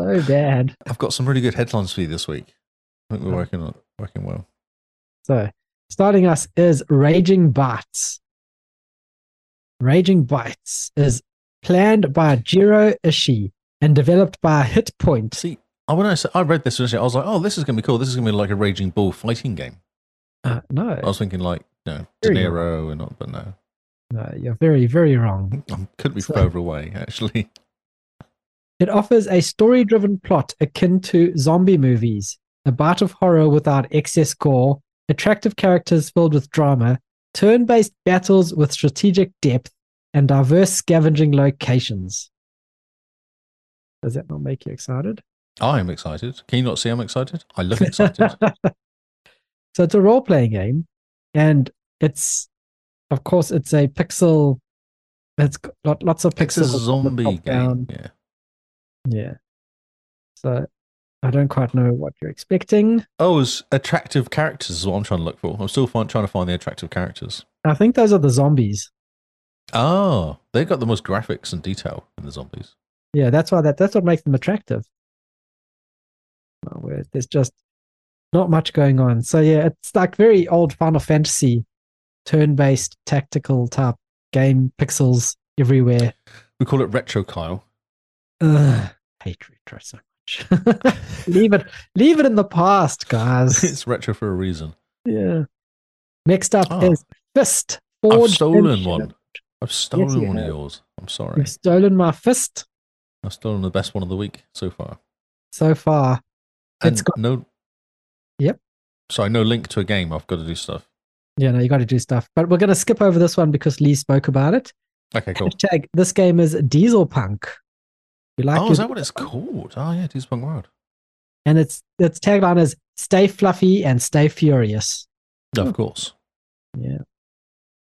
[SPEAKER 1] they're so bad.
[SPEAKER 2] I've got some really good headlines for you this week. I think we're
[SPEAKER 1] Oh.
[SPEAKER 2] working on working well.
[SPEAKER 1] So, starting us is Raging Bites. Raging Bites is planned by Jiro Ishii and developed by Hitpoint.
[SPEAKER 2] See, I when I, sa- I read this initially, I was like, "Oh, this is going to be cool. This is going to be like a raging bull fighting game."
[SPEAKER 1] Uh, no,
[SPEAKER 2] I was thinking like, you know, De
[SPEAKER 1] Very
[SPEAKER 2] Niro and not, but no,
[SPEAKER 1] no, you're very, very wrong.
[SPEAKER 2] I couldn't be
[SPEAKER 1] So-
[SPEAKER 2] further away. Actually,
[SPEAKER 1] It offers a story driven plot akin to zombie movies, a bite of horror without excess gore, attractive characters filled with drama, turn based battles with strategic depth, and diverse scavenging locations. Does that not make you excited?
[SPEAKER 2] I am excited. Can you not see I'm excited? I look excited.
[SPEAKER 1] so it's a role playing game, and it's, of course, it's a pixel. It's got lots of
[SPEAKER 2] it's a
[SPEAKER 1] pixels.
[SPEAKER 2] zombie
[SPEAKER 1] top-down.
[SPEAKER 2] game. Yeah,
[SPEAKER 1] Yeah. So I don't quite know what you're expecting.
[SPEAKER 2] Oh, it's attractive characters is what I'm trying to look for. I'm still find, trying to find the attractive characters.
[SPEAKER 1] I think those are the zombies.
[SPEAKER 2] Oh, they've got the most graphics and detail in the zombies.
[SPEAKER 1] Yeah, that's why that that's what makes them attractive. Well, where there's just not much going on. So yeah, it's like very old Final Fantasy, turn-based tactical type game, pixels everywhere.
[SPEAKER 2] We call it retro, Kyle.
[SPEAKER 1] Ugh, hate retro so much. leave it, leave it in the past, guys.
[SPEAKER 2] it's retro for a reason.
[SPEAKER 1] yeah. Next up
[SPEAKER 2] Oh.
[SPEAKER 1] is Fist.
[SPEAKER 2] I've
[SPEAKER 1] Forged
[SPEAKER 2] stolen
[SPEAKER 1] Dimension.
[SPEAKER 2] one. I've stolen
[SPEAKER 1] you
[SPEAKER 2] one of
[SPEAKER 1] have.
[SPEAKER 2] yours. I'm sorry.
[SPEAKER 1] You've stolen my fist
[SPEAKER 2] I've stolen the best one of the week so far.
[SPEAKER 1] so far.
[SPEAKER 2] And
[SPEAKER 1] It's got-
[SPEAKER 2] no.
[SPEAKER 1] Yep.
[SPEAKER 2] Sorry, no link to a game. I've got to do stuff.
[SPEAKER 1] Yeah, no, you got to do stuff. But we're going to skip over this one because Lee spoke about it.
[SPEAKER 2] Okay, cool.
[SPEAKER 1] Hashtag, this game is Diesel Punk. You like
[SPEAKER 2] Oh, is
[SPEAKER 1] it?
[SPEAKER 2] that what it's called? Oh, yeah, Deez Punk World.
[SPEAKER 1] And its its tagline is "Stay fluffy and stay furious." Oh.
[SPEAKER 2] Of course.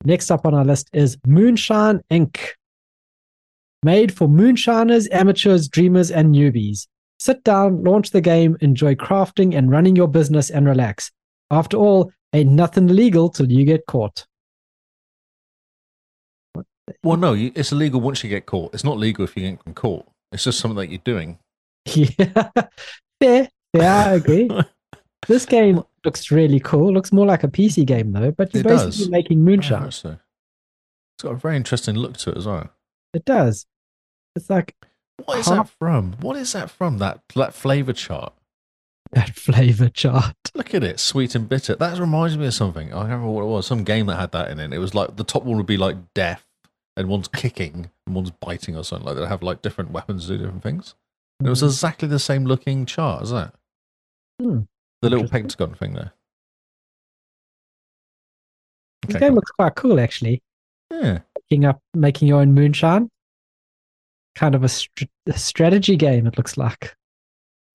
[SPEAKER 1] Next up on our list is Moonshine Inc. Made for moonshiners, amateurs, dreamers, and newbies. Sit down, launch the game, enjoy crafting and running your business, and relax. After all, ain't nothing legal till you get caught.
[SPEAKER 2] Well, no, you, it's illegal once you get caught. It's not legal if you get caught. It's just something that you're doing.
[SPEAKER 1] Yeah, fair, fair. I agree. This game looks really cool. Looks more like a PC game though, but you're
[SPEAKER 2] It
[SPEAKER 1] basically
[SPEAKER 2] does.
[SPEAKER 1] making
[SPEAKER 2] Very
[SPEAKER 1] moonshine.
[SPEAKER 2] much so. It's got a very interesting look to it as well.
[SPEAKER 1] It does. It's like
[SPEAKER 2] What is
[SPEAKER 1] Huh?
[SPEAKER 2] that from? What is that from? That that flavor chart.
[SPEAKER 1] that flavor chart.
[SPEAKER 2] Look at it, sweet and bitter. That reminds me of something. I can't remember what it was. Some game that had that in it. It was like the top one would be like death, and one's kicking, and one's biting, or something like that. They have like different weapons to do different things. And it was exactly the same looking chart, isn't it?
[SPEAKER 1] Hmm.
[SPEAKER 2] The little
[SPEAKER 1] Interesting.
[SPEAKER 2] pentagon thing there.
[SPEAKER 1] This
[SPEAKER 2] Okay,
[SPEAKER 1] game
[SPEAKER 2] cool.
[SPEAKER 1] looks quite cool actually.
[SPEAKER 2] Yeah,
[SPEAKER 1] Picking up, making your own moonshine. Kind of a, str- a strategy game. It looks like.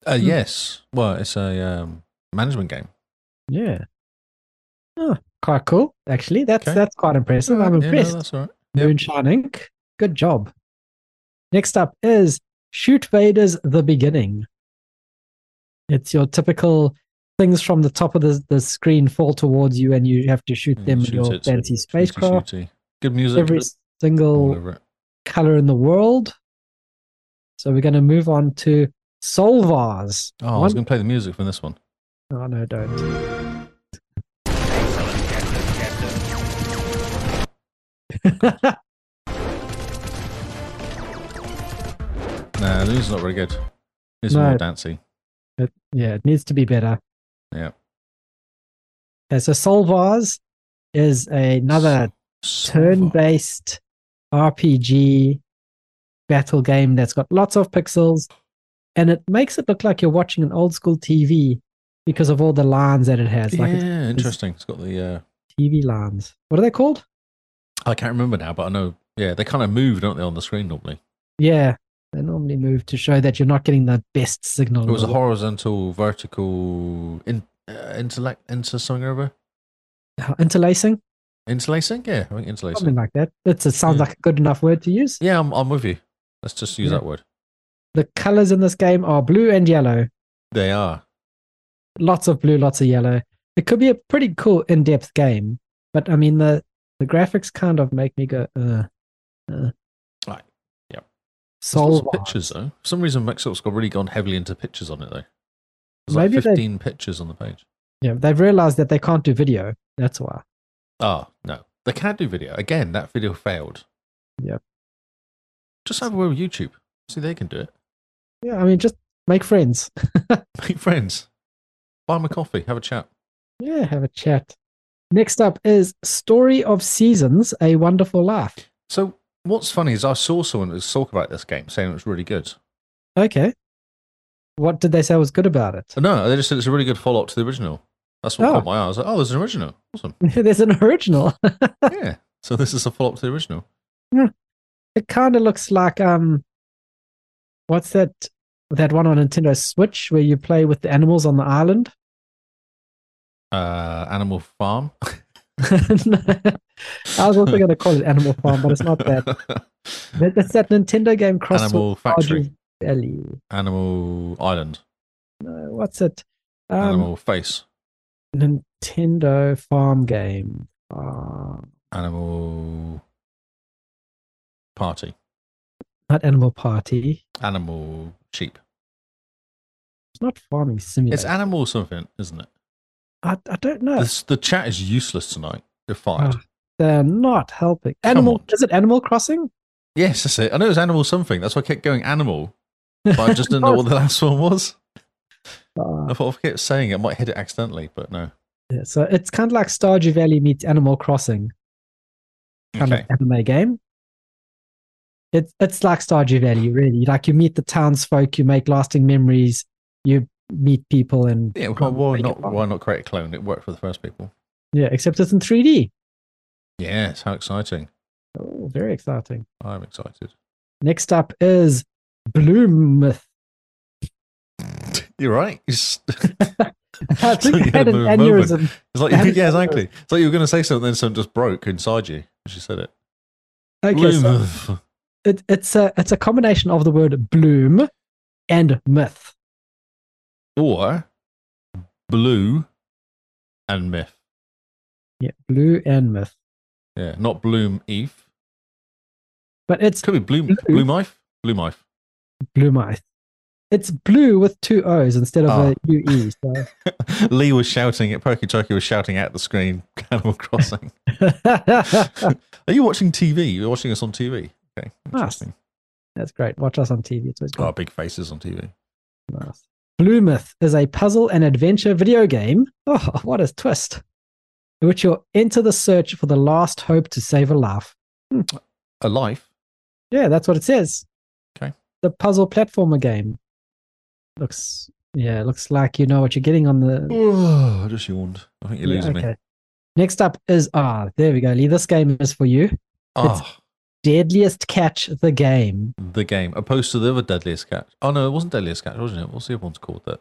[SPEAKER 2] uh,
[SPEAKER 1] Hmm.
[SPEAKER 2] yes. Well, it's a um, management game.
[SPEAKER 1] Yeah. Oh, quite cool actually. That's
[SPEAKER 2] Okay.
[SPEAKER 1] that's quite impressive. I'm
[SPEAKER 2] Yeah, no,
[SPEAKER 1] impressed.
[SPEAKER 2] that's all right. Yep.
[SPEAKER 1] Moonshine Inc. Good job. Next up is Shoot Vader's The Beginning. It's your typical things from the top of the, the screen fall towards you and you have to shoot
[SPEAKER 2] Yeah,
[SPEAKER 1] them
[SPEAKER 2] Mm, shoot
[SPEAKER 1] in your
[SPEAKER 2] it.
[SPEAKER 1] fancy
[SPEAKER 2] Shooty,
[SPEAKER 1] spacecraft.
[SPEAKER 2] shooty. Good music.
[SPEAKER 1] Every
[SPEAKER 2] All
[SPEAKER 1] single
[SPEAKER 2] over it.
[SPEAKER 1] color in the world. So we're going to move on to Solvars.
[SPEAKER 2] Oh, I was
[SPEAKER 1] One-
[SPEAKER 2] going to play the music from this one.
[SPEAKER 1] Oh, no, don't.
[SPEAKER 2] Nah, Loon's not very good. It's
[SPEAKER 1] No.
[SPEAKER 2] more dancey.
[SPEAKER 1] It- yeah, it needs to be better.
[SPEAKER 2] Yeah.
[SPEAKER 1] Okay, so Solvars is another
[SPEAKER 2] So-
[SPEAKER 1] turn based RPG battle game that's got lots of pixels and it makes it look like you're watching an old school TV because of all the lines that it has,
[SPEAKER 2] Yeah,
[SPEAKER 1] like
[SPEAKER 2] interesting. It's got the. Uh,
[SPEAKER 1] TV lines. What are they called?
[SPEAKER 2] I can't remember now, but I know. Yeah, they kind of move, don't they, on the screen normally?
[SPEAKER 1] Yeah, they normally move to show that you're not getting the best signal.
[SPEAKER 2] It was a horizontal, vertical, in, uh, intellect, inter something or other.
[SPEAKER 1] interlacing,
[SPEAKER 2] Interlacing? Yeah, I think interlacing.
[SPEAKER 1] something like that. That's it sounds
[SPEAKER 2] Yeah.
[SPEAKER 1] like a good enough word to use.
[SPEAKER 2] Yeah, I'm, I'm with you. Let's just use
[SPEAKER 1] Yeah.
[SPEAKER 2] that word.
[SPEAKER 1] The colors in this game are blue and yellow.
[SPEAKER 2] They are.
[SPEAKER 1] Lots of blue, lots of yellow. It could be a pretty cool in-depth game, but I mean the the graphics kind of make me go, uh, uh.
[SPEAKER 2] Right. Yep. There's lots
[SPEAKER 1] Solve
[SPEAKER 2] of pictures though. For some reason, Microsoft's got really gone heavily into pictures on it though. There's
[SPEAKER 1] Maybe
[SPEAKER 2] like
[SPEAKER 1] they-
[SPEAKER 2] 15 pictures on the page.
[SPEAKER 1] Yeah, they've realized that they can't do video. That's why.
[SPEAKER 2] Oh no, they can do video again. That video failed.
[SPEAKER 1] Yep.
[SPEAKER 2] Just have a word with YouTube. See, they can do it.
[SPEAKER 1] Yeah, I mean, just make friends.
[SPEAKER 2] Make friends. Buy them a coffee. Have a chat.
[SPEAKER 1] Yeah, have a chat. Next up is Story of Seasons: A Wonderful Life.
[SPEAKER 2] So what's funny is I saw someone that was talk about this game saying it was really good.
[SPEAKER 1] Okay. What did they say was good about it?
[SPEAKER 2] So, Oh, no, they just said it's a really good follow up to the original. That's what
[SPEAKER 1] Oh.
[SPEAKER 2] caught my eye. I was like, oh, there's an original. Awesome.
[SPEAKER 1] There's an original.
[SPEAKER 2] yeah. So this is a follow up to the original.
[SPEAKER 1] It kind of looks like um, what's that? That one on Nintendo Switch where you play with the animals on the island.
[SPEAKER 2] Uh, Animal Farm.
[SPEAKER 1] I was also going to call it Animal Farm, but it's not that. That- That's that Nintendo game Cross
[SPEAKER 2] Animal Factory.
[SPEAKER 1] Stardew Valley.
[SPEAKER 2] Animal Island.
[SPEAKER 1] No, what's it? Um,
[SPEAKER 2] Animal Face.
[SPEAKER 1] Nintendo Farm game. Uh,
[SPEAKER 2] Animal Party.
[SPEAKER 1] not Animal Party.
[SPEAKER 2] Animal Sheep.
[SPEAKER 1] It's not Farming Simulator.
[SPEAKER 2] It's animal something, isn't it?
[SPEAKER 1] I, I don't know.
[SPEAKER 2] This, the chat is useless tonight. You're fired.
[SPEAKER 1] Ah. They're not helping.
[SPEAKER 2] Come
[SPEAKER 1] Animal
[SPEAKER 2] on.
[SPEAKER 1] is it Animal Crossing?
[SPEAKER 2] Yes, that's it. I know it was animal something. That's why I kept going animal, but I just didn't
[SPEAKER 1] Oh.
[SPEAKER 2] know what the last one was.
[SPEAKER 1] Uh,
[SPEAKER 2] I thought if I kept saying it, I might hit it accidentally, but no.
[SPEAKER 1] yeah, so it's kind of like Stardew Valley meets Animal Crossing kind
[SPEAKER 2] Okay.
[SPEAKER 1] of anime game. It's it's like Stardew Valley, really. Like you meet the townsfolk, you make lasting memories, you meet people, and
[SPEAKER 2] Yeah, why, why
[SPEAKER 1] Make it
[SPEAKER 2] not?
[SPEAKER 1] fun.
[SPEAKER 2] Why not create a clone? It worked for the first people.
[SPEAKER 1] yeah. Except it's in 3D.
[SPEAKER 2] Yes, how exciting!
[SPEAKER 1] Oh, very exciting.
[SPEAKER 2] I'm excited.
[SPEAKER 1] Next up is Bloommith.
[SPEAKER 2] You're right. It's,
[SPEAKER 1] I think I
[SPEAKER 2] Yeah,
[SPEAKER 1] had an
[SPEAKER 2] the moment.
[SPEAKER 1] aneurysm.
[SPEAKER 2] it's like
[SPEAKER 1] That is-
[SPEAKER 2] yeah, exactly. It's like you were going to say something, then something just broke inside you. She said it.
[SPEAKER 1] Okay, so
[SPEAKER 2] Bloom.
[SPEAKER 1] it, it's a it's a combination of the word bloom and myth.
[SPEAKER 2] or blue and myth.
[SPEAKER 1] Yeah, blue and myth.
[SPEAKER 2] Yeah, not Bloom Eve.
[SPEAKER 1] But it's
[SPEAKER 2] Could be Bloom
[SPEAKER 1] Blue.
[SPEAKER 2] Bloom Ife. Bloom Ife.
[SPEAKER 1] blue mice. It's blue with two O's instead of
[SPEAKER 2] Ah.
[SPEAKER 1] a E, UE. So.
[SPEAKER 2] Lee was shouting at Pokey Turkey was shouting at the screen. Animal Crossing. Are you watching TV? You're watching us on TV. Okay,
[SPEAKER 1] Nice.
[SPEAKER 2] interesting.
[SPEAKER 1] That's great. Watch us on TV. It's always
[SPEAKER 2] Our
[SPEAKER 1] good.
[SPEAKER 2] big faces on TV.
[SPEAKER 1] Nice. Blue Myth is a puzzle and adventure video game. Oh, what a twist. In which you'll enter the search for the last hope to save a life.
[SPEAKER 2] A life.
[SPEAKER 1] Yeah, that's what it says.
[SPEAKER 2] Okay.
[SPEAKER 1] The puzzle platformer game. Looks, yeah, looks like you know what you're getting on the
[SPEAKER 2] Oh, I just yawned. I think you're
[SPEAKER 1] Yeah,
[SPEAKER 2] losing me.
[SPEAKER 1] okay. Next up is ah, there we go, Lee. This game is for you.
[SPEAKER 2] Ah,
[SPEAKER 1] Deadliest Catch the game.
[SPEAKER 2] the game. Opposed to the other Deadliest Catch. Oh no, it wasn't Deadliest Catch, wasn't it? What's the other one's called that?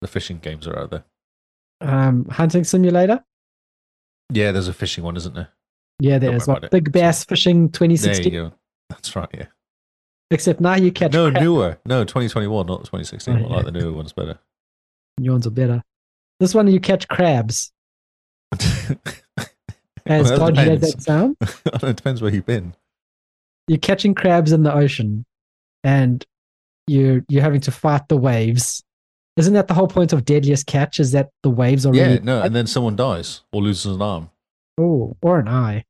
[SPEAKER 2] The fishing games are out there.
[SPEAKER 1] Um, hunting simulator.
[SPEAKER 2] Yeah, there's a fishing one, isn't there?
[SPEAKER 1] Yeah, there
[SPEAKER 2] Don't
[SPEAKER 1] is
[SPEAKER 2] worry
[SPEAKER 1] one.
[SPEAKER 2] about it.
[SPEAKER 1] Big Bass Fishing
[SPEAKER 2] There
[SPEAKER 1] 2016.
[SPEAKER 2] you go. That's right, yeah.
[SPEAKER 1] Except now you catch
[SPEAKER 2] No,
[SPEAKER 1] crab.
[SPEAKER 2] newer. No, 2021, not the 2016 one.
[SPEAKER 1] Oh, yeah.
[SPEAKER 2] Like the newer one's better.
[SPEAKER 1] New ones are better. uh, This one you catch crabs. As
[SPEAKER 2] Well, that
[SPEAKER 1] dodgy as
[SPEAKER 2] depends.
[SPEAKER 1] that sound,
[SPEAKER 2] it depends where you've been.
[SPEAKER 1] you're catching crabs in the ocean, and you're you're having to fight the waves. Isn't that the whole point of Deadliest Catch? Is that the waves are
[SPEAKER 2] Yeah,
[SPEAKER 1] really
[SPEAKER 2] no, and then someone dies or loses an arm.
[SPEAKER 1] oh or an eye?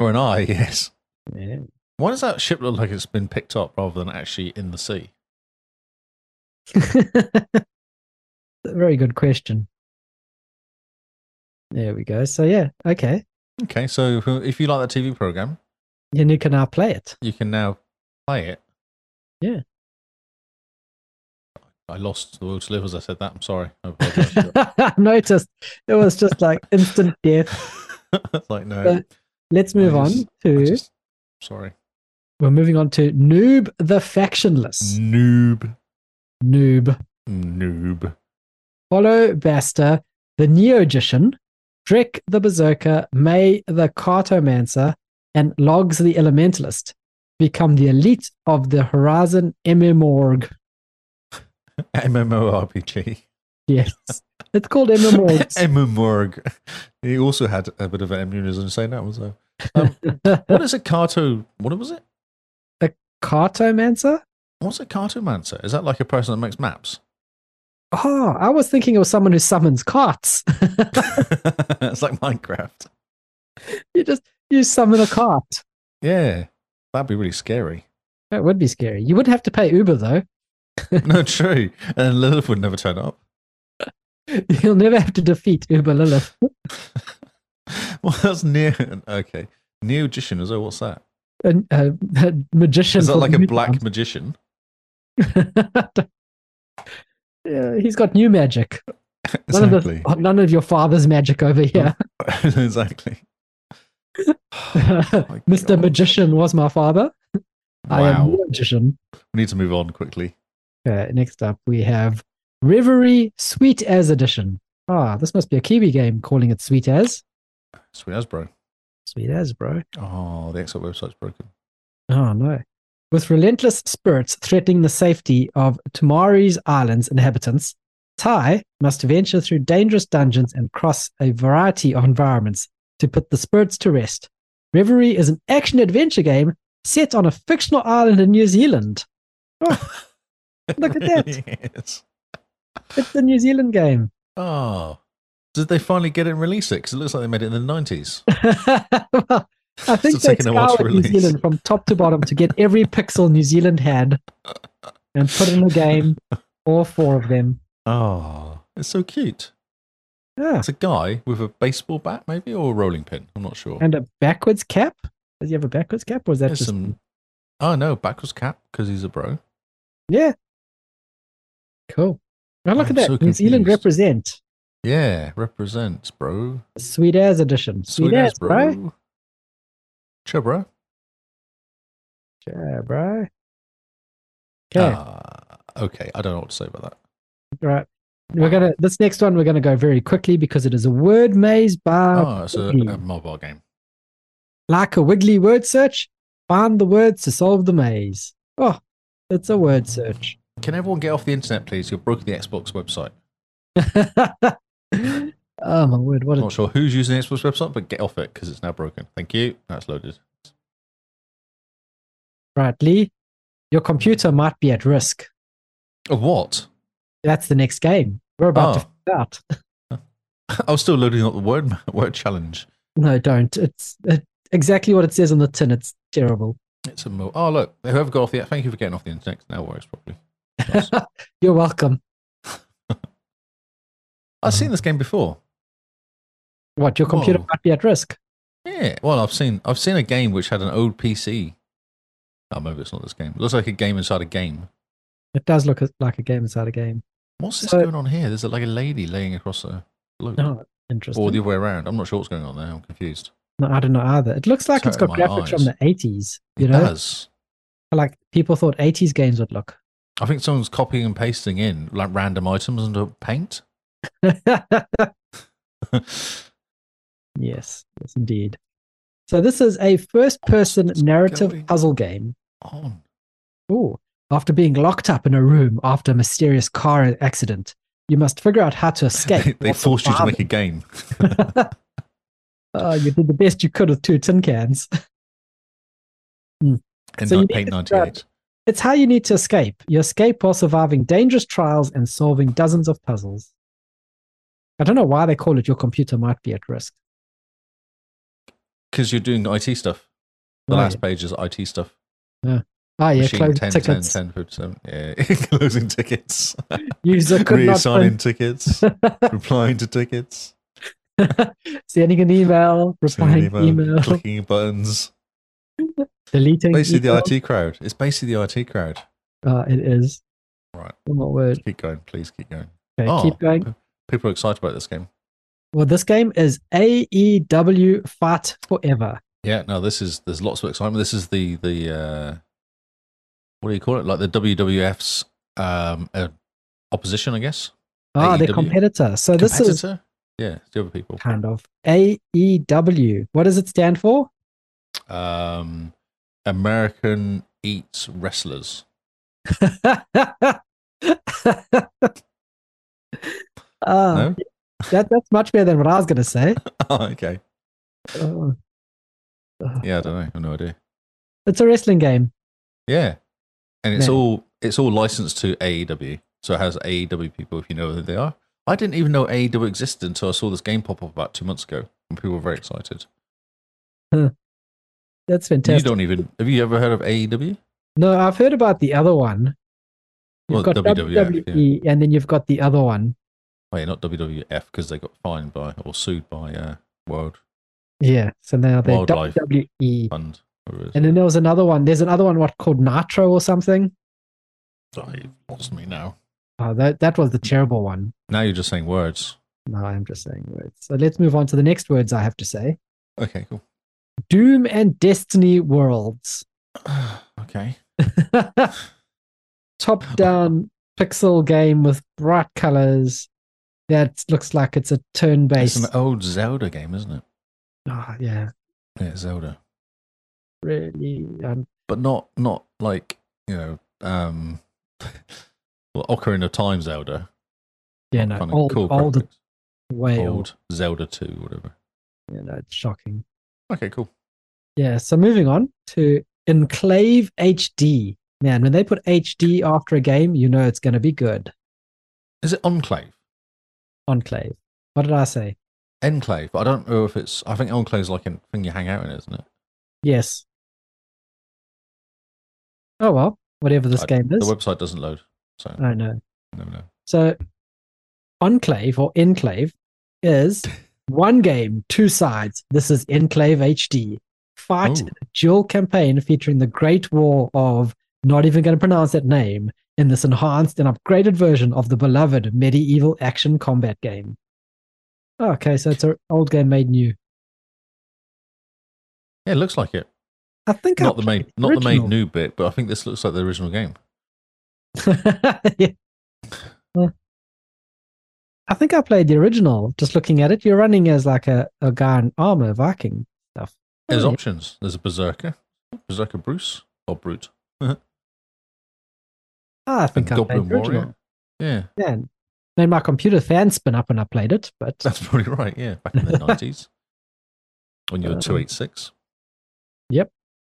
[SPEAKER 2] Or an eye, yes.
[SPEAKER 1] Yeah.
[SPEAKER 2] Why does that ship look like it's been picked up rather than actually in the sea?
[SPEAKER 1] Very good question. There we go. So yeah, okay.
[SPEAKER 2] Okay, so if- if you like that TV program,
[SPEAKER 1] And you can now play it.
[SPEAKER 2] you can now play it.
[SPEAKER 1] Yeah.
[SPEAKER 2] I lost the will to live as I said that. I'm sorry. I apologize.
[SPEAKER 1] I noticed it was just like instant death.
[SPEAKER 2] It's like no.
[SPEAKER 1] But Let's move
[SPEAKER 2] I
[SPEAKER 1] on
[SPEAKER 2] just- I
[SPEAKER 1] to
[SPEAKER 2] just- sorry.
[SPEAKER 1] we're moving on to Noob the Factionless.
[SPEAKER 2] Noob.
[SPEAKER 1] Noob.
[SPEAKER 2] Noob.
[SPEAKER 1] Follow Basta, the Neogician, Drek the Berserker, May the Cartomancer, and Logs the Elementalist. Become the elite of the Horizon MMORG.
[SPEAKER 2] MMORPG.
[SPEAKER 1] Yes. it's called MMORGs.
[SPEAKER 2] MMORG. He also had a bit of an immunism saying that was so. Um, what is a carto? What was it?
[SPEAKER 1] Cartomancer?
[SPEAKER 2] What's a cartomancer? Is that like a person that makes maps?
[SPEAKER 1] Oh, I was thinking it was someone who summons carts.
[SPEAKER 2] it's like Minecraft.
[SPEAKER 1] you just you summon a cart.
[SPEAKER 2] Yeah, that'd be really scary.
[SPEAKER 1] That would be scary. You would have to pay Uber though.
[SPEAKER 2] no, true. And Lilith would never turn up.
[SPEAKER 1] You'll never have to defeat Uber Lilith.
[SPEAKER 2] Well, that's near. Okay, neogician is. Oh, what's that?
[SPEAKER 1] A, a, a magician.
[SPEAKER 2] Is that
[SPEAKER 1] for
[SPEAKER 2] like a
[SPEAKER 1] new
[SPEAKER 2] black magician?
[SPEAKER 1] town. yeah, he's got new magic. None,
[SPEAKER 2] exactly.
[SPEAKER 1] of the, oh, none of your father's magic over here.
[SPEAKER 2] exactly. Oh My
[SPEAKER 1] Mr.
[SPEAKER 2] God.
[SPEAKER 1] Magician was my father. I am
[SPEAKER 2] Wow.
[SPEAKER 1] a magician.
[SPEAKER 2] We need to move on quickly.
[SPEAKER 1] Okay, next up we have Reverie Sweet As Edition. Ah, this must be a Kiwi game calling it Sweet As.
[SPEAKER 2] Sweet as bro.
[SPEAKER 1] Sweet As, bro.
[SPEAKER 2] Oh, the Excel website's broken.
[SPEAKER 1] Oh no. With relentless spirits threatening the safety of Tamari's Island's inhabitants, Tai must venture through dangerous dungeons and cross a variety of environments to put the spirits to rest. Reverie is an action adventure game set on a fictional island in New Zealand. Oh, Look at that.
[SPEAKER 2] yes.
[SPEAKER 1] It's a New Zealand game.
[SPEAKER 2] Oh. Did they finally get it and release it? Because it looks like they made it in the nineties.
[SPEAKER 1] well, I think
[SPEAKER 2] It's
[SPEAKER 1] they
[SPEAKER 2] taken a while to
[SPEAKER 1] scoured New
[SPEAKER 2] release.
[SPEAKER 1] Zealand from top to bottom to get every pixel New Zealand had and put in a game, all four of them.
[SPEAKER 2] Oh, it's so cute.
[SPEAKER 1] Yeah.
[SPEAKER 2] It's a guy with a baseball bat, maybe, or a rolling pin. I'm not sure.
[SPEAKER 1] And a backwards cap? Does he have a backwards cap? Or is that
[SPEAKER 2] There's
[SPEAKER 1] just.
[SPEAKER 2] some. Oh no, backwards cap because he's a bro.
[SPEAKER 1] Yeah. Cool. Now look
[SPEAKER 2] I'm
[SPEAKER 1] at that.
[SPEAKER 2] so
[SPEAKER 1] New Zealand
[SPEAKER 2] confused.
[SPEAKER 1] represent.
[SPEAKER 2] Yeah, represents bro.
[SPEAKER 1] Sweet as edition. Sweet,
[SPEAKER 2] Sweet
[SPEAKER 1] as,
[SPEAKER 2] ass
[SPEAKER 1] bro.
[SPEAKER 2] bro. Sure, bro.
[SPEAKER 1] Yeah, bro. Okay.
[SPEAKER 2] Ah, okay, I don't know what to say about that.
[SPEAKER 1] Right. We're gonna this next one we're gonna go very quickly because it is a word maze bar
[SPEAKER 2] Oh, it's a,
[SPEAKER 1] Wiggly.
[SPEAKER 2] a mobile game.
[SPEAKER 1] like a wiggly word search. Find the words to solve the maze. Oh, it's a word search.
[SPEAKER 2] Can everyone get off the internet, please? You've broken the Xbox website.
[SPEAKER 1] oh my word, what
[SPEAKER 2] I'm
[SPEAKER 1] a
[SPEAKER 2] not sure who's using the Xbox website, but get off it because it's now broken. Thank you. That's loaded.
[SPEAKER 1] right, Lee. Your computer might be at risk.
[SPEAKER 2] Of what?
[SPEAKER 1] That's the next game. We're about to
[SPEAKER 2] Oh.
[SPEAKER 1] find out.
[SPEAKER 2] I was still loading up the word word challenge.
[SPEAKER 1] No, don't. It's it, exactly what it says on the tin. It's terrible.
[SPEAKER 2] It's a mo. Oh look, whoever got off the. Thank you for getting off the internet. 'cause Now it works properly.
[SPEAKER 1] You're welcome.
[SPEAKER 2] I've seen this game before.
[SPEAKER 1] What? Your computer
[SPEAKER 2] Whoa.
[SPEAKER 1] might be at risk.
[SPEAKER 2] Yeah. Well, I've seen I've seen a game which had an old PC. Oh, maybe it's not this game. It looks like a game inside a game.
[SPEAKER 1] It does look like a game inside a game.
[SPEAKER 2] What's this
[SPEAKER 1] So-
[SPEAKER 2] going on here? There's like a lady laying across a float,
[SPEAKER 1] Oh, interesting.
[SPEAKER 2] or the other way around. I'm not sure what's going on there. I'm confused.
[SPEAKER 1] no, I don't know either. It looks like it's got
[SPEAKER 2] Hurting my
[SPEAKER 1] graphics from
[SPEAKER 2] eyes.
[SPEAKER 1] the 80s. You
[SPEAKER 2] it
[SPEAKER 1] know,
[SPEAKER 2] does.
[SPEAKER 1] like people thought 80s games would look.
[SPEAKER 2] I think someone's copying and pasting in like random items into paint.
[SPEAKER 1] yes, yes, indeed. So this is a first-person
[SPEAKER 2] What's
[SPEAKER 1] narrative
[SPEAKER 2] going
[SPEAKER 1] puzzle game
[SPEAKER 2] on.
[SPEAKER 1] Ooh. After being locked up in a room after a mysterious car accident, you must figure out how to escape.
[SPEAKER 2] They, they
[SPEAKER 1] while
[SPEAKER 2] forced you to make
[SPEAKER 1] surviving.
[SPEAKER 2] a game.
[SPEAKER 1] Uh, you did the best you could with two tin cans.
[SPEAKER 2] in
[SPEAKER 1] So you need
[SPEAKER 2] like Paint
[SPEAKER 1] to describe-
[SPEAKER 2] 98.
[SPEAKER 1] It's how you need to escape. You escape while surviving dangerous trials and solving dozens of puzzles. I don't know why they call it your computer might be at risk.
[SPEAKER 2] because you're doing IT stuff. The
[SPEAKER 1] Oh,
[SPEAKER 2] last
[SPEAKER 1] yeah.
[SPEAKER 2] page is IT stuff.
[SPEAKER 1] Ah, yeah,
[SPEAKER 2] Machine
[SPEAKER 1] closed
[SPEAKER 2] 10, 10,
[SPEAKER 1] tickets.
[SPEAKER 2] 10, 57. Yeah, closing tickets,
[SPEAKER 1] User could not
[SPEAKER 2] reassigning
[SPEAKER 1] print.
[SPEAKER 2] tickets, replying to tickets,
[SPEAKER 1] sending an email, replying
[SPEAKER 2] sending
[SPEAKER 1] to email,
[SPEAKER 2] clicking buttons.
[SPEAKER 1] deleting.
[SPEAKER 2] Basically,
[SPEAKER 1] email.
[SPEAKER 2] the IT crowd. It's basically the IT crowd.
[SPEAKER 1] Ah, it is.
[SPEAKER 2] Right.
[SPEAKER 1] One more word.
[SPEAKER 2] Keep going, please. Keep going.
[SPEAKER 1] Okay,
[SPEAKER 2] Oh.
[SPEAKER 1] keep going.
[SPEAKER 2] People are excited about this game.
[SPEAKER 1] Well, this game is AEW Fight Forever.
[SPEAKER 2] Yeah, no, this is there's lots of excitement. This is the the uh, what do you call it? Like the WWF's um, uh, opposition, I guess.
[SPEAKER 1] Ah, their
[SPEAKER 2] AEW.
[SPEAKER 1] competitor. So this is
[SPEAKER 2] Competitor. yeah, it's the other people.
[SPEAKER 1] kind of AEW. What does it stand for?
[SPEAKER 2] Um, American eats wrestlers.
[SPEAKER 1] Ah, Oh.
[SPEAKER 2] No?
[SPEAKER 1] that, that's much better than what I was going to say.
[SPEAKER 2] Oh, okay.
[SPEAKER 1] Oh.
[SPEAKER 2] Yeah, I don't know. I have no idea.
[SPEAKER 1] It's a wrestling game.
[SPEAKER 2] Yeah, and it's
[SPEAKER 1] Man.
[SPEAKER 2] all it's all licensed to AEW, so it has AEW people if you know who they are. I didn't even know AEW existed until I saw this game pop up about two months ago, and people were very excited.
[SPEAKER 1] That's
[SPEAKER 2] You
[SPEAKER 1] fantastic.
[SPEAKER 2] don't even have you ever heard of E AEW?
[SPEAKER 1] No, I've heard about the other one. You've
[SPEAKER 2] Well,
[SPEAKER 1] got
[SPEAKER 2] WWF,
[SPEAKER 1] WWE, and then you've got the other one.
[SPEAKER 2] Wait, not WWF because they got fined by or sued by uh, World
[SPEAKER 1] Yeah. So now they're
[SPEAKER 2] Wildlife.
[SPEAKER 1] WWE.
[SPEAKER 2] Fund. whatever it is.
[SPEAKER 1] And then there was another one. There's another one, what called Nitro or something.
[SPEAKER 2] Oh, you've lost me now.
[SPEAKER 1] Oh, that that was the
[SPEAKER 2] Hmm.
[SPEAKER 1] terrible one.
[SPEAKER 2] Now you're just saying words.
[SPEAKER 1] No, I'm just saying words. So let's move on to the next words I have to say.
[SPEAKER 2] Okay, cool.
[SPEAKER 1] Doom and Destiny Worlds.
[SPEAKER 2] okay.
[SPEAKER 1] Top down pixel game with bright colors. That looks like it's a turn
[SPEAKER 2] It's
[SPEAKER 1] based.
[SPEAKER 2] an old Zelda game, isn't it?
[SPEAKER 1] Oh, yeah.
[SPEAKER 2] Yeah, Zelda.
[SPEAKER 1] Really. Um,
[SPEAKER 2] But not not like, you know, um well, Ocarina of Time Zelda.
[SPEAKER 1] yeah, no.
[SPEAKER 2] Kind of
[SPEAKER 1] Old,
[SPEAKER 2] cool
[SPEAKER 1] old,
[SPEAKER 2] graphics.
[SPEAKER 1] way old.
[SPEAKER 2] old Zelda 2, whatever.
[SPEAKER 1] Yeah, no, it's shocking.
[SPEAKER 2] Okay, cool.
[SPEAKER 1] Yeah. So moving on to Enclave HD. Man, when they put HD after a game, you know it's going to be good.
[SPEAKER 2] Is it Enclave?
[SPEAKER 1] Enclave. What did I say?
[SPEAKER 2] Enclave. But I don't know if it's I think Enclave's like a thing you hang out in, isn't it?
[SPEAKER 1] Yes. Oh, well, whatever this
[SPEAKER 2] I-
[SPEAKER 1] game is. Uh,
[SPEAKER 2] The website doesn't load. So
[SPEAKER 1] I know.
[SPEAKER 2] no no.
[SPEAKER 1] So, Enclave or Enclave is one game, two sides. This is Enclave HD. Fight
[SPEAKER 2] Ooh.
[SPEAKER 1] a dual campaign featuring the Great War of, not even going to pronounce that name, in this enhanced and upgraded version of the beloved medieval action combat game. Okay, so it's an old game made new.
[SPEAKER 2] Yeah, it looks like it.
[SPEAKER 1] I think I
[SPEAKER 2] not the
[SPEAKER 1] played
[SPEAKER 2] made not the made
[SPEAKER 1] original. Oh,
[SPEAKER 2] new bit, but I think this looks like the original game.
[SPEAKER 1] yeah. Uh, I think I played the original. Just looking at it, you're running as like a, a guy in armor, Viking stuff.
[SPEAKER 2] There's
[SPEAKER 1] Oh, yeah.
[SPEAKER 2] options. There's a berserker, berserker Bruce or Brute,
[SPEAKER 1] Ah, I
[SPEAKER 2] a
[SPEAKER 1] think I played
[SPEAKER 2] goblin
[SPEAKER 1] the original.
[SPEAKER 2] warrior. Yeah,
[SPEAKER 1] Yeah. Made my computer fan spin up when I played it, but
[SPEAKER 2] that's probably right. Yeah, back in the nineties when you were
[SPEAKER 1] Um,
[SPEAKER 2] two eight six.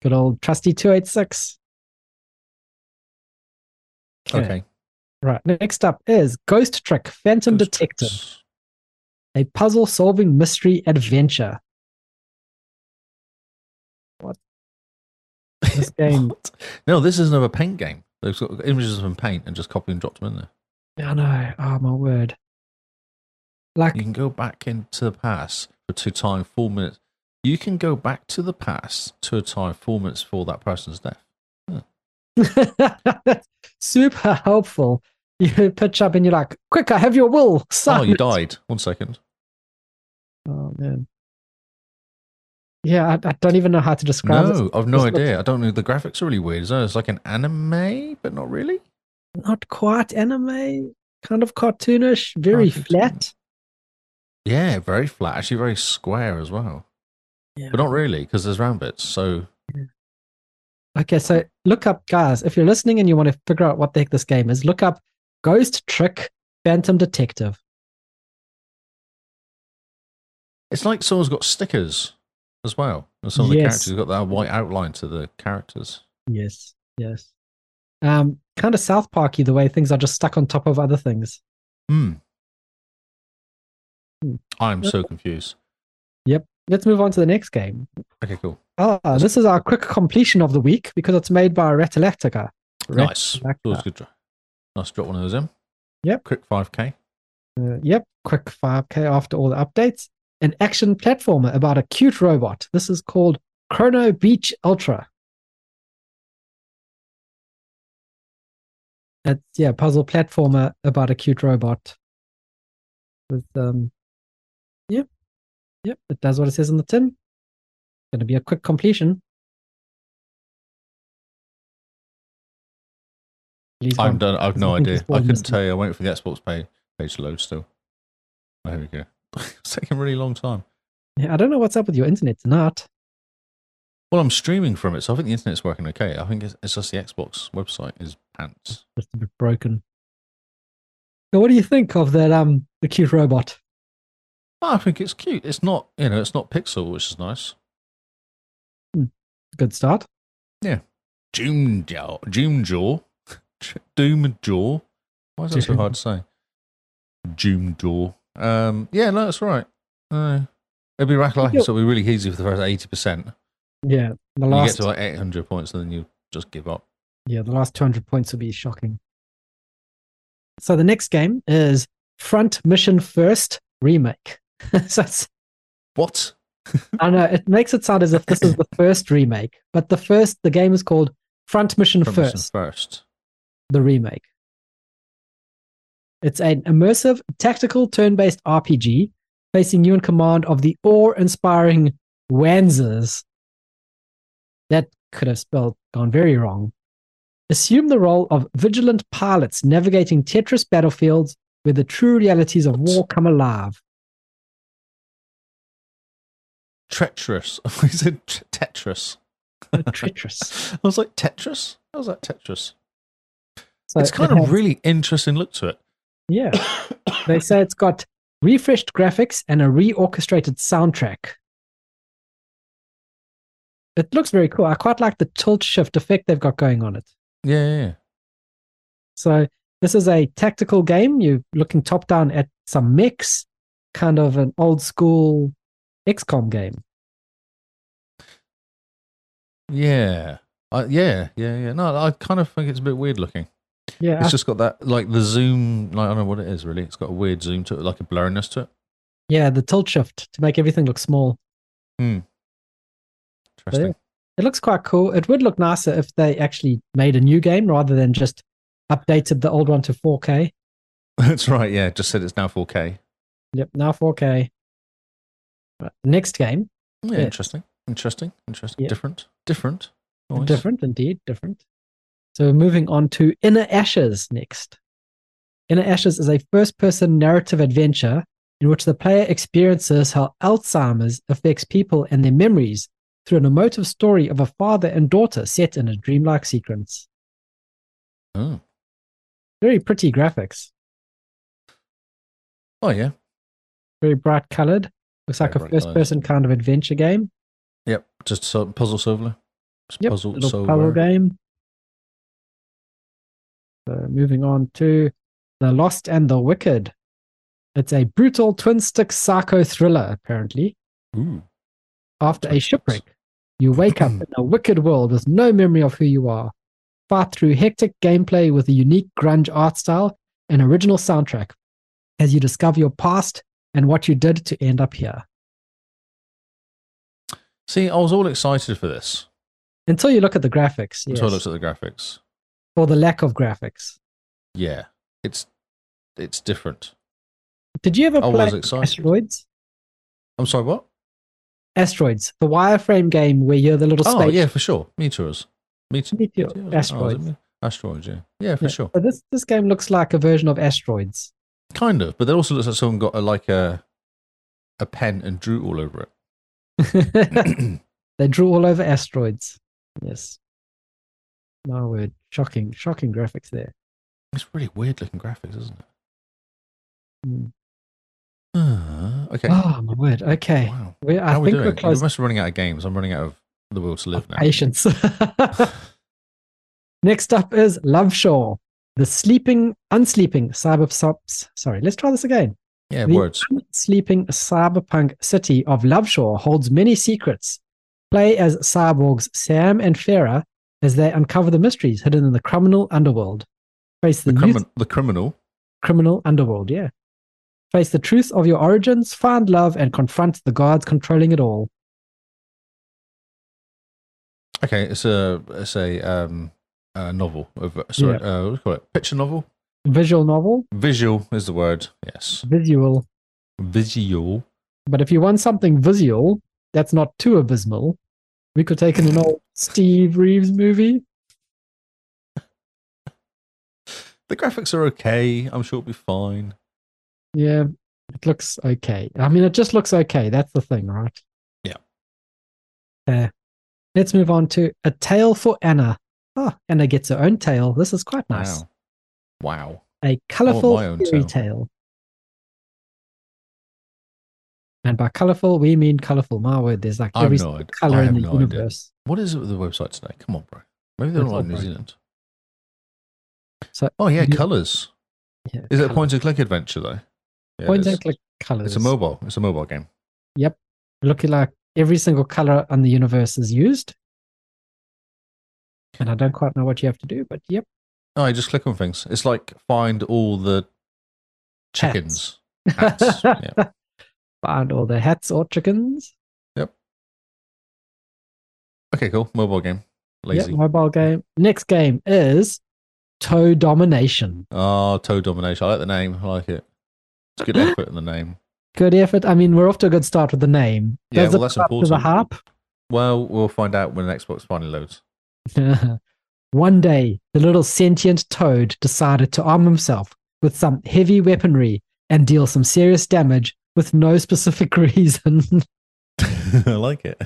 [SPEAKER 1] good old trusty 286.
[SPEAKER 2] Okay,
[SPEAKER 1] Right. Next up is Ghost Trick Phantom
[SPEAKER 2] Ghost
[SPEAKER 1] Detective,
[SPEAKER 2] tricks.
[SPEAKER 1] a puzzle solving mystery adventure. What? This game.
[SPEAKER 2] What? No, this is another paint game. They've got images of them paint and just copy and drop them in there.
[SPEAKER 1] I know. Oh, my word. Like,
[SPEAKER 2] You can go back into the past for to time four minutes. You can go back to the past to a time four minutes before that person's death.
[SPEAKER 1] super helpful. You pitch up and you're like, quick, I have your will. Sign
[SPEAKER 2] Oh, you
[SPEAKER 1] it."
[SPEAKER 2] died. One second.
[SPEAKER 1] Oh, man. Yeah, I, I don't even know how to describe it.
[SPEAKER 2] No, I've no
[SPEAKER 1] this looks-
[SPEAKER 2] idea. I don't know. The graphics are really weird. Is It's like an anime, but not really.
[SPEAKER 1] Not quite anime, kind of cartoonish, very
[SPEAKER 2] Cartoon.
[SPEAKER 1] flat.
[SPEAKER 2] Yeah, very flat. Actually, very square as well,
[SPEAKER 1] Yeah.
[SPEAKER 2] but not really because there's round bits. So
[SPEAKER 1] Okay, so look up, guys, if you're listening and you want to figure out what the heck this game is, look up Ghost Trick Phantom Detective.
[SPEAKER 2] it's like someone's got stickers as well. And some of the
[SPEAKER 1] Yes.
[SPEAKER 2] characters have got that white outline to the characters.
[SPEAKER 1] Yes, yes. Um, kind of South Parky the way things are just stuck on top of other things.
[SPEAKER 2] Hmm.
[SPEAKER 1] Hmm.
[SPEAKER 2] I'm so confused.
[SPEAKER 1] let's move on to the next game.
[SPEAKER 2] Okay, cool.
[SPEAKER 1] Ah, this is our quick completion of the week because it's made by Retalactica.
[SPEAKER 2] Nice.
[SPEAKER 1] Back
[SPEAKER 2] Always
[SPEAKER 1] up.
[SPEAKER 2] good. dr- Nice to drop one of those in.
[SPEAKER 1] Yep.
[SPEAKER 2] Quick 5K.
[SPEAKER 1] Uh, yep, quick 5k after all the updates. An action platformer about a cute robot. This is called Chrono Beach Ultra. It's yeah, puzzle platformer about a cute robot. With um, yep, yep, it does what it says on the tin. Going to be a quick completion. Please
[SPEAKER 2] I'm
[SPEAKER 1] one.
[SPEAKER 2] done. I've no
[SPEAKER 1] Something is
[SPEAKER 2] idea. I
[SPEAKER 1] falling
[SPEAKER 2] couldn't
[SPEAKER 1] asleep.
[SPEAKER 2] tell you. I went for the Xbox page, page to load still. Oh, here we go. it's taking a really long time.
[SPEAKER 1] Yeah, I don't know what's up with your internet tonight.
[SPEAKER 2] Well, I'm streaming from it, so I think the internet's working okay. I think it's, it's just the Xbox website is pants.
[SPEAKER 1] just a bit broken. So, what do you think of that? Um, the cute robot.
[SPEAKER 2] Oh, I think it's cute. It's not, you know, it's not pixel, which is nice.
[SPEAKER 1] Good start.
[SPEAKER 2] Doom jaw, Doom jaw, Doom jaw. Why is that so hard to say? Doom jaw. Um, yeah, no, that's right. Uh, it'd be rattling, so it'd be really easy for the first eighty percent.
[SPEAKER 1] Yeah, the
[SPEAKER 2] You get
[SPEAKER 1] last
[SPEAKER 2] to like eight hundred points, and then you just give up.
[SPEAKER 1] yeah the last two hundred points will be shocking. So the next game is Front Mission First remake. so it's,
[SPEAKER 2] What?
[SPEAKER 1] I know it makes it sound as if this is the first remake, but the first the game is called Front Mission
[SPEAKER 2] Front mission
[SPEAKER 1] First.
[SPEAKER 2] first.
[SPEAKER 1] the remake. It's an immersive, tactical, turn based RPG placing you in command of the awe inspiring Wanzers. That could have spelled gone very wrong. Assume the role of vigilant pilots navigating Tetris battlefields where the true realities of war come alive.
[SPEAKER 2] Treacherous. I said t- Tetris.
[SPEAKER 1] Treacherous.
[SPEAKER 2] I was like Tetris. How's that Tetris?
[SPEAKER 1] So
[SPEAKER 2] it's
[SPEAKER 1] it
[SPEAKER 2] kind of
[SPEAKER 1] has-
[SPEAKER 2] really interesting look to it.
[SPEAKER 1] yeah. They say it's got refreshed graphics and a reorchestrated soundtrack. It looks very cool. I quite like the tilt shift effect they've got going on it.
[SPEAKER 2] Yeah, yeah, yeah.
[SPEAKER 1] So this is a tactical game. You're looking top down at some mechs, kind of an old school XCOM game.
[SPEAKER 2] Yeah. I yeah, yeah, yeah. No, I kind of think it's a bit weird looking.
[SPEAKER 1] Yeah,
[SPEAKER 2] It's
[SPEAKER 1] I-
[SPEAKER 2] just got that, like the zoom, like, I don't know what it is really. It's got a weird zoom to it, like a blurriness to it.
[SPEAKER 1] yeah, the tilt shift to make everything look small.
[SPEAKER 2] Interesting.
[SPEAKER 1] It looks quite cool. It would look nicer if they actually made a new game rather than just updated the old one to 4K.
[SPEAKER 2] That's right. Yeah. Just said it's now 4K.
[SPEAKER 1] Yep, now 4K. Right, Next game,
[SPEAKER 2] Yeah,
[SPEAKER 1] Yeah.
[SPEAKER 2] Interesting. Interesting. Interesting.
[SPEAKER 1] Yeah.
[SPEAKER 2] Different. Different. Nice.
[SPEAKER 1] different indeed, different. So we're moving on to Inner Ashes next. Inner Ashes is a first-person narrative adventure in which the player experiences how Alzheimer's affects people and their memories through an emotive story of a father and daughter set in a dreamlike sequence.
[SPEAKER 2] Oh.
[SPEAKER 1] Very pretty graphics,
[SPEAKER 2] oh, yeah.
[SPEAKER 1] very bright colored. Looks like
[SPEAKER 2] Very
[SPEAKER 1] a
[SPEAKER 2] bright colours.
[SPEAKER 1] first-person kind of adventure game.
[SPEAKER 2] Yep. Just so, puzzle solver. Just
[SPEAKER 1] Yep,
[SPEAKER 2] puzzle
[SPEAKER 1] little
[SPEAKER 2] solver.
[SPEAKER 1] puzzle game. So moving on to The Lost and the Wicked. It's a brutal twin stick psycho thriller, apparently.
[SPEAKER 2] Ooh.
[SPEAKER 1] After a
[SPEAKER 2] Twin sticks.
[SPEAKER 1] shipwreck, you wake up in a wicked world with no memory of who you are. Fight through hectic gameplay with a unique grunge art style and original soundtrack as you discover your past and what you did to end up here.
[SPEAKER 2] See, I was all excited for this
[SPEAKER 1] Until you look at the graphics, yes,
[SPEAKER 2] until I looked at the graphics.
[SPEAKER 1] or the lack of graphics.
[SPEAKER 2] Yeah. It's it's different.
[SPEAKER 1] Did you ever
[SPEAKER 2] I
[SPEAKER 1] play
[SPEAKER 2] Oh, was excited.
[SPEAKER 1] Asteroids?
[SPEAKER 2] I'm sorry, what?
[SPEAKER 1] Asteroids, the wireframe game where you're the little
[SPEAKER 2] Oh,
[SPEAKER 1] space
[SPEAKER 2] yeah, for sure. Meteors. Meteor.
[SPEAKER 1] meteor,
[SPEAKER 2] meteors. Oh, is
[SPEAKER 1] asteroids.
[SPEAKER 2] it me- asteroids, yeah. Yeah, for
[SPEAKER 1] Yeah.
[SPEAKER 2] sure.
[SPEAKER 1] So this this game looks like a version of asteroids.
[SPEAKER 2] Kind of, but that also looks like someone got a, like a a pen and drew all over
[SPEAKER 1] they
[SPEAKER 2] it.
[SPEAKER 1] drew all over asteroids. Yes. My word, shocking, shocking graphics there.
[SPEAKER 2] it's really weird looking graphics, isn't it?
[SPEAKER 1] Hmm.
[SPEAKER 2] Ah, okay.
[SPEAKER 1] Oh my word. Okay,
[SPEAKER 2] Wow.
[SPEAKER 1] we, I
[SPEAKER 2] How are we
[SPEAKER 1] think
[SPEAKER 2] doing?
[SPEAKER 1] we are close
[SPEAKER 2] We must be running out of games. I'm running out of the will to live now.
[SPEAKER 1] patience. Next up is Love Shore, the sleeping, unsleeping cyber sops. Sorry, let's try this again.
[SPEAKER 2] Yeah,
[SPEAKER 1] The-
[SPEAKER 2] words.
[SPEAKER 1] sleeping cyberpunk city of Loveshore holds many secrets. Play as cyborgs Sam and Farah as they uncover the mysteries hidden in the criminal underworld. Face the,
[SPEAKER 2] The,
[SPEAKER 1] youth-
[SPEAKER 2] crimin- the criminal.
[SPEAKER 1] criminal underworld, yeah. Face the truth of your origins, find love, and confront the gods controlling it all.
[SPEAKER 2] Okay, it's a it's a um a novel. Of, sorry, uh, what do you call it? Picture novel.
[SPEAKER 1] Visual novel,
[SPEAKER 2] Visual is the word. Yes,
[SPEAKER 1] visual.
[SPEAKER 2] visual.
[SPEAKER 1] But if you want something visual, that's not too abysmal. We could take in an old Steve Reeves movie.
[SPEAKER 2] The graphics are okay. I'm sure it'll be fine.
[SPEAKER 1] Yeah, it looks okay. I mean, it just looks okay. That's the thing, right?
[SPEAKER 2] Yeah.
[SPEAKER 1] Uh, let's move on to A Tale for Anna. Oh, Anna gets her own tale. This is quite nice.
[SPEAKER 2] Wow. Wow.
[SPEAKER 1] A colorful
[SPEAKER 2] Oh, my own
[SPEAKER 1] fairy
[SPEAKER 2] tale.
[SPEAKER 1] tale. And by colorful, we mean colorful. My word, there's like
[SPEAKER 2] I have
[SPEAKER 1] every
[SPEAKER 2] no idea.
[SPEAKER 1] color
[SPEAKER 2] I have
[SPEAKER 1] in the
[SPEAKER 2] no idea.
[SPEAKER 1] universe.
[SPEAKER 2] What is it with the website today? Come on, bro. Maybe they're
[SPEAKER 1] It's
[SPEAKER 2] not
[SPEAKER 1] all
[SPEAKER 2] like New
[SPEAKER 1] right.
[SPEAKER 2] Zealand.
[SPEAKER 1] So-
[SPEAKER 2] oh yeah,
[SPEAKER 1] Yeah.
[SPEAKER 2] colors.
[SPEAKER 1] Yeah,
[SPEAKER 2] Is it a
[SPEAKER 1] colour-
[SPEAKER 2] point and click adventure though? Yeah, it
[SPEAKER 1] point
[SPEAKER 2] is.
[SPEAKER 1] and click colors?
[SPEAKER 2] It's a mobile. It's a mobile game.
[SPEAKER 1] Looking like every single color on the universe is used. And I don't quite know what you have to do, but yep.
[SPEAKER 2] No, Oh, you just click on things. It's like find all the
[SPEAKER 1] Hats.
[SPEAKER 2] chickens. Hats. yeah.
[SPEAKER 1] Find all the hats or chickens.
[SPEAKER 2] Okay, cool. Mobile game.
[SPEAKER 1] Yep,
[SPEAKER 2] Lazy.
[SPEAKER 1] mobile game. Next game is Toe Domination.
[SPEAKER 2] Ah, Toe Domination. I like the name. I like it. It's good effort in the name.
[SPEAKER 1] Good effort. I mean, we're off to a good start with the name.
[SPEAKER 2] Yeah,
[SPEAKER 1] Does
[SPEAKER 2] well,
[SPEAKER 1] it
[SPEAKER 2] that's
[SPEAKER 1] live up To the
[SPEAKER 2] important.
[SPEAKER 1] harp.
[SPEAKER 2] Well, we'll find out when Xbox finally loads.
[SPEAKER 1] One day, the little sentient toad decided to arm himself with some heavy weaponry and deal some serious damage with no specific reason.
[SPEAKER 2] I like it.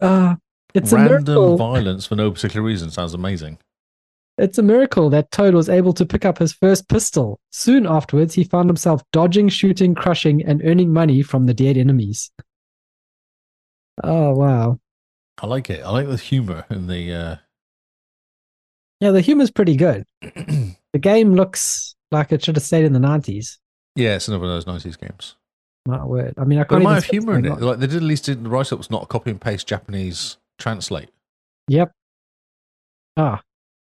[SPEAKER 1] uh, it's a
[SPEAKER 2] Random
[SPEAKER 1] miracle.
[SPEAKER 2] violence for no particular reason sounds amazing.
[SPEAKER 1] It's a miracle that Toad was able to pick up his first pistol. Soon afterwards, he found himself dodging, shooting, crushing, and earning money from the dead enemies. Oh, wow.
[SPEAKER 2] I like it. I like the humor in the uh,
[SPEAKER 1] Yeah, the humor's pretty good. the game looks like it should have stayed in the 90s.
[SPEAKER 2] Yeah, it's another one of those 90s games.
[SPEAKER 1] My word. I mean, I
[SPEAKER 2] But
[SPEAKER 1] can't
[SPEAKER 2] it
[SPEAKER 1] even
[SPEAKER 2] might have
[SPEAKER 1] say what's
[SPEAKER 2] humour in
[SPEAKER 1] going on.
[SPEAKER 2] it. Like they did at least in the write up was not a copy and paste Japanese translate.
[SPEAKER 1] Yep. Ah,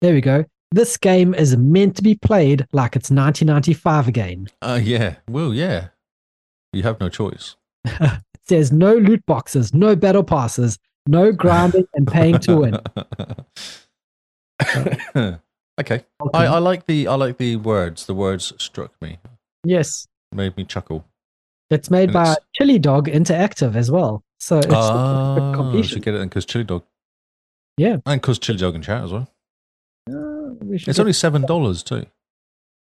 [SPEAKER 1] there we go. This game is meant to be played like it's 1995 again.
[SPEAKER 2] Uh yeah. Well, yeah. You have no choice.
[SPEAKER 1] It says no loot boxes, no battle passes, no grinding and paying to win.
[SPEAKER 2] okay. I, I like the I like the words. The words struck me.
[SPEAKER 1] yes.
[SPEAKER 2] Made me chuckle.
[SPEAKER 1] It's made
[SPEAKER 2] And
[SPEAKER 1] by
[SPEAKER 2] it's-
[SPEAKER 1] Chili Dog Interactive as well. So it's
[SPEAKER 2] Ah, we
[SPEAKER 1] completion.
[SPEAKER 2] should get it because Chili Dog.
[SPEAKER 1] Yeah.
[SPEAKER 2] And because Chili Dog in chat as well.
[SPEAKER 1] Ah, we should
[SPEAKER 2] It's
[SPEAKER 1] get-
[SPEAKER 2] only seven dollars too.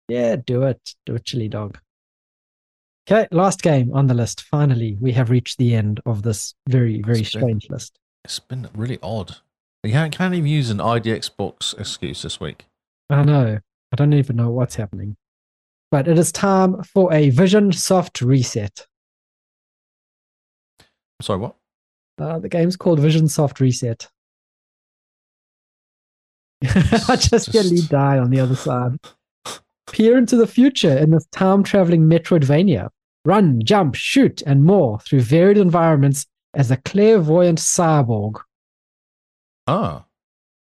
[SPEAKER 1] yeah, do it. Do a Chili Dog. Okay, last game on the list. Finally, we have reached the end of this very, very
[SPEAKER 2] That's big.
[SPEAKER 1] strange list.
[SPEAKER 2] It's been really odd. You can't, can't even use an ID Xbox excuse this week.
[SPEAKER 1] I know. I don't even know what's happening. But it is time for a Vision Soft reset.
[SPEAKER 2] Sorry, what?
[SPEAKER 1] Uh, the game's called Vision Soft Reset. I just
[SPEAKER 2] Just-
[SPEAKER 1] nearly died on the other side. Peer into the future in this time traveling Metroidvania. Run, jump, shoot, and more through varied environments as a clairvoyant cyborg.
[SPEAKER 2] Ah.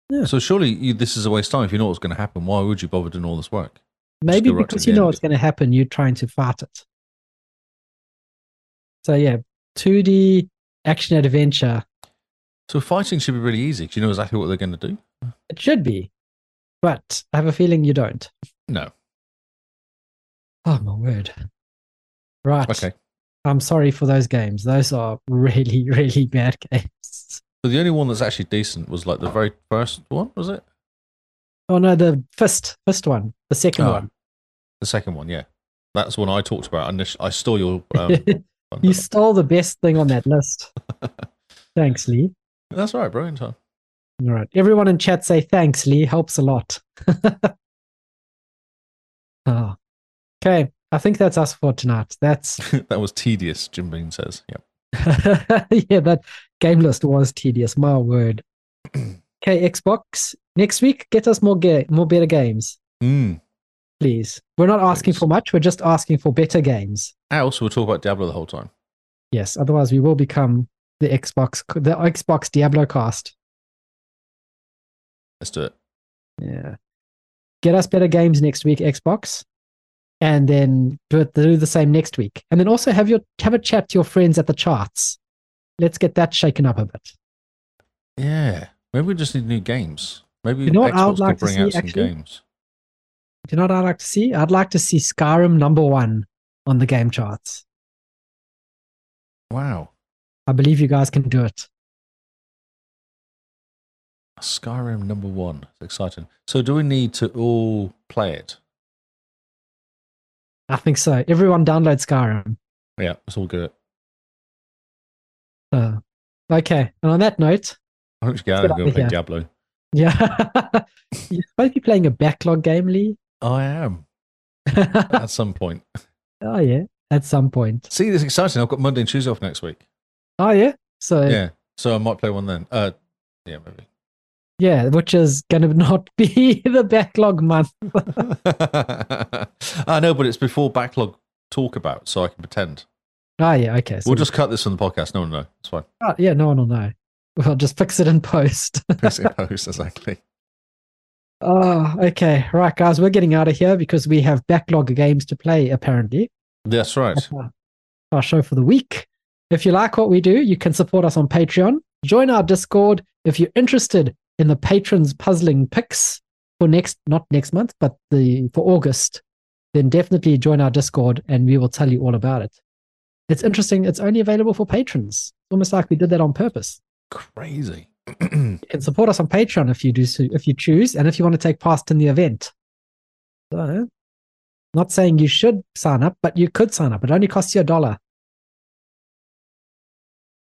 [SPEAKER 1] Yeah.
[SPEAKER 2] So surely you, this is a waste of time. If you know what's going to happen, why would you bother doing all this work?
[SPEAKER 1] Maybe
[SPEAKER 2] go right to
[SPEAKER 1] because
[SPEAKER 2] the
[SPEAKER 1] you know
[SPEAKER 2] end.
[SPEAKER 1] what's going to happen, you're trying to fight it. So, yeah, 2D action adventure.
[SPEAKER 2] So fighting should be really easy 'cause you know exactly what they're going to do.
[SPEAKER 1] It should be, but I have a feeling you don't.
[SPEAKER 2] No.
[SPEAKER 1] Oh, my word. Right.
[SPEAKER 2] Okay.
[SPEAKER 1] I'm sorry for those games. Those are really, really bad games.
[SPEAKER 2] So the only one that's actually decent was like the very first one, was it?
[SPEAKER 1] Oh no, the first first one, the second
[SPEAKER 2] Oh,
[SPEAKER 1] one.
[SPEAKER 2] The second one, yeah. That's one I talked about. And I stole your. Um, one.
[SPEAKER 1] you stole the best thing on that list. thanks, Lee.
[SPEAKER 2] that's all right, bro. In time.
[SPEAKER 1] All right, everyone in chat say thanks, Lee. Helps a lot. Ah. Okay, I think that's us for tonight. That's
[SPEAKER 2] that was tedious. Jim Bean says. Yep.
[SPEAKER 1] yeah, that game list was tedious. My word. okay, Xbox. Next week, get us more ga- more better games.
[SPEAKER 2] Mm.
[SPEAKER 1] please. We're not asking
[SPEAKER 2] Please.
[SPEAKER 1] for much. We're just asking for better games.
[SPEAKER 2] Else we'll talk about Diablo the whole time.
[SPEAKER 1] Yes, otherwise we will become the Xbox, the Xbox Diablo cast.
[SPEAKER 2] Let's do it.
[SPEAKER 1] Yeah. Get us better games next week, Xbox, and then do it. Do the same next week, and then also have your have a chat to your friends at the charts. Let's get that shaken up a bit.
[SPEAKER 2] Yeah. Maybe we just need new games. Maybe
[SPEAKER 1] You know what I would
[SPEAKER 2] Xbox
[SPEAKER 1] like
[SPEAKER 2] could
[SPEAKER 1] to
[SPEAKER 2] bring
[SPEAKER 1] see,
[SPEAKER 2] out some
[SPEAKER 1] actually?
[SPEAKER 2] games.
[SPEAKER 1] Do you know what I'd like to see? I'd like to see Skyrim number one on the game charts.
[SPEAKER 2] Wow.
[SPEAKER 1] I believe you guys can do it.
[SPEAKER 2] Skyrim number one. It's exciting. So do we need to all play it?
[SPEAKER 1] I think so. Everyone download Skyrim.
[SPEAKER 2] Yeah, let's all do it.
[SPEAKER 1] So, okay. And on that note,
[SPEAKER 2] I'm just going
[SPEAKER 1] Let's get out
[SPEAKER 2] to go
[SPEAKER 1] of
[SPEAKER 2] play
[SPEAKER 1] here.
[SPEAKER 2] Diablo.
[SPEAKER 1] yeah, you're supposed to be playing a backlog game, Lee.
[SPEAKER 2] I am
[SPEAKER 1] oh
[SPEAKER 2] at some point.
[SPEAKER 1] yeah, at some point.
[SPEAKER 2] See, this is exciting. I've got Monday and Tuesday off next week.
[SPEAKER 1] Oh yeah. So yeah,
[SPEAKER 2] Yeah. So I might play one then. Uh, yeah, maybe.
[SPEAKER 1] which is gonna not be the backlog month.
[SPEAKER 2] I know, but it's before backlog talk about, so I can pretend.
[SPEAKER 1] Oh yeah. Okay. So
[SPEAKER 2] We'll just cut this from the podcast. No, no, no. It's fine.
[SPEAKER 1] oh, yeah. No one will know. We'll just fix it in post.
[SPEAKER 2] Fix it in post, exactly.
[SPEAKER 1] Oh, okay. Right, guys, we're getting out of here because we have backlog games to play, apparently.
[SPEAKER 2] That's right.
[SPEAKER 1] That's our- our show for the week. If you like what we do, you can support us on Patreon. Join our Discord if you're interested in the patrons puzzling picks for next not next month, but the for August, then definitely join our Discord and we will tell you all about it. It's interesting, it's only available for patrons. It's almost like we did that on purpose.
[SPEAKER 2] Crazy.
[SPEAKER 1] You can support us on Patreon if you do so, if you choose, and if you want to take part in the event. So, not saying you should sign up, but you could sign up. It only costs you a dollar.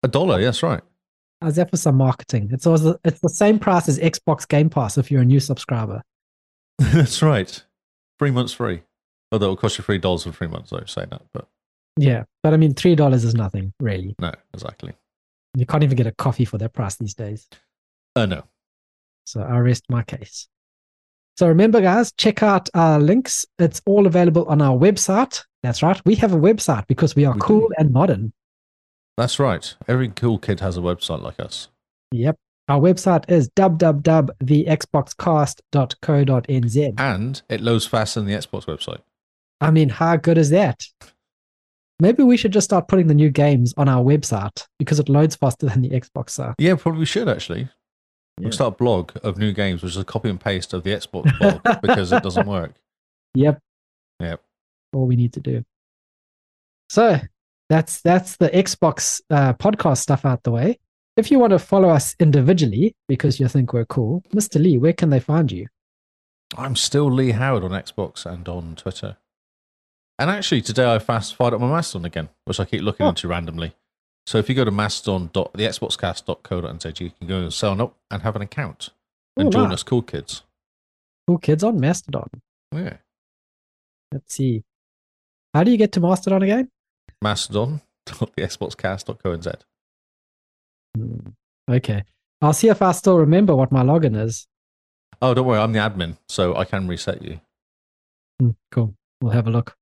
[SPEAKER 2] A dollar. yeah, That's right.
[SPEAKER 1] How's that for some marketing? It's always the, it's the same price as Xbox Game Pass if you're a new subscriber.
[SPEAKER 2] That's right. Three months free. Although it'll cost you three dollars for three months. I say that, but
[SPEAKER 1] Yeah, but I mean, three dollars is nothing really.
[SPEAKER 2] no, exactly.
[SPEAKER 1] You can't even get a coffee for that price these days.
[SPEAKER 2] Uh, no.
[SPEAKER 1] So I rest my case. So remember, guys, check out our links. It's all available on our website. That's right. We have a website because we are
[SPEAKER 2] We do.
[SPEAKER 1] cool and modern.
[SPEAKER 2] That's right. Every cool kid has a website like us.
[SPEAKER 1] Yep. Our website is www.thexboxcast.co.nz.
[SPEAKER 2] And it loads faster than the Xbox website.
[SPEAKER 1] I mean, how good is that? Maybe we should just start putting the new games on our website because it loads faster than the Xbox site.
[SPEAKER 2] Yeah, probably should actually. We
[SPEAKER 1] Yeah.
[SPEAKER 2] could start a blog of new games, which is a copy and paste of the Xbox blog because it doesn't work.
[SPEAKER 1] Yep.
[SPEAKER 2] Yep.
[SPEAKER 1] All we need to do. So that's that's the Xbox uh, podcast stuff out the way. If you want to follow us individually because you think we're cool, Mr. Lee, where can they find you?
[SPEAKER 2] I'm still Lee Howard on Xbox and on Twitter. And actually, today I fast fired up my Mastodon again, which I keep looking
[SPEAKER 1] Oh.
[SPEAKER 2] into randomly. So if you go to mastodon.thexboxcast.co.nz, you can go and sign up and have an account and
[SPEAKER 1] Oh,
[SPEAKER 2] join
[SPEAKER 1] wow.
[SPEAKER 2] us cool kids.
[SPEAKER 1] Cool kids on Mastodon.
[SPEAKER 2] Yeah.
[SPEAKER 1] Let's see. How do you get to Mastodon again?
[SPEAKER 2] Mastodon.thexboxcast.co.nz.
[SPEAKER 1] Hmm. Okay. I'll see if I still remember what my login is.
[SPEAKER 2] Oh, don't worry, I'm the admin, so I can reset you.
[SPEAKER 1] Hmm, cool. We'll have a look.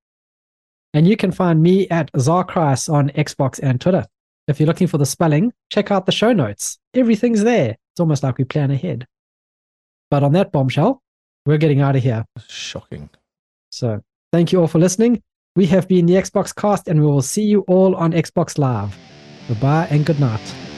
[SPEAKER 1] And you can find me at Zarkris on Xbox and Twitter. If you're looking for the spelling, check out the show notes. Everything's there. It's almost like we plan ahead. But on that bombshell, we're getting out of here.
[SPEAKER 2] Shocking.
[SPEAKER 1] So thank you all for listening. We have been the Xbox Cast, and we will see you all on Xbox Live. Goodbye and good night.